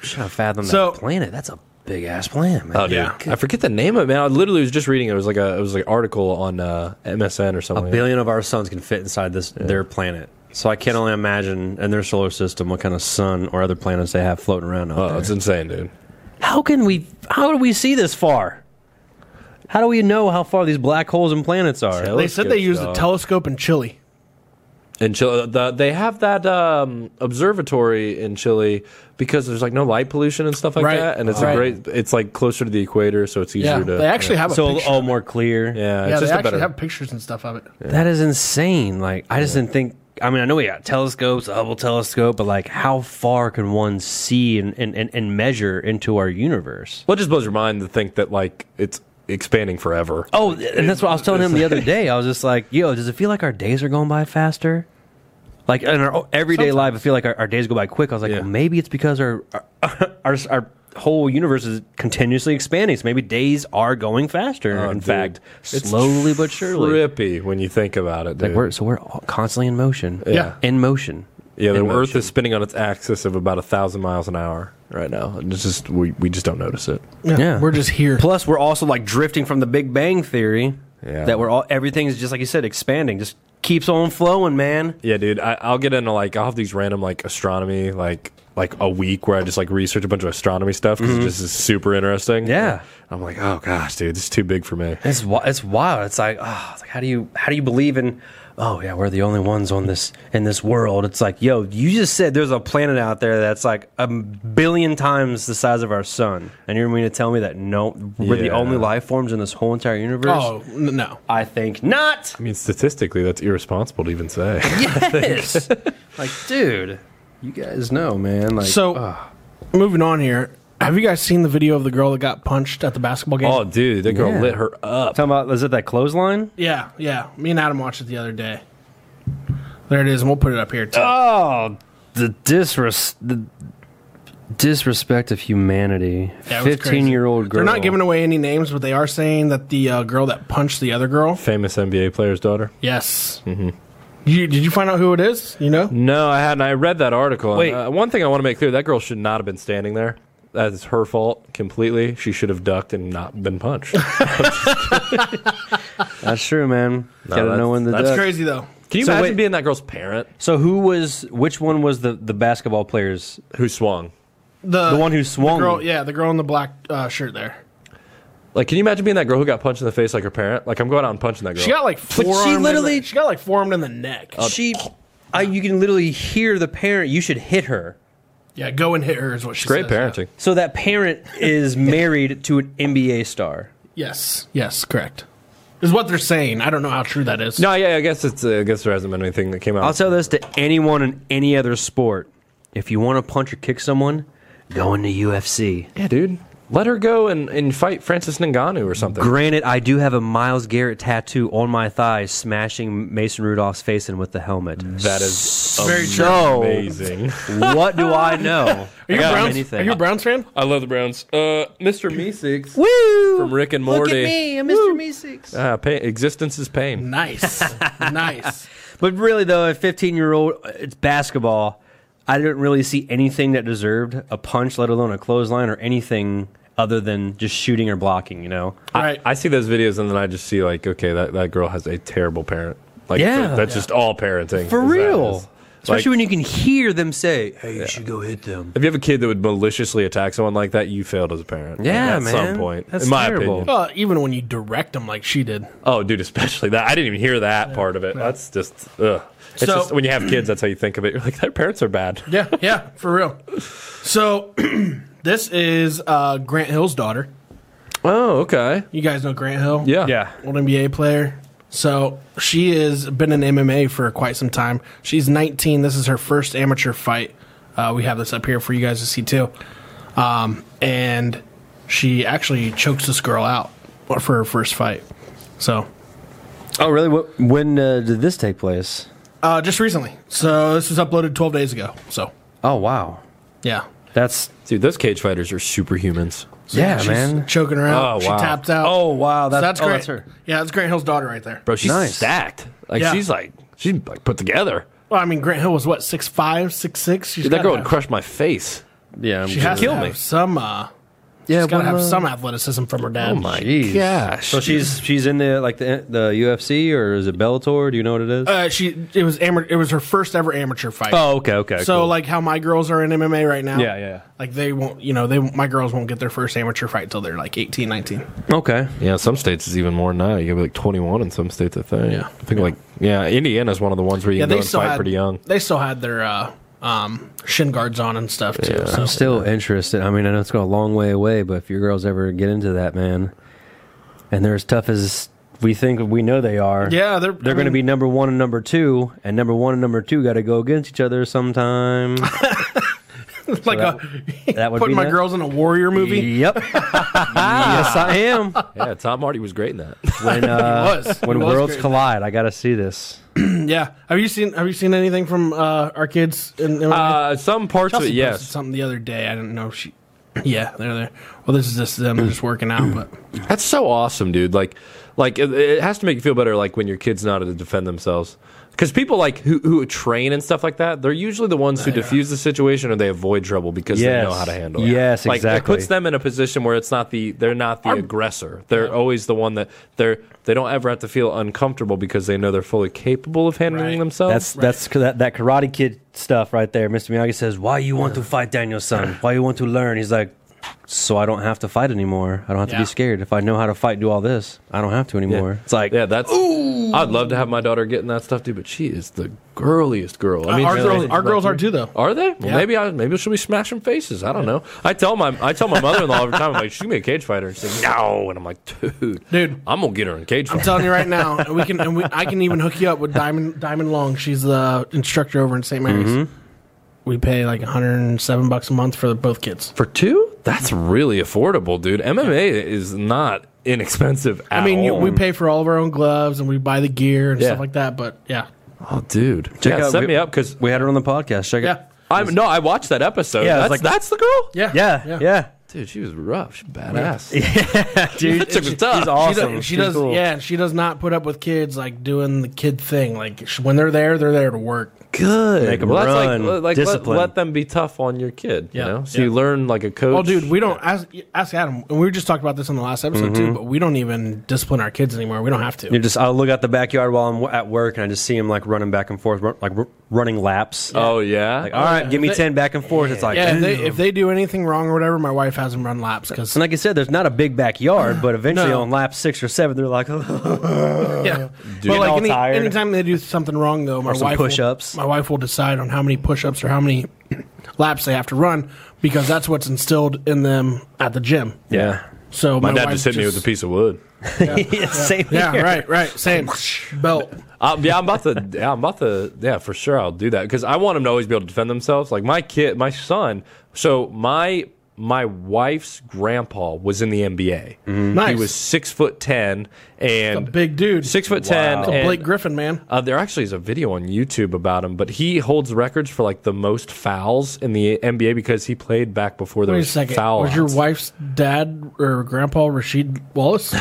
to fathom So- that planet. That's a big ass planet, man. Oh, dude. Yeah. I forget the name of it, man. I literally was just reading it. It was like a it was like an article on uh, MSN or something. A billion of our suns can fit inside this their planet. So I can only imagine in their solar system what kind of sun or other planets they have floating around. Out Oh, it's insane, dude. there. How can we? How do we see this far? How do we know how far these black holes and planets are? They said they used a telescope in Chile. in Chile. The, they have that um, observatory in Chile because there's like no light pollution and stuff like Right. that, and it's Right. a great. It's like closer to the equator, so it's easier Yeah, to. they actually have a So oh, picture. all more clear. yeah, yeah, it's they just a actually better. have pictures and stuff of it. that is insane. Like I just didn't think I mean, I know we got telescopes, the Hubble telescope, but like, how far can one see and, and, and, and measure into our universe? Well, it just blows your mind to think that like it's expanding forever. Oh, and that's what I was telling him the other day. I was just like, yo, does it feel like our days are going by faster? Like in our everyday life, I feel like our, our days go by quick. I was like, Yeah. well, maybe it's because our (laughs) our, our our whole universe is continuously expanding. So maybe days are going faster. Oh, in dude. fact, It's slowly but surely. Trippy when you think about it. Like dude. we're so we're all constantly in motion. Yeah. in motion. yeah, the in Earth motion. is spinning on its axis of about a thousand miles an hour right now, and it's just we we just don't notice it. Yeah. We're just here. Plus, we're also like drifting from the Big Bang theory. Yeah. That we're all everything's just like you said, expanding, just keeps on flowing, man. Yeah, dude. I, I'll get into like I'll have these random like astronomy like like a week where I just like research a bunch of astronomy stuff because it just is super interesting. Yeah. I'm like, oh gosh, dude, this is too big for me. It's wi- it's wild. It's like, oh, it's like how do you how do you believe in? Oh yeah, we're the only ones on this in this world. It's like, yo, you just said there's a planet out there that's like a billion times the size of our sun, and you're mean to tell me that no, we're the Yeah. only life forms in this whole entire universe? Oh n- no! I think not. (laughs) I mean, statistically, that's irresponsible to even (laughs) say. Yes. like, dude, you guys know, man. Like, uh, So, moving on here. Have you guys seen the video of the girl that got punched at the basketball game? oh, dude, that girl Yeah. lit her up. talking about is it that clothesline? yeah, yeah. Me and Adam watched it the other day. There it is, and we'll put it up here too. Oh, the disres the disrespect of humanity. Yeah, it was crazy. Fifteen-year-old girl. They're not giving away any names, but they are saying that the uh, girl that punched the other girl. Famous NBA player's daughter. Yes. Mm-hmm. You, did you find out who it is? You know? No, I hadn't. I read that article. and, Wait. uh, one thing I want to make clear: that girl should not have been standing there. That is her fault completely. She should have ducked and not been punched. Can That's true, man. Gotta that's- know when to That's duck. crazy though. you So imagine wait- being that girl's parent So who was? Which one was the the basketball players? who swung? The The one who swung. girl, yeah, the girl in the black uh, shirt there. Like, can you imagine being that girl who got punched in the face like her parent? Like, I'm going out and punching that girl. She got like she forearmed. in the- literally- Oh. she got like forearmed in the neck. She, I, you can literally hear the parent. You should hit her. yeah, go and hit her is what she Great says, yeah. parenting. So that parent (laughs) is married to an NBA star. Yes, yes, correct. Is what they're saying. I don't know how true that is. No, yeah, I guess it's. Uh, I guess there hasn't been anything that came out. I'll tell this to anyone in any other sport: if you want to punch or kick someone, go into UFC. yeah, dude, let her go and, and fight Francis Ngannou or something. Granted, I do have a Miles Garrett tattoo on my thigh, smashing Mason Rudolph's face in with the helmet. That is Very true. So, amazing. (laughs) what do I know? (laughs) Are you, a I don't know Browns, are you a Browns fan? I love the Browns. Uh, Mr. Meeseeks Woo! from Rick and Morty. I'm Mr. Meeseeks. Ah, pain, existence is pain. Nice, nice. But really, though, a 15 year old, it's basketball. I didn't really see anything that deserved a punch, let alone a clothesline or anything other than just shooting or blocking, you know? right. I see those videos and then I just see like, okay, that, that girl has a terrible parent. Like, Yeah. that's just all parenting. For is that real. is. Especially Like- when you can hear them say, hey, you should go hit them. If you have a kid that would maliciously attack someone like that, you failed as a parent. Yeah, at man. some point, That's in my terrible. opinion. Well, even when you direct them like she did. Oh, dude, especially that. I didn't even hear that part of it. That's just, ugh. It's So- just when you have kids, that's how you think of it. You're like, their parents are bad. Yeah, yeah, for real. So (clears throat) this is uh, Grant Hill's daughter. Oh, okay. You guys know Grant Hill? Yeah. Yeah. Old NBA player. So she has been in MMA for quite some time. She's 19. This is her first amateur fight. Uh, we have this up here for you guys to see too. Um, and she actually chokes this girl out for her first fight. So Oh, really? What, when uh, did this take place? uh, just recently. So this was uploaded 12 days ago. So Oh, wow. yeah. That's Dude, those cage fighters are superhumans. So, Yeah, she's man. Choking her out. Oh, She wow. tapped out. Oh, wow, So that's- that's oh, Grant. that's her. Yeah, that's Grant Hill's daughter right there. Bro, she's Nice. stacked. Like, Yeah. she's like, she's like put together. Well, I mean, Grant Hill was what, 6'5, 6'6? She's Dude, that gotta girl would have- crush my face. yeah. I'm She has good. to have some. Uh, Yeah, she's got to well, have uh, some athleticism from her dad. Oh, my Jeez. gosh. So she's she's in the like the the UFC or is it Bellator? Do you know what it is? Uh, she it was amateur. It was her first ever amateur fight. oh, okay, okay. so cool. like how my girls are in MMA right now. Yeah, yeah. Like they won't. You know, they my girls won't get their first amateur fight till they're like 18, 19. okay, Yeah, some states is even more than that. You have like 21 in some states, I think. Yeah. I think like, yeah, Indiana's one of the ones where you Yeah, can go they and still fight had pretty young. They still had their uh, um, shin guards on and stuff too. So. I'm still interested. I mean, I know it's going a long way away, but if your girls ever get into that, man, and they're as tough as we think we know they are. Yeah, they're They're going to be number one and number two, and number one and number two got to go against each (laughs) other sometime. be (laughs) like that- a, that would putting be my nice. girls in a warrior movie. (laughs) Yep. yes, I am. Yeah, Tom Hardy was great in that. When uh, was. (laughs) when He was worlds great. collide, I got to see this. Yeah. Have you seen Have you seen anything from uh, our kids? In, in Uh, some parts Chelsea of it, posted yes. something the other day. I didn't know she. (clears throat) Yeah, they're there. Well, this is just them just working out, but That's so awesome, dude. Like, like it, it has to make you feel better, like when your kid's not to defend themselves. Because people like who, who train and stuff like that, they're usually the ones who diffuse the situation or they avoid trouble because Oh, Yes. they know how to handle it. Yes, like, exactly. It puts them in a position where it's not the they're not the aggressor. They're always the one that they're they don't ever have to feel uncomfortable because they know they're fully capable of handling Oh, Right. themselves. That's that's that, that Karate Kid stuff right there. Mr. Miyagi says, "Why you want to fight Daniel's son? Why you want to learn?" He's like, "So I don't have to fight anymore. I don't have to Yeah. be scared. If I know how to fight, and do all this, I don't have to anymore." It's like, yeah, that's. I'd love to have my daughter getting that stuff, dude. But she is the girliest girl. I mean, our, she's girls, like- our girls are too though. Are they? Well, Yeah. maybe I maybe she'll be smashing faces. I don't know. I tell my I tell my mother in law every time I'm like, she's gonna be a cage fighter. And she's like, no, and I'm like, dude, Dude. I'm gonna get her in a cage I'm fight. telling you right now, we can and we, I can even hook you up with Diamond Diamond Long. She's the instructor over in St. Mary's. We pay like 107 bucks a month for both kids. For two, that's really affordable, dude. MMA is not inexpensive. At I mean, you, all. we pay for all of our own gloves and we buy the gear and Yeah. stuff like that. But yeah, oh, dude, Check yeah, out- set we- me up because we had her on the podcast. Check yeah, it. I'm no, I watched that episode. Yeah, Yeah, it's that's like- that's the girl. yeah, Yeah, yeah, dude, she was rough. She's badass. (laughs) Dude, (laughs) That chick was she's tough. She does- awesome. She, She's does, cool. yeah. and She does not put up with kids like doing the kid thing. Like sh- when they're there, they're there to work. Good. Make 'em well, that's run. like, let- like let, Discipline. let them be tough on your kid. Yeah. You know, so Yeah. you learn like a coach. Well, dude, we don't ask, ask Adam, and we were just talking about this in the last episode Mm-hmm. too. But we don't even discipline our kids anymore. We don't have to. You're just. I'll look out the backyard while I'm w- at work, and I just see him like running back and forth, run, like r- running laps. Oh yeah. Like, all right, give me They- ten back and forth. It's like, yeah, if they, "Damn." if they do anything wrong or whatever, my wife has them run laps because and like I said, there's not a big backyard, but eventually No. on lap six or seven, they're like, (laughs) "Oh, Uh, (laughs) yeah. Getting But all like any, tired. anytime they do something wrong though, my some wife will- push-ups. My wife will decide on how many push-ups or how many (clears throat) laps they have to run because that's what's instilled in them at the gym. yeah, So My, dad just hit me with a piece of wood. yeah, same (laughs) Yeah, here. right, right, same belt. (laughs) Uh, yeah, I'm about to. Yeah, I'm about to. Yeah, for sure, I'll do that because I want them to always be able to defend themselves. Like my kid, my son. So my my wife's grandpa was in the NBA. Nice. He was six foot ten and big dude. Six foot ten. It's a and- Blake Griffin, man. Uh, there actually is a video on YouTube about him, but he holds records for like the most fouls in the NBA because he played back before there Wait a was second. foul. was your outs. wife's dad or grandpa Rashid Wallace?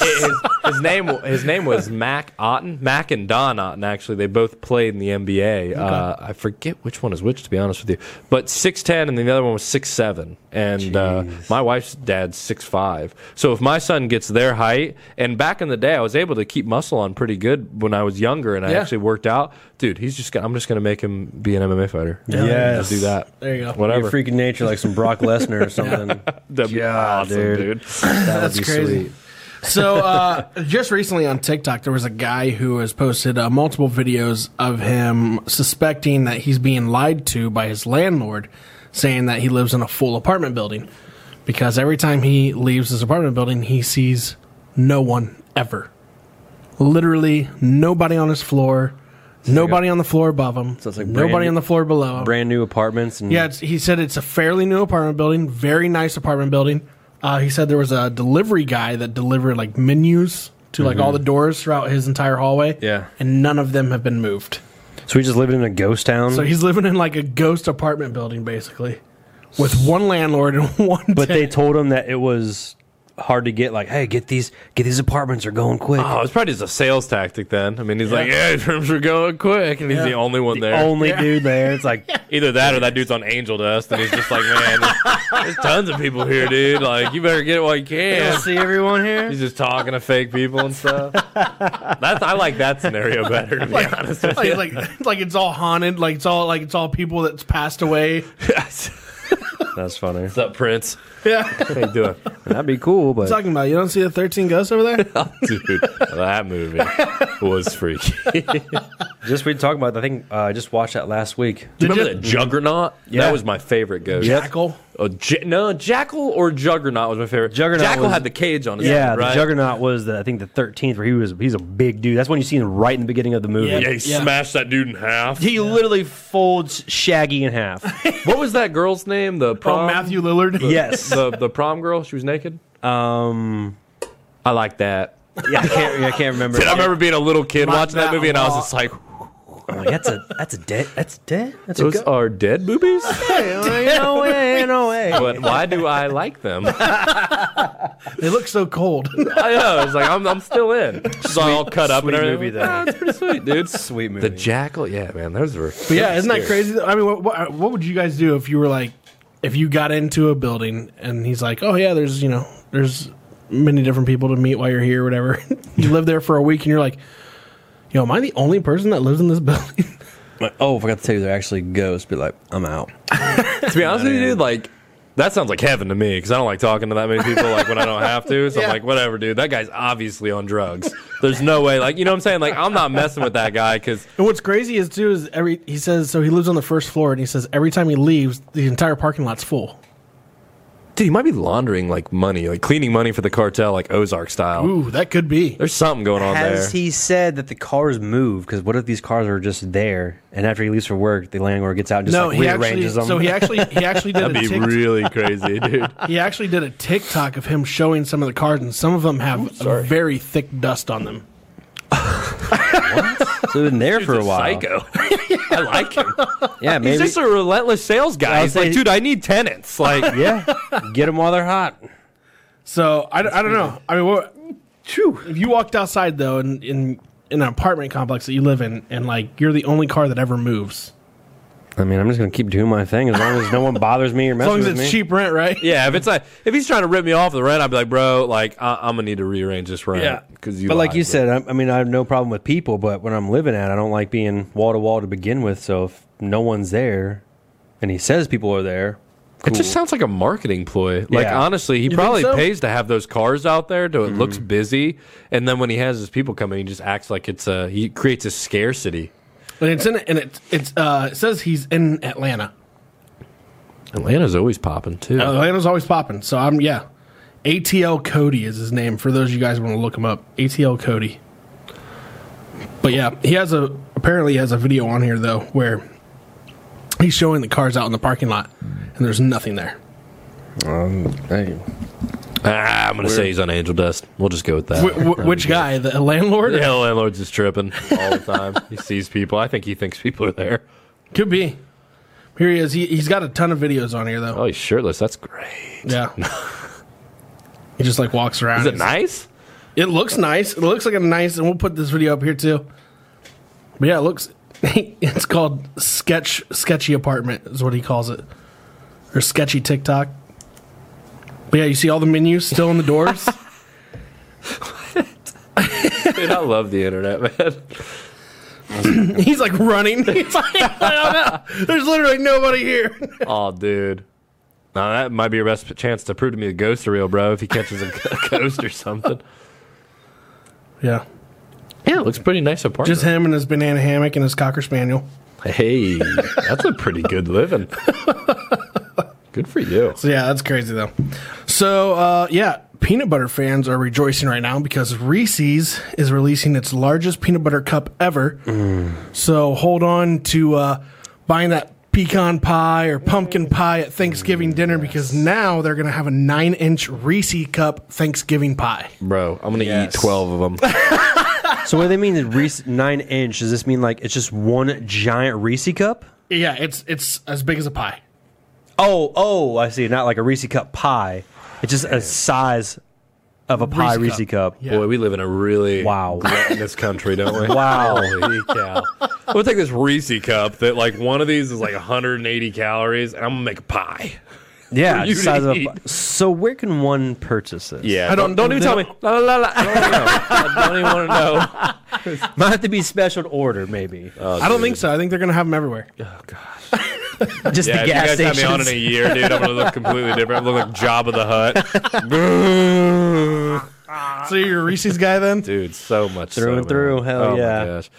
his, his name his name was Mac Otten. Mac and Don Otten actually they both played in the NBA. Uh, I forget which one is which to be honest with you. But six ten and then the other one was six seven. And uh, my wife's dad's six five. So if my son gets their height and back in the day I was able to keep muscle on pretty good when I was younger and I Yeah. actually worked out. Dude, he's just gonna, I'm just gonna make him be an MMA fighter. Yeah, Yes. do that. There you go. Whatever. Your freaking nature, like some Brock Lesnar or something. (laughs) That'd be Yeah, awesome, dude. dude. That's crazy. so uh, just recently on TikTok, there was a guy who has posted uh, multiple videos of him suspecting that he's being lied to by his landlord, saying that he lives in a full apartment building because every time he leaves his apartment building, he sees no one ever. Literally nobody on his floor, nobody on the floor above him, it's like brand nobody new- on the floor below him. Brand new apartments and Yeah, it's, he said it's a fairly new apartment building, very nice apartment building. Uh, he said there was a delivery guy that delivered like menus to like all the doors throughout his entire hallway. Mm-hmm. Yeah. and none of them have been moved. so we just living in a ghost town. So he's living in like a ghost apartment building, basically, with one landlord and (laughs) one. but they tenant. (laughs) told him that it was hard to get. Like, hey, get these, get these apartments are going quick. Oh, it's probably just a sales tactic then. I mean, he's like, yeah, (laughs) terms are going quick, and he's Yeah. the only one there. Only dude there. (laughs) It's like, Either that or that dude's on angel dust, and he's just like, man, there's, there's tons of people here, dude. Like, you better get it while you can. see everyone here. He's just talking to fake people and stuff. That's I like that scenario better. To be honest with like, you. like, it's like it's all haunted. Like it's all like it's all people that's passed (laughs) away. What's That's funny. up, Prince? Yeah, How you doing, That'd be cool, but talking about you don't see the thirteen ghosts over there. (laughs) dude? That movie was freaky. just we talked about. it, I think uh, I just watched that last week. Do you remember that Juggernaut? Yeah. That was my favorite ghost. Jackal. a j- no, Jackal or Juggernaut was my favorite. Juggernaut Jackal was- had the cage on his Yeah, head, right? the Juggernaut was the, I think the thirteenth where he was he's a big dude. That's when you see him right in the beginning of the movie. yeah, he Yeah. smashed that dude in half. He literally folds Shaggy in half. (laughs) what was that girl's name? From The Um, prom Oh, Matthew Lillard. (laughs) yes. the the prom girl. She was naked. Um. I like that. Yeah, I can't. I can't remember. I remember being a little kid watching that movie, and I was just like, I'm like, that's a. That's a dead. That's dead. That's "Those a. Go- are dead boobies." no (laughs) way. No way. but why do I like (laughs) them? I They look so cold. know. It's like I'm, I'm still in. She's all cut up sweet and everything. movie, though. Ah, it's pretty sweet, dude. Sweet movie. The jackal, yeah, man, those were. But yeah, isn't that crazy? I mean, what, what, what would you guys do if you were like, if you got into a building and he's like, oh yeah, there's you know, there's many different people to meet while you're here, whatever. (laughs) you live there for a week and you're like, yo, am I the only person that lives in this (laughs) building? Like, oh, I forgot to tell you, they're actually ghosts. Be like, I'm out. To be honest with you, dude, like that sounds like heaven to me because I don't like talking to that many people like when I don't have to. So I'm like, whatever, dude. That guy's obviously on drugs. There's no way, like you know what I'm saying? Like I'm not messing with that guy because and what's crazy is too is every he says so he lives on the first floor and he says every time he leaves the entire parking lot's full. dude, he might be laundering like money, like cleaning money for the cartel, like Ozark style. Ooh, that could be. There's something going on there. Has he said that the cars move? Because what if these cars are just there? And after he leaves for work, the landlord gets out and just No, like, he actually. rearranges (laughs) them. So he actually he actually did a (laughs) That'd be tic- really (laughs) crazy, dude. he actually did a TikTok of him showing some of the cars and some of them have very thick dust on them. so in (laughs) there for a while. Psycho. I (laughs) like him. Yeah, He's maybe. just a relentless sales guy. I'll He's say- like, dude, I (laughs) need tenants. Like, yeah, get them while they're hot. So I, I don't know. I mean, what, if you walked outside though, in, in in an apartment complex that you live in, and like you're the only car that ever moves, I mean, I'm just gonna keep doing my thing as long as no one bothers me or as messes long as with it's me. cheap rent, right? Yeah, if it's like if he's trying to rip me off the rent, I'd be like, bro, like I, I'm gonna need to rearrange this rent. Yeah. because you. but like lied, you bro. said, I, I mean, I have no problem with people, but when I'm living at, I don't like being wall to wall to begin with. So if no one's there, and he says people are there, it just sounds like a marketing ploy. Like Yeah. honestly, he think probably so? pays to have those cars out there, so it looks Mm-hmm. busy. And then when he has his people coming, he just acts like it's a he creates a scarcity. And it's in and it it's uh it says he's in Atlanta. Atlanta's always popping too. Atlanta's always popping. So I'm yeah. ATL Cody is his name. For those of you guys who want to look him up, ATL Cody. But yeah, he has a apparently he has a video on here though where he's showing the cars out in the parking lot and there's nothing there. Um, hey, ah, I'm gonna say he's on angel dust. We'll just go with that. Wh- wh- which guy? The landlord? Yeah, the landlord's just tripping all the time. he sees people. I think he thinks people are there. Could be. Here he is. He, he's got a ton of videos on here though. Oh, he's shirtless. That's great. (laughs) Yeah. he just like walks around. Is it He's- nice? It looks nice. It looks like a nice, and we'll put this video up here too. But yeah, it looks. (laughs) It's called sketch sketchy apartment is what he calls it, or sketchy TikTok. But yeah, you see all the menus still in the (laughs) doors. Dude, I love the internet, (laughs) man. He's like running. (laughs) He's like, I don't know. There's literally nobody here. Oh, dude. Now that might be your best chance to prove to me the ghosts are real, bro. If he catches a (laughs) ghost or something. Yeah, Yeah, it looks pretty nice apartment. just him and his banana hammock and his cocker spaniel. hey, that's a pretty good living. Good for you. So yeah, that's crazy though. So uh, yeah, peanut butter fans are rejoicing right now because Reese's is releasing its largest peanut butter cup ever. Mm. So hold on to uh, buying that pecan pie or pumpkin pie at Thanksgiving Mm, dinner because now they're going to have a nine-inch Reese cup Thanksgiving pie. Bro, I'm going to eat 12 of them. so what do they mean? The Reese nine inch? Does this mean like it's just one giant Reese cup? Yeah, it's it's as big as a pie. Oh, oh, I see. Not like a Reese cup pie. It's just a size of a pie Reese Reese cup. cup. Yeah. Boy, we live in a really Wow. gluttonous country, don't we? Wow. Holy cow. We'll take this Reese cup that, like, one of these is like 180 calories, and I'm going to make a pie. Yeah, you it's size to of a eat. pi- So where can one purchase this? Yeah. I don't- don't, even tell me. La, la, la, la. I don't know. I don't even want to know. might have to be special order, maybe. Uh, I don't think so. I think they're going to have them everywhere. just Yeah, the if gas you guys station. have me on in a year, dude, I'm gonna look completely different. I'm gonna look like Jabba the Hutt, So you're a Reese's guy then? dude. So much Through so, and through, man. hell oh yeah. My gosh.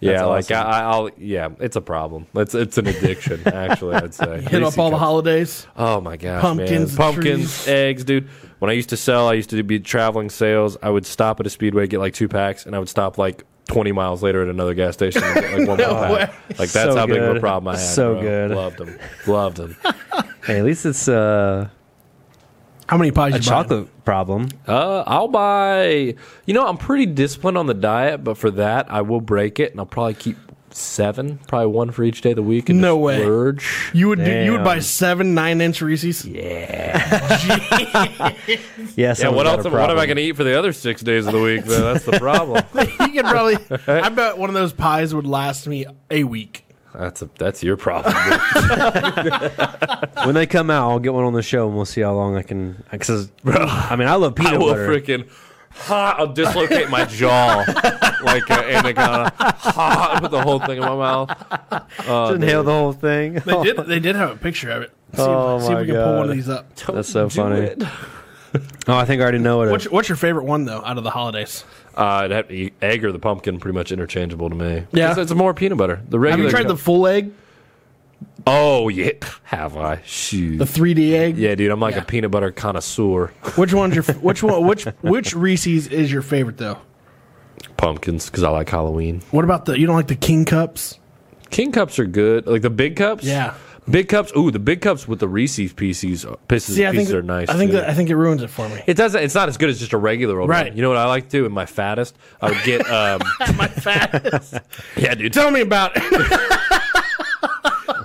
yeah, like awesome. I, I'll. Yeah, it's a problem. It's it's an addiction. actually, I'd say Hit up all the holidays. Oh my gosh, Pumpkins, man. pumpkins, trees. eggs, dude. When I used to sell, I used to be traveling sales. I would stop at a speedway, get like two packs, and I would stop like twenty miles later at another gas station and get (laughs) like one more pack. way. Like that's So how big of a good. problem I had. So bro. good. Loved them. Loved them. Hey, at least it's uh, How many pies a you buying? chocolate problem. Uh, I'll buy. You know, I'm pretty disciplined on the diet, but for that, I will break it, and I'll probably keep seven, probably one for each day of the week. And No just way. Splurge. You would do, you would Damn. buy seven nine inch Reese's. Yeah. Yeah. Yeah. What A else? What am I problem. going to eat for the other six days of the week? Though that's the problem. (laughs) you could (laughs) probably. I bet one of those pies would last me a week. (laughs) that's a, that's your problem. when they come out, I'll get one on the show and we'll see how long I can. Cause, I mean, I love peanut (laughs) I will butter. freaking. Ha, I'll dislocate my jaw like an anaconda. Ha, and put the whole thing in my mouth. Just inhale the whole thing. They (laughs) did. They did have a picture of it. See, if- Oh, see if my we can pull one God. of these up. (laughs) That's so Do funny. it. Oh, I think I already know what it What's is. your, what's your favorite one though out of the holidays? Uh, it'd have to be egg or the pumpkin, pretty much interchangeable to me. Yeah. it's, it's more peanut butter. The Have regular. you tried the full egg, Oh yeah, have I? Shoot. the 3D egg? yeah, dude, I'm like Yeah. a peanut butter connoisseur. Which one's your which one which which Reese's is your favorite though? Pumpkins, because I like Halloween. What about the you don't like the king cups? King cups are good, like the big cups. Yeah. Big cups. Ooh, the big cups with the Reese's pieces. Pieces, See, I pieces think are nice. I think too. that, I think it ruins it for me. It doesn't. It's not as good as just a regular old Right. one. You know what I like to do? In my fattest, I would get. Um, (laughs) My fattest. (laughs) yeah, dude. Tell me about it.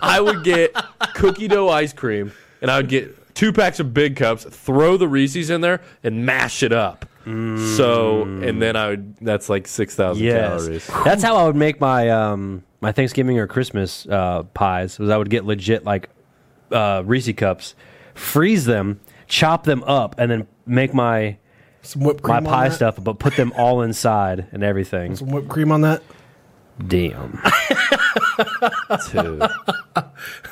I would get cookie dough ice cream, and I would get two packs of big cups. Throw the Reese's in there and mash it up. Mm. So, and then I would. That's like six thousand Yes. calories. That's how I would make my um my Thanksgiving or Christmas uh, pies. Was I would get legit like uh, Reese cups, freeze them, chop them up, and then make my Some whipped cream my on pie that. stuff, but put them all inside and everything. Some whipped cream on that. Damn. (laughs) Dude.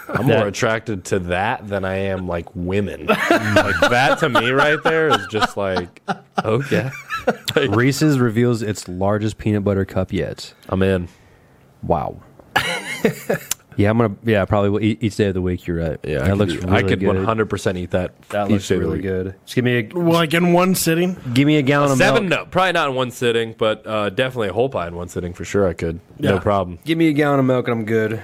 I'm more attracted to that than I am like women. like that to me right there is just like okay, (laughs) Reese's reveals its largest peanut butter cup yet. I'm in. Wow. (laughs) yeah, I'm gonna. Yeah, I probably will eat each day of the week. You're right. Yeah, I that could looks. do- Really I could good. 100 percent eat that. That each looks day of the really week. good. Just give me a Like in one sitting. give me a gallon of Seven, milk. no, probably not in one sitting, but uh, definitely a whole pie in one sitting for sure. I could, Yeah. no problem. Give me a gallon of milk and I'm good.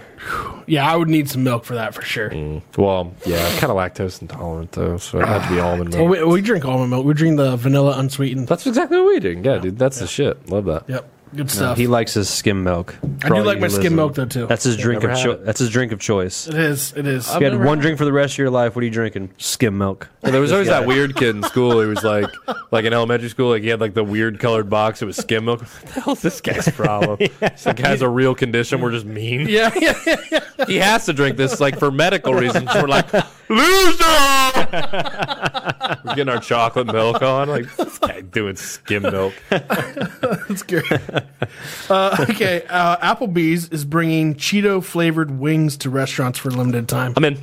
Yeah, I would need some milk for that for sure. Mm. Hmm. Well, yeah, I'm kind of lactose intolerant though, so it had to be almond Oh, Well, milk. we, we drink almond milk. We drink the vanilla unsweetened. That's exactly what we do. Yeah, dude, that's the shit. Love that. Yep, good stuff. He likes his skim milk. I do like my skim milk though too. That's his drink Never of had cho- it. that's his drink of choice. it is. It is. If you had one drink for the rest of your life, what are you drinking? Skim milk. Well, there was always that weird kid (laughs) in school. He was like, like in elementary school, like he had like the weird colored box. It was skim milk. (laughs) What the hell's this guy's (laughs) problem? This guy has a real condition. We're just mean. (laughs) Yeah, yeah, yeah. He has to drink this like for medical reasons. We're like, loser. (laughs) We're getting our chocolate milk on. Like this guy doing skim milk. That's good. Uh, okay, uh, Applebee's is bringing Cheeto flavored wings to restaurants for a limited time. I'm in.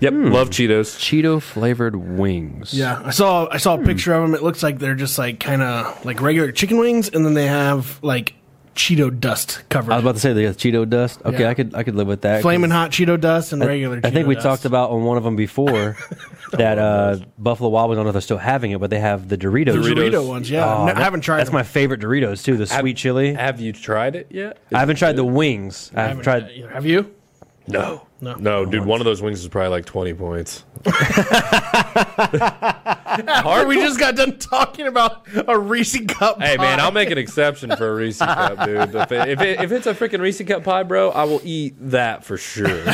Yep, love Cheetos. Cheeto flavored wings. Yeah, I saw I Hmm. saw a picture of them. It looks like they're just like kind of like regular chicken wings, and then they have like Cheeto dust covered, I was about to say the Cheeto dust. Okay, Yeah. I could I could live with that. flaming hot Cheeto dust and regular. I think Cheeto we dust. Oh, talked about on one of (laughs) them before that uh, Buffalo Wild Wings. I don't know if they're still having it, but they have the Doritos. Oh, Dorito Doritos. ones. Yeah, No, I haven't tried. That's them. my favorite Doritos too. The sweet chili. Have you tried it yet? I haven't tried the wings. I haven't tried. tried. either. Have you? No. No. No, dude, one of those wings is probably like 20 points. Are We just got done talking about a Reese cup. Hey man, pie. I'll make an exception for a Reese cup, dude. If, it, if, it, if it's a freaking Reese cup pie, bro, I will eat that for sure.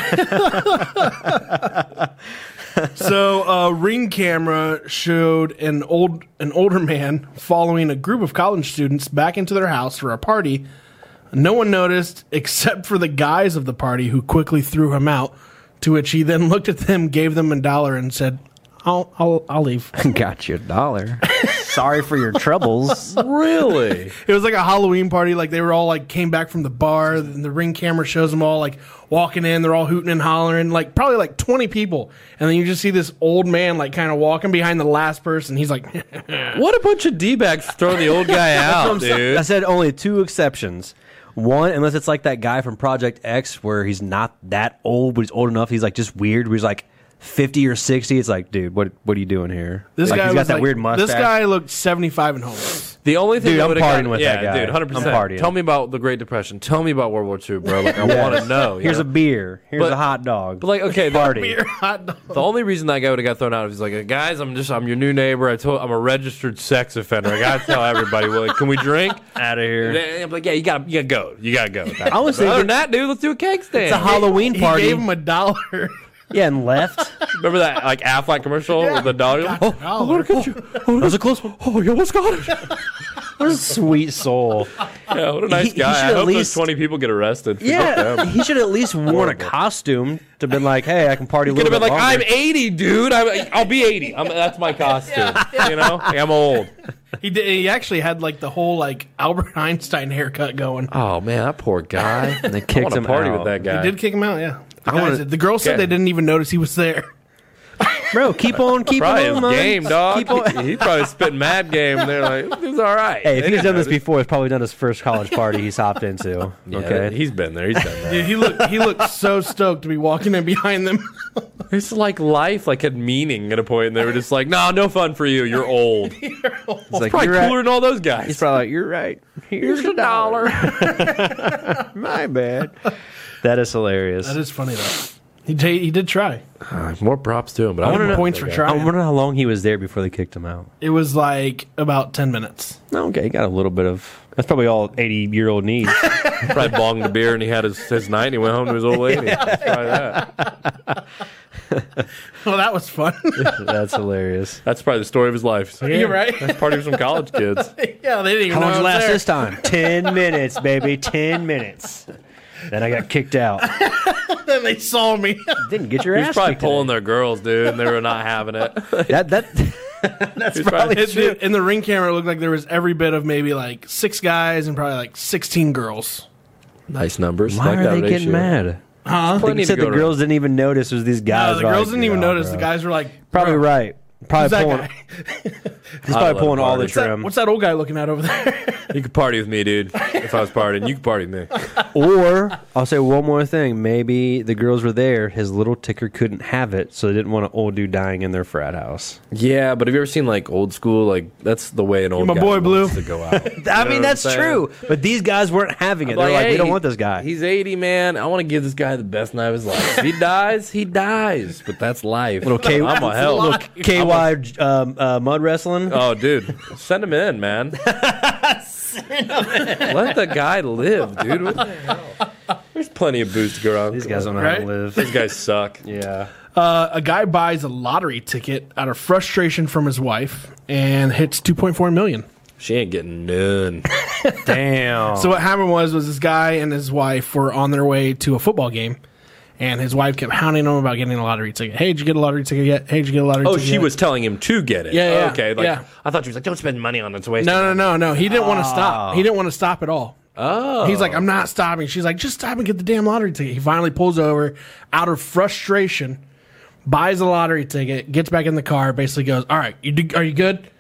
So a ring camera showed an old an older man following a group of college students back into their house for a party. No one noticed except for the guys of the party who quickly threw him out, to which he then looked at them, gave them a dollar and said, "I'll I'll, I'll leave." (laughs) (laughs) Got your (laughs) dollar. Sorry for your troubles. really? It was like a Halloween party. Like they were all like came back from the bar. And the ring camera shows them all like walking in. They're all hooting and hollering. Like probably like twenty people. And then you just see this old man like kind of walking behind the last person. He's like, What a bunch of D bags throwing the old guy out, dude. I said only two exceptions. One, unless it's like that guy from Project X where he's not that old, but he's old enough. He's like just weird. Where he's like fifty or sixty. It's like, dude, what what are you doing here? This like, guy he's was got that like- weird mustache. This guy looked seventy five and homeless. The only thing Dude, I I'm would've partying got- with yeah, that guy. dude, hundred I'm percent. partying. Tell me about the Great Depression. Tell me about World War II, bro. Like I want to know. you Here's know? a beer. Here's But- a hot dog. But like, okay, the, Party. Beer hot dog. the only reason that guy would have got thrown out is like, guys, I'm just, I'm your new neighbor. I told, I'm a registered sex offender. I gotta tell everybody. Well, like, can we drink? Out of And here. I'm like, yeah, you gotta, you gotta go. You gotta go. I was Other thinking than that, dude, let's do a keg stand. it's a Halloween He party. gave him a dollar. (laughs) yeah, and (laughs) left. Remember that like Affleck commercial with the dollar? Oh, dollar. look at you. that was a close one. Oh, you (laughs) almost got it. What a sweet soul. Yeah, what a nice He- he guy. should I at hope least- those 20 people get arrested. Yeah, he should at least worn a costume to been like, hey, I can party a Could little have bit been like, I'm longer. 80, dude. I'm, I'll be 80. I'm, that's my costume. You know, Like, I'm old. he did. He actually had like the whole like Albert (laughs) Einstein haircut going. Oh man, that poor guy. And they (laughs) I kicked want to him party out. with that guy. Did kick him out. Yeah. The, guys wanna- did. The girl said yeah. they didn't even notice he was there. (laughs) Bro, (laughs) keep on, keep probably his on, man. game, dog. (laughs) he probably spit mad game. They're like, he's all right. Hey, if They he's didn't done this notice. before, it's probably done his first college party he's hopped (laughs) into. Yeah, Okay. he's been there. He's been there. Dude, he looked. He looked so stoked to be walking in behind them. (laughs) (laughs) It's like life, like had meaning at a point, and they were just like, "Nah, no fun for you. You're old. He's He's like, probably "You're cooler right." than all those guys." He's probably like, you're right. Here's a dollar. (laughs) My bad. That is hilarious. That is funny though. He t- he did try. More props to him, but I Give want him to points for I trying. wonder how long he was there before they kicked him out. It was like about ten minutes. (laughs) Okay, he got a little bit of. That's probably all 80 year old needs. probably bonged a beer and he had his, his night and he went home to his old lady. It's probably that. Well, Oh, that was fun. (laughs) (laughs) That's hilarious. That's probably the story of his life. He's like, You're right. That's party with some college kids. yeah, they didn't even How know I long did it was last there. this (laughs) time? 10 minutes, baby. 10 minutes. Then I got kicked out. (laughs) Then they saw me. Didn't get your He's ass probably kicked out. pulling their girls, dude, and they were not having it. That, that, that's probably It- true. in the ring camera, it looked like there was every bit of maybe like six guys and probably like sixteen girls. Nice numbers. Why like are that they ratio. getting mad? Huh? Plenty They to said go the around. girls didn't even notice it was these guys. No, Uh, the Probably girls didn't like, even "Nah, notice. bro." The guys were like, Probably "Bro, right. Probably Who's that pulling. guy? He's I'd probably let pulling him all party. the (laughs) What's that- trim. What's that old guy looking at over there? (laughs) (laughs) You could party with me, dude. If I was partying, you could party with me. Or I'll say one more thing. Maybe the girls were there. His little ticker couldn't have it, so they didn't want an old dude dying in their frat house. Yeah, but have you ever seen like old school? Like that's the way an old my guy boy, Blue. wants to go out. I know what mean, I'm that's saying? true. But these guys weren't having it. They're like, we "Hey, don't want this guy. He's 80, man. I want to give this guy the best night of his life. If he (laughs) dies, he dies. But that's life. Little K- (laughs) I'm a hell. Little KY um, uh, mud wrestling. Oh, dude, send him in, (laughs) man. Let the guy live, dude. What the hell? There's plenty of booze to go around. These guys don't know how to Right? live. (laughs) These guys suck. (laughs) Yeah. Uh, a guy buys a lottery ticket out of frustration from his wife and hits 2.4 million. She ain't (laughs) getting none. Damn. So what happened was was this guy and his wife were on their way to a football game, and his wife kept hounding him about getting a lottery ticket. Hey, did you get a lottery ticket yet? Hey, did you get a lottery Oh, ticket? she yet?" was telling him to get it. Yeah, yeah, okay. Like, yeah. I thought she was like, don't spend money on it. It's a waste. No, no, no, no. He didn't want to Oh. stop. He didn't want to stop at all. Oh. He's like, I'm not stopping. She's like, just stop and get the damn lottery ticket. He finally pulls over out of frustration, buys a lottery ticket, gets back in the car, basically goes, All right, you do, are you good?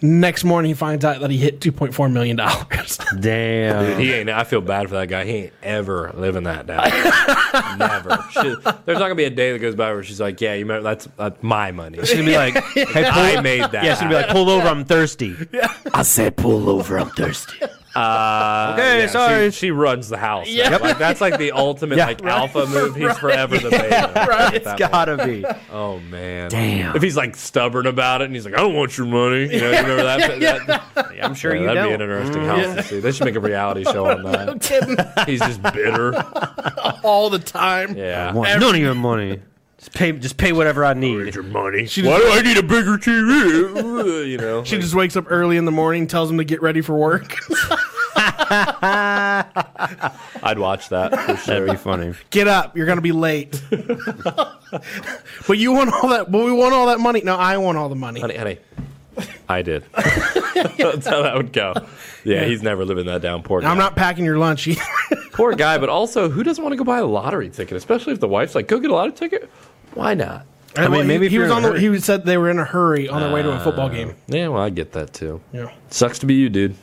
Next morning, he finds out that he hit $2.4 million. (laughs) (laughs) Damn. Dude, he ain't. I feel bad for that guy. He ain't ever living that down. (laughs) Never. She, there's not gonna be a day that goes by where she's like, "Yeah, you remember that's, that's my money. She's gonna be (laughs) like, hey, pull, I made (laughs) that." yeah, she's gonna be like, pull over, I'm thirsty. "I said pull over. I'm thirsty." Uh, Okay, yeah, sorry. She, she runs the house. Yeah. Like, that's like the ultimate (laughs) Yeah. like alpha (laughs) move. He's forever the baby. right. That one. Gotta be. Oh man. Damn. If he's like stubborn about it and he's like, "I don't want your money," you know, you remember (laughs) that? that I'm sure yeah, you that'd don't. Mm. be an interesting house to see. They should make a reality show (laughs) on that. Kidding. He's just bitter. all the time. Yeah. One. None of your money. Just pay, just pay whatever I need. your money. She Why do I need a bigger TV? (laughs) you know, She just wakes up early in the morning, tells him to get ready for work. (laughs) I'd watch (laughs) that for sure. That'd be funny. get up, you're gonna be (laughs) late. but you want all that. But we want all that money. No, I want all the money. honey, honey, (laughs) I did. (laughs) That's how that would go. Yeah, he's never living that down. Poor guy. I'm not packing your lunch. either. poor guy, but also who doesn't want to go buy a lottery ticket, especially if the wife's like, "Go get a lottery ticket." Why not? I mean, maybe if he, you're was in on. a The, hurry. he said they were in a hurry on their way to a football game. (laughs) Yeah, well, I get that too. Uh. Yeah. Sucks to be you, dude.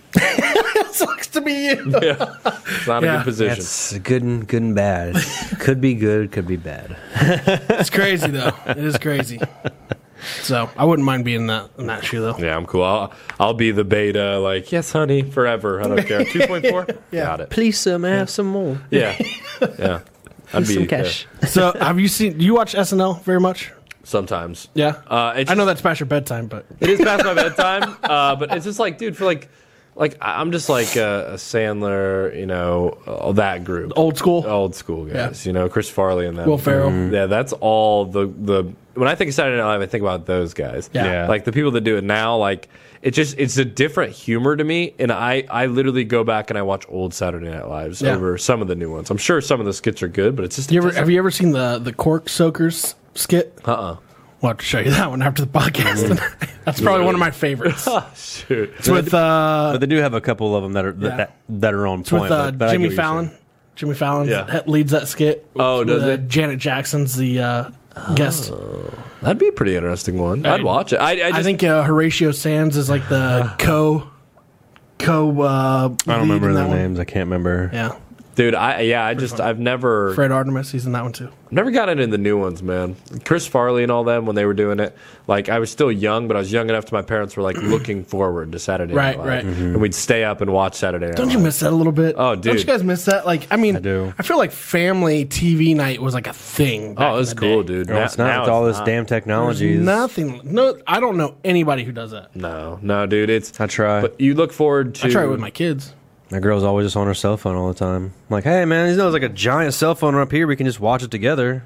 sucks to be you. Yeah. It's not a Yeah. good position. It's good and good and bad. could be good, could be bad. It's crazy though. It is (laughs) crazy. So I wouldn't mind being in that in that shoe though. yeah, I'm cool. I'll, I'll be the beta, like, yes, honey, forever. I don't care. (laughs) 2.4? Got it. Please, sir, may I have some more? Yeah. Yeah. I'd be Some yeah, cash. So have you seen? Do you watch SNL very much? sometimes. Yeah. Uh, it's I know just- that's past your bedtime, but It is past my bedtime, uh, but it's just like, dude, for like, like I- I'm just like a, a Sandler, you know, uh, that group, old school. old school guys, you know, Chris Farley and that. Will Ferrell. Yeah, that's all the the. When I think of Saturday Night Live, I think about those guys. Yeah. Yeah. like the people that do it now, like it just it's a different humor to me, and I I literally go back and I watch old Saturday Night Lives Yeah. over some of the new ones. I'm sure some of the skits are good, but it's just You ever, have you ever seen the the cork soakers skit? uh uh We'll have to show you that one after the podcast. (laughs) that's probably one of my (laughs) favorites. oh shoot It's with uh, But they do have a couple of them that are that, Yeah. that, that are on it's with point. uh, but- but I get Jimmy what you're Fallon. Jimmy Fallon Yeah. he- leads that skit. Oh, does With, uh, it? Janet Jackson's the uh, guest. that'd be a pretty interesting one. I'd I- watch it. I I, just, I think uh, Horatio Sands is like the co co. Uh, saying. I don't lead remember in that their one. names. I can't remember. Yeah, dude. I yeah. I just I've never Fred Artemis. He's in that one too. Never got into the new ones, man. Chris Farley and all them when they were doing it. Like I was still young, but I was young enough to my parents were like looking (clears throat) forward to Saturday Right, Night Live. Mm-hmm. right. And we'd stay up and watch Saturday Night Don't you Live. miss that a little bit? Oh, Don't you dude. guys miss that? Like, I mean, I do. feel like family TV night was like a thing. back Oh, it was in the cool, day. dude. No, it's not. With all this damn technology. There's nothing. No, I don't know anybody who does that. No, no, dude. It's I try. But you look forward to I try it with my kids. My girl's always just on her cell phone all the time. I'm like, hey man, you know, there's like a giant cell phone up here. We can just watch it together.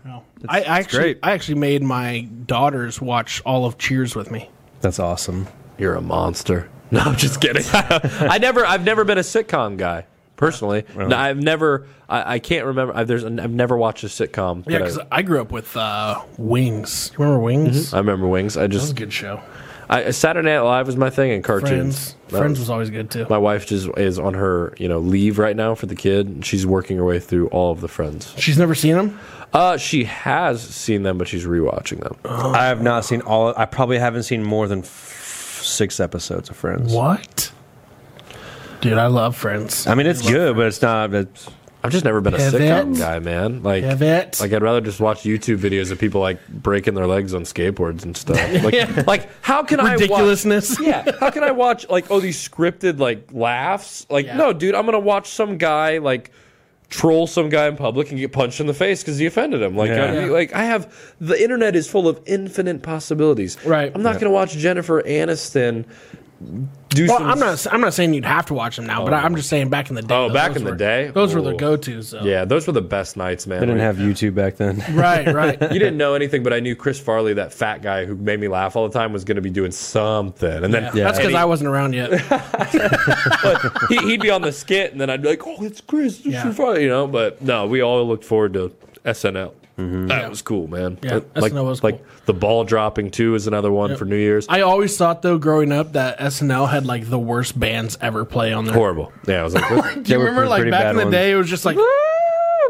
I, I actually, great. I actually made my daughters watch all of Cheers with me. That's awesome. You're a monster. (laughs) No, I'm just (laughs) kidding. I never. I've never been a sitcom guy personally. No, I've never. I, I can't remember. I, there's. I've never watched a sitcom. Yeah, that I- because I grew up with uh, Wings. You remember Wings? I remember Wings. I That was a just good show. I, Saturday Night Live was my thing, and cartoons. Friends. Friends was always good too. my wife just is on her you know leave right now for the kid and she's working her way through all of the friends She's never seen them. uh she has seen them but she's rewatching them I have not seen all. I probably haven't seen more than f- six episodes of Friends. What? Dude, I love Friends. I mean, it's good, but it's not. It's, i've just never been a Pivot. sitcom guy man like Pivot. like i'd rather just watch youtube videos of people like breaking their legs on skateboards (laughs) and stuff like like how can Ridiculousness. (laughs) i watch yeah how can i watch like oh these scripted like laughs like Yeah. no dude i'm gonna watch some guy like troll some guy in public and get punched in the face because he offended him like Yeah. I, like i have the internet is full of infinite possibilities Right. i'm not gonna watch jennifer aniston do Well, some I'm not. I'm not saying you'd have to watch them now, Oh. but I, I'm just saying back in the day. Oh, though, back those in the were- day? those were the Ooh. go-to's. Though. yeah those were the best nights man they didn't Like, have YouTube back then. (laughs) (laughs) Right. Right. you didn't know anything, but I knew Chris Farley, that fat guy who made me laugh all the time, was going to be doing something. And then Yeah. That's because I wasn't around (laughs) yet. (laughs) he, he'd be on the skit, and then I'd be like, "Oh, it's Chris, it's Yeah. your father," you know. But no, we all looked forward to SNL. That Yeah. was cool, man. Yeah, Like- like, SNL was like cool. the ball dropping too is another one for New Year's. I always thought though, growing up, that SNL had like the worst bands ever play on there. Horrible. Yeah, I (laughs) was like, what? Do you were remember pretty- like pretty back bad in the ones. day? It was just like,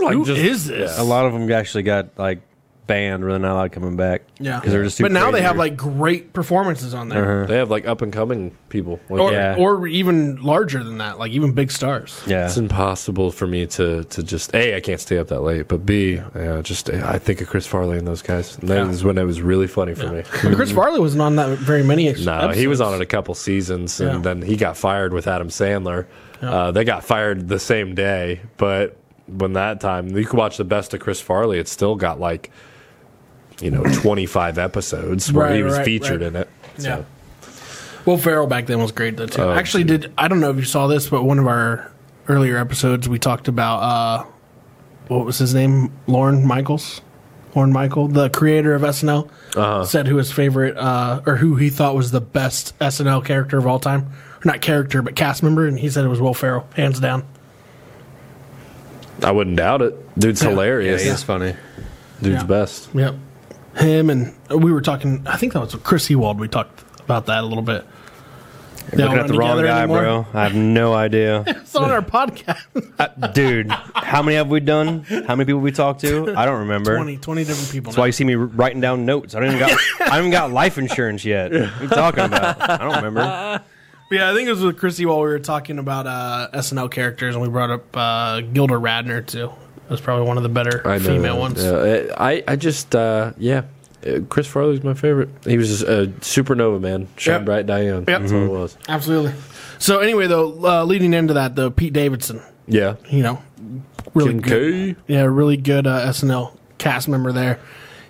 Like, who is just- this? A lot of them actually got like banned, really not allowed coming back. Yeah, because they're just. Too but now they crazy. Uh-huh. have like great performances on there, they have like up and coming people. Like, or Yeah. or even larger than that, like even big stars. Yeah, It's impossible for me to to just a I can't stay up that late, but b yeah, just I think of Chris Farley and those guys. And that was when it was really funny for me. (laughs) But Chris Farley wasn't on that very many. ex- No, he episodes. was on it a couple seasons, and Yeah. then he got fired with Adam Sandler. Uh, they got fired the same day, but when that time you could watch the best of Chris Farley, it still got like you (coughs) know twenty five episodes where Right, he was right, featured right. in it. So. Yeah. Well, Farrell back then was great though too. Actually, did I don't know if you saw this, but one of our earlier episodes we talked about uh, what was his name? Lauren Michaels, Lauren Michael, the creator of SNL, said who his favorite uh, or who he thought was the best SNL character of all time. Not character, but cast member, and he said it was Will Ferrell, hands down. I wouldn't doubt it. Dude's hilarious. it's funny. Dude's Yeah. best. Yep, him and uh, we were talking. I think that was Chris Ewald. We talked about that a little bit. They all Looking at run the wrong together guy, anymore? bro. I have no idea. (laughs) It's on (laughs) our podcast. Dude, how many have we done? How many people we talked (laughs) to? I don't remember. 20, 20 different people. That's why you see me writing (laughs) down notes. I don't even got I don't even got life insurance yet. What are you talking about? I don't remember. Yeah, I think it was with Chrissy while we were talking about uh, SNL characters, and we brought up uh, Gilda Radner too. That's probably one of the better I know female that. ones. Yeah, I I just uh, yeah. Uh, Chris Farley's my favorite. He was a supernova man. Shine Yep. Mm-hmm. bright, Diane. That's all it was. Absolutely. So anyway, though, uh, leading into that, though, Pete Davidson, Yeah. you know, really Kim good, K. yeah, really good uh, SNL cast member there.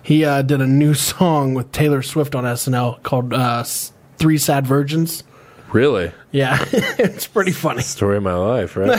He uh, did a new (laughs) song with Taylor Swift on SNL called uh, S- Three Sad Virgins. Really? Yeah, (laughs) it's pretty funny. Story of my (laughs) life, right?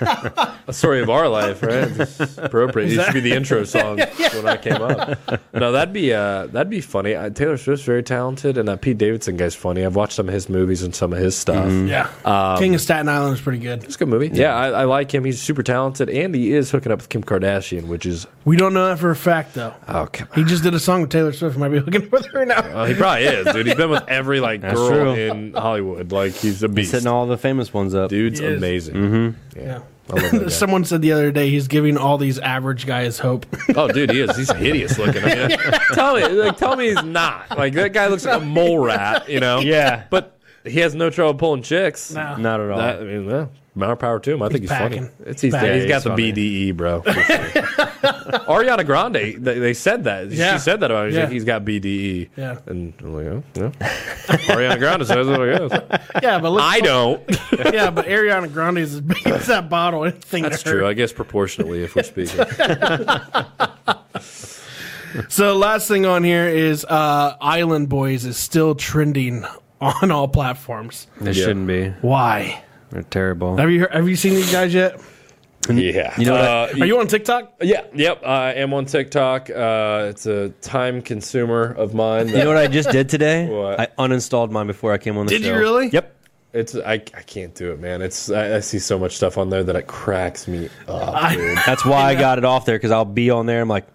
a story of our life, right? It's appropriate. It should be (laughs) the intro song when I came up. No, that'd be uh, that'd be funny. Uh, Taylor Swift's very talented, and uh, Pete Davidson guy's funny. I've watched some of his movies and some of his stuff. Mm-hmm. Yeah, Um, King of Staten Island is pretty good. It's a good movie. Yeah, I, I like him. He's super talented, and he is hooking up with Kim Kardashian, which is We don't know that for a fact though. oh, come He just did a song with Taylor Swift. Might be (laughs) looking with her now. Well, he probably is, dude. He's been with every like That's girl true. in Hollywood. Like he's a beast. Setting all Mm-hmm. the famous ones up. Dude's He is. amazing. Yeah. (laughs) I love that Someone said the other day he's giving all these average guys hope. (laughs) guy. Oh, dude, he is. He's hideous looking. I mean, tell me, like, tell me he's not. Like that guy looks like a mole rat. You know. Yeah. But he has no trouble pulling chicks. Not at all. That, I mean, yeah. More power to him. I think he's, funny. packing. It's he's, packing. yeah, he's got He's the funny. (laughs) BDE, bro. for sure. Ariana Grande, they, they said that. Yeah. She said that about him. She's Yeah. like, he's got BDE. Yeah. And I'm like, oh, no. Ariana Grande says it, I guess. yeah, but look, I don't. (laughs) yeah, but Ariana Grande is as big as that bottle. Anything That's to her. true. I guess proportionally, if (laughs) we're speaking. So last thing on here is uh, Island Boys is still trending on all platforms. They shouldn't be. Why? They're terrible. Have you heard, have you seen these guys yet? yeah. You know what I- Uh, Are you on TikTok? yeah. Yep. I am on TikTok. Uh, it's a time consumer of mine. You know what I just did today? (laughs) What? I uninstalled mine before I came on the Did show. you really? Yep. It's I, I can't do it, man. It's I, I see so much stuff on there that it cracks me up. I, That's why I got it off there because I'll be on there. I'm like,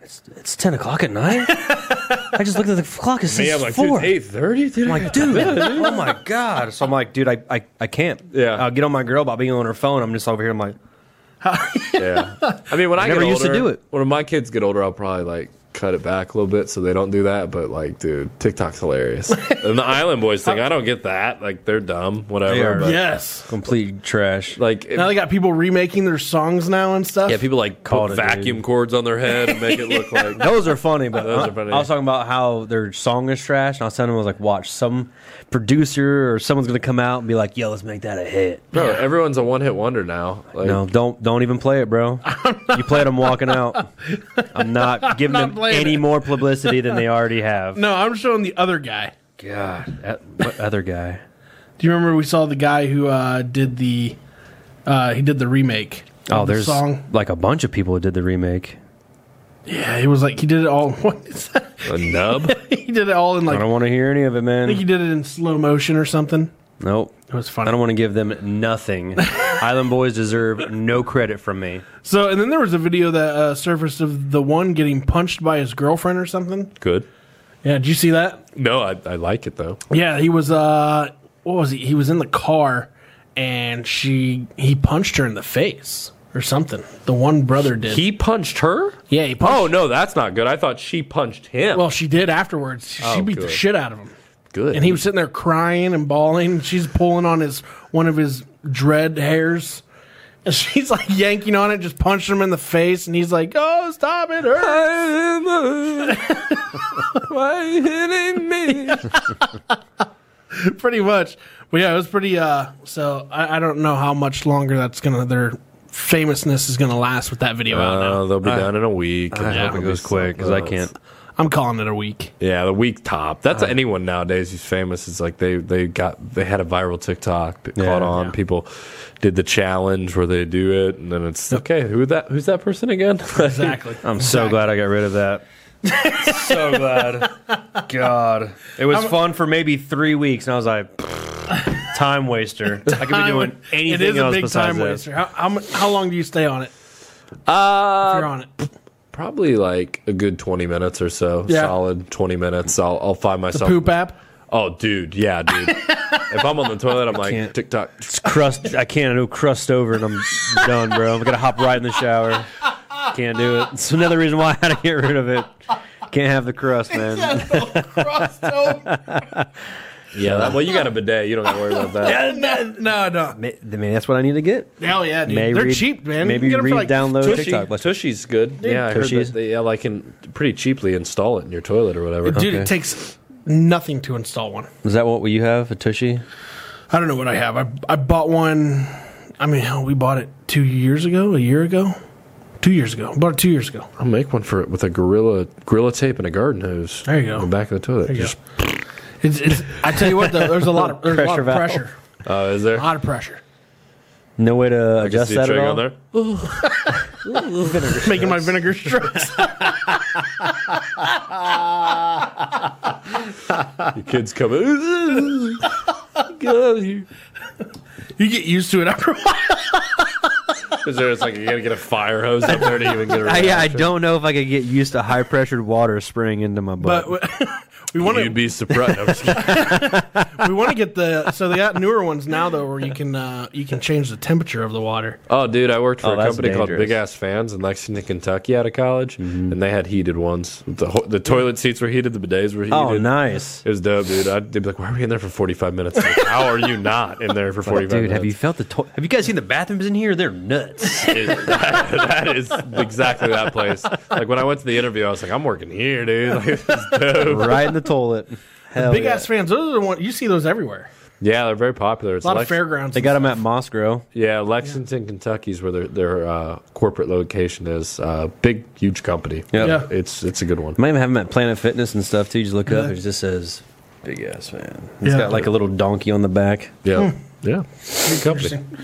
it's, it's ten o'clock at (laughs) night. I just looked at the clock. It says Me, I'm like, four. dude, eight thirty. Dude, I'm like, (laughs) dude, oh my god. So I'm like, dude, I, I, I can't. Yeah. I'll get on my girl by being on her phone. I'm just over here. I'm like, yeah. I mean, when I, never get used to older, do it. When my kids get older, I'll probably like cut it back a little bit so they don't do that. But like, dude, (laughs) TikTok's hilarious. and the Island Boys thing, I don't get that. Like, they're dumb. Whatever. They are. but, yes. complete trash. Like, it- Now they got people remaking their songs now and stuff. yeah, people like Called put it, dude. vacuum cords on their head and make (laughs) it look like Those are funny, but Those I, are funny. I was talking about how their song is trash, and I was telling them, I was like, watch, some producer or someone's gonna come out and be like, yo, let's make that a hit. Bro, everyone's a one hit wonder now. Like, No, don't don't even play it, bro. You played them walking out. (laughs) I'm not giving not them playing any it. more publicity than they already have. no, I'm showing the other guy. God, that, what other guy? Do you remember we saw the guy who uh, did the uh, he did the remake? (laughs) Oh, of the there's song. like a bunch of people who did the remake. Yeah, it was like he did it all. (laughs) What is that? A nub? He did it all in I like I don't want to hear any of it, think he man. did it in slow motion or something. Nope. It was I funny. don't want to give them (laughs) nothing. Island Boys deserve no credit from me. So, and then there was a video that uh, surfaced of the one getting punched by his girlfriend or something. Good. Yeah, did you see that? No, I, I like it though. Yeah, he was. uh What was he? He was in the car, and she he punched her in the face or something. The one brother did. He punched her? yeah, he punched. Oh, no, that's not good. I thought she punched him. Well, she did afterwards. She Oh, beat the good. shit out of him. good. And he was sitting there crying and bawling. She's pulling on his one of his dread hairs. And she's like (laughs) yanking on it, just punching him in the face, and he's like, Oh, stop it, hurt. (laughs) Why hitting me? pretty much. But yeah, it was pretty uh so I, I don't know how much longer that's gonna their famousness is gonna last with that video out now. Uh, they'll be done in a week. I Yeah. hope it goes quick because I can't. I'm calling it a week. Yeah, the week top. That's anyone nowadays who's famous. It's like they they got they had a viral TikTok that caught on. People did the challenge where they do it, and then it's okay. Who that? Who's that person again? (laughs) Exactly. I'm so glad I got rid of that. so glad. God, it was fun for maybe three weeks, and I was like, time waster. I could be doing anything it is else a big besides time that. waster. How, how mu- how long do you stay on it? uh, If you're on it. probably like a good 20 minutes or so Yeah. solid 20 minutes i'll, I'll find myself Poop app. oh dude yeah (laughs) dude if i'm on the toilet i'm like Can't. tiktok It's crust. I can't. It'll crust over, and I'm done, bro. I'm gonna hop right in the shower. Can't do it. It's another reason why I had to get (laughs) rid of it. Can't have the crust, man. Crossed over. Yeah, that- well, you got a bidet. You don't got to worry about (laughs) that. no, no, no. May- I mean, that's what I need to get. Hell yeah, dude. May They're read- cheap, man. Maybe you can get 'em for like re-download Tushy, TikTok. Let's- Tushy's good. Yeah, I heard Tushy's- that they, yeah, like can pretty cheaply install it in your toilet or whatever. Dude, it takes nothing to install one. Is that what you have? A tushy? I don't know what I have. I I bought one. I mean, hell, we bought it two years ago, a year ago, two years ago. Bought it two years ago. I'll make one for it with a gorilla gorilla tape and a garden hose. There you go. In the back of the toilet. There you Just- go. It's, it's, I tell you what, though, there's a lot of, there's a lot Pressure of valve. pressure. Oh, is there? A lot of pressure. No way to Just adjust that at all. there. Making my (laughs) vinegar strokes. Your kids come. Get out of here. you get used to it after a while. (laughs) Is there? It's like you gotta get a fire hose up there to even get I, (laughs) around. yeah, I don't know if I could get used to high pressured water spraying into my butt. But we- (laughs) we want You'd to be surprised. (laughs) I'm just kidding. we want to get the so they got newer ones now though where you can uh, you can change the temperature of the water. oh, dude, I worked for Oh, a that's company called dangerous. Mm-hmm. Big Ass Fans in Lexington, Kentucky, out of college, and they had heated ones. The ho- the toilet seats were heated. The bidets were heated. oh, nice. (laughs) It was dope, dude. I'd, they'd be like, "Why are we in there for forty five minutes? Like, How are you not in there for forty five minutes?" Dude, have you felt the to- Have you guys seen the bathrooms in here? They're nuts. It- (laughs) that is exactly that place. Like when I went to the interview, I was like, "I'm working here, dude." (laughs) Like, this is (laughs) dope. right in the toilet. Hell Big yeah. ass fans, those are the one you see those everywhere. yeah, they're very popular. It's A lot Lex- of fairgrounds. They got them at Moss Grove. Yeah, Lexington, Kentucky is where their their uh, corporate location is. Uh, big, huge company. Yeah. it's it's a good one. Might even have them at Planet Fitness and stuff too. You just look up, it just says big ass fan. It's Yeah. got like a little donkey on the back. Yeah, yeah, big company. Hmm. Interesting.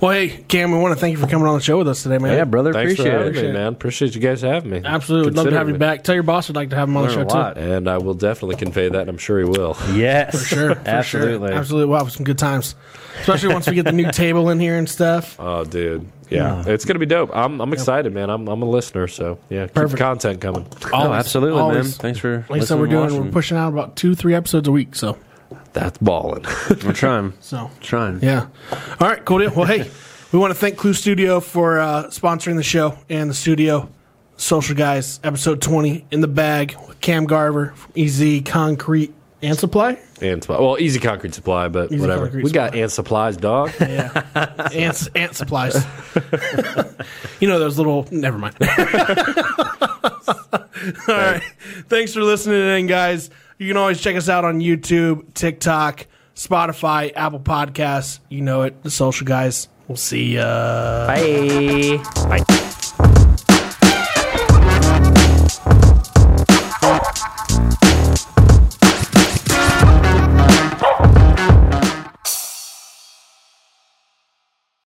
Well, hey Cam, we want to thank you for coming on the show with us today, man. Yeah, brother, Thanks for appreciate having it. me, man. Appreciate you guys having me. Absolutely, would love to Considering have you me. back. Tell your boss we'd like to have him on the show Learn a too. lot. and I will definitely convey that. and I'm sure he will. Yes, For sure, for absolutely. sure. absolutely. Wow, some good times, especially once we get the new table in here and stuff. Oh, dude, yeah, it's gonna be dope. I'm I'm excited, man. I'm I'm a listener, so yeah, keep the Perfect. content coming. Oh, absolutely, always. man. Thanks for Like I said, listening we're and doing, watching. we're pushing out about two, three episodes a week. So, That's balling. (laughs) We're trying, so trying. Yeah. All right, cool deal. Well, hey, we want to thank Clue Studio for uh, sponsoring the show and the studio. Social Guys, episode 20 in the bag with Cam Garver from EZ Concrete and Supply. (laughs) and supply. well, easy concrete supply, but Easy whatever. Concrete we got ant supplies, dog. Yeah. Ant, ant supplies. (laughs) you know, those little. Never mind. (laughs) All right. Thanks for listening in, guys. You can always check us out on YouTube, TikTok, Spotify, Apple Podcasts. You know it, the social guys. We'll see. Uh, Bye. Bye.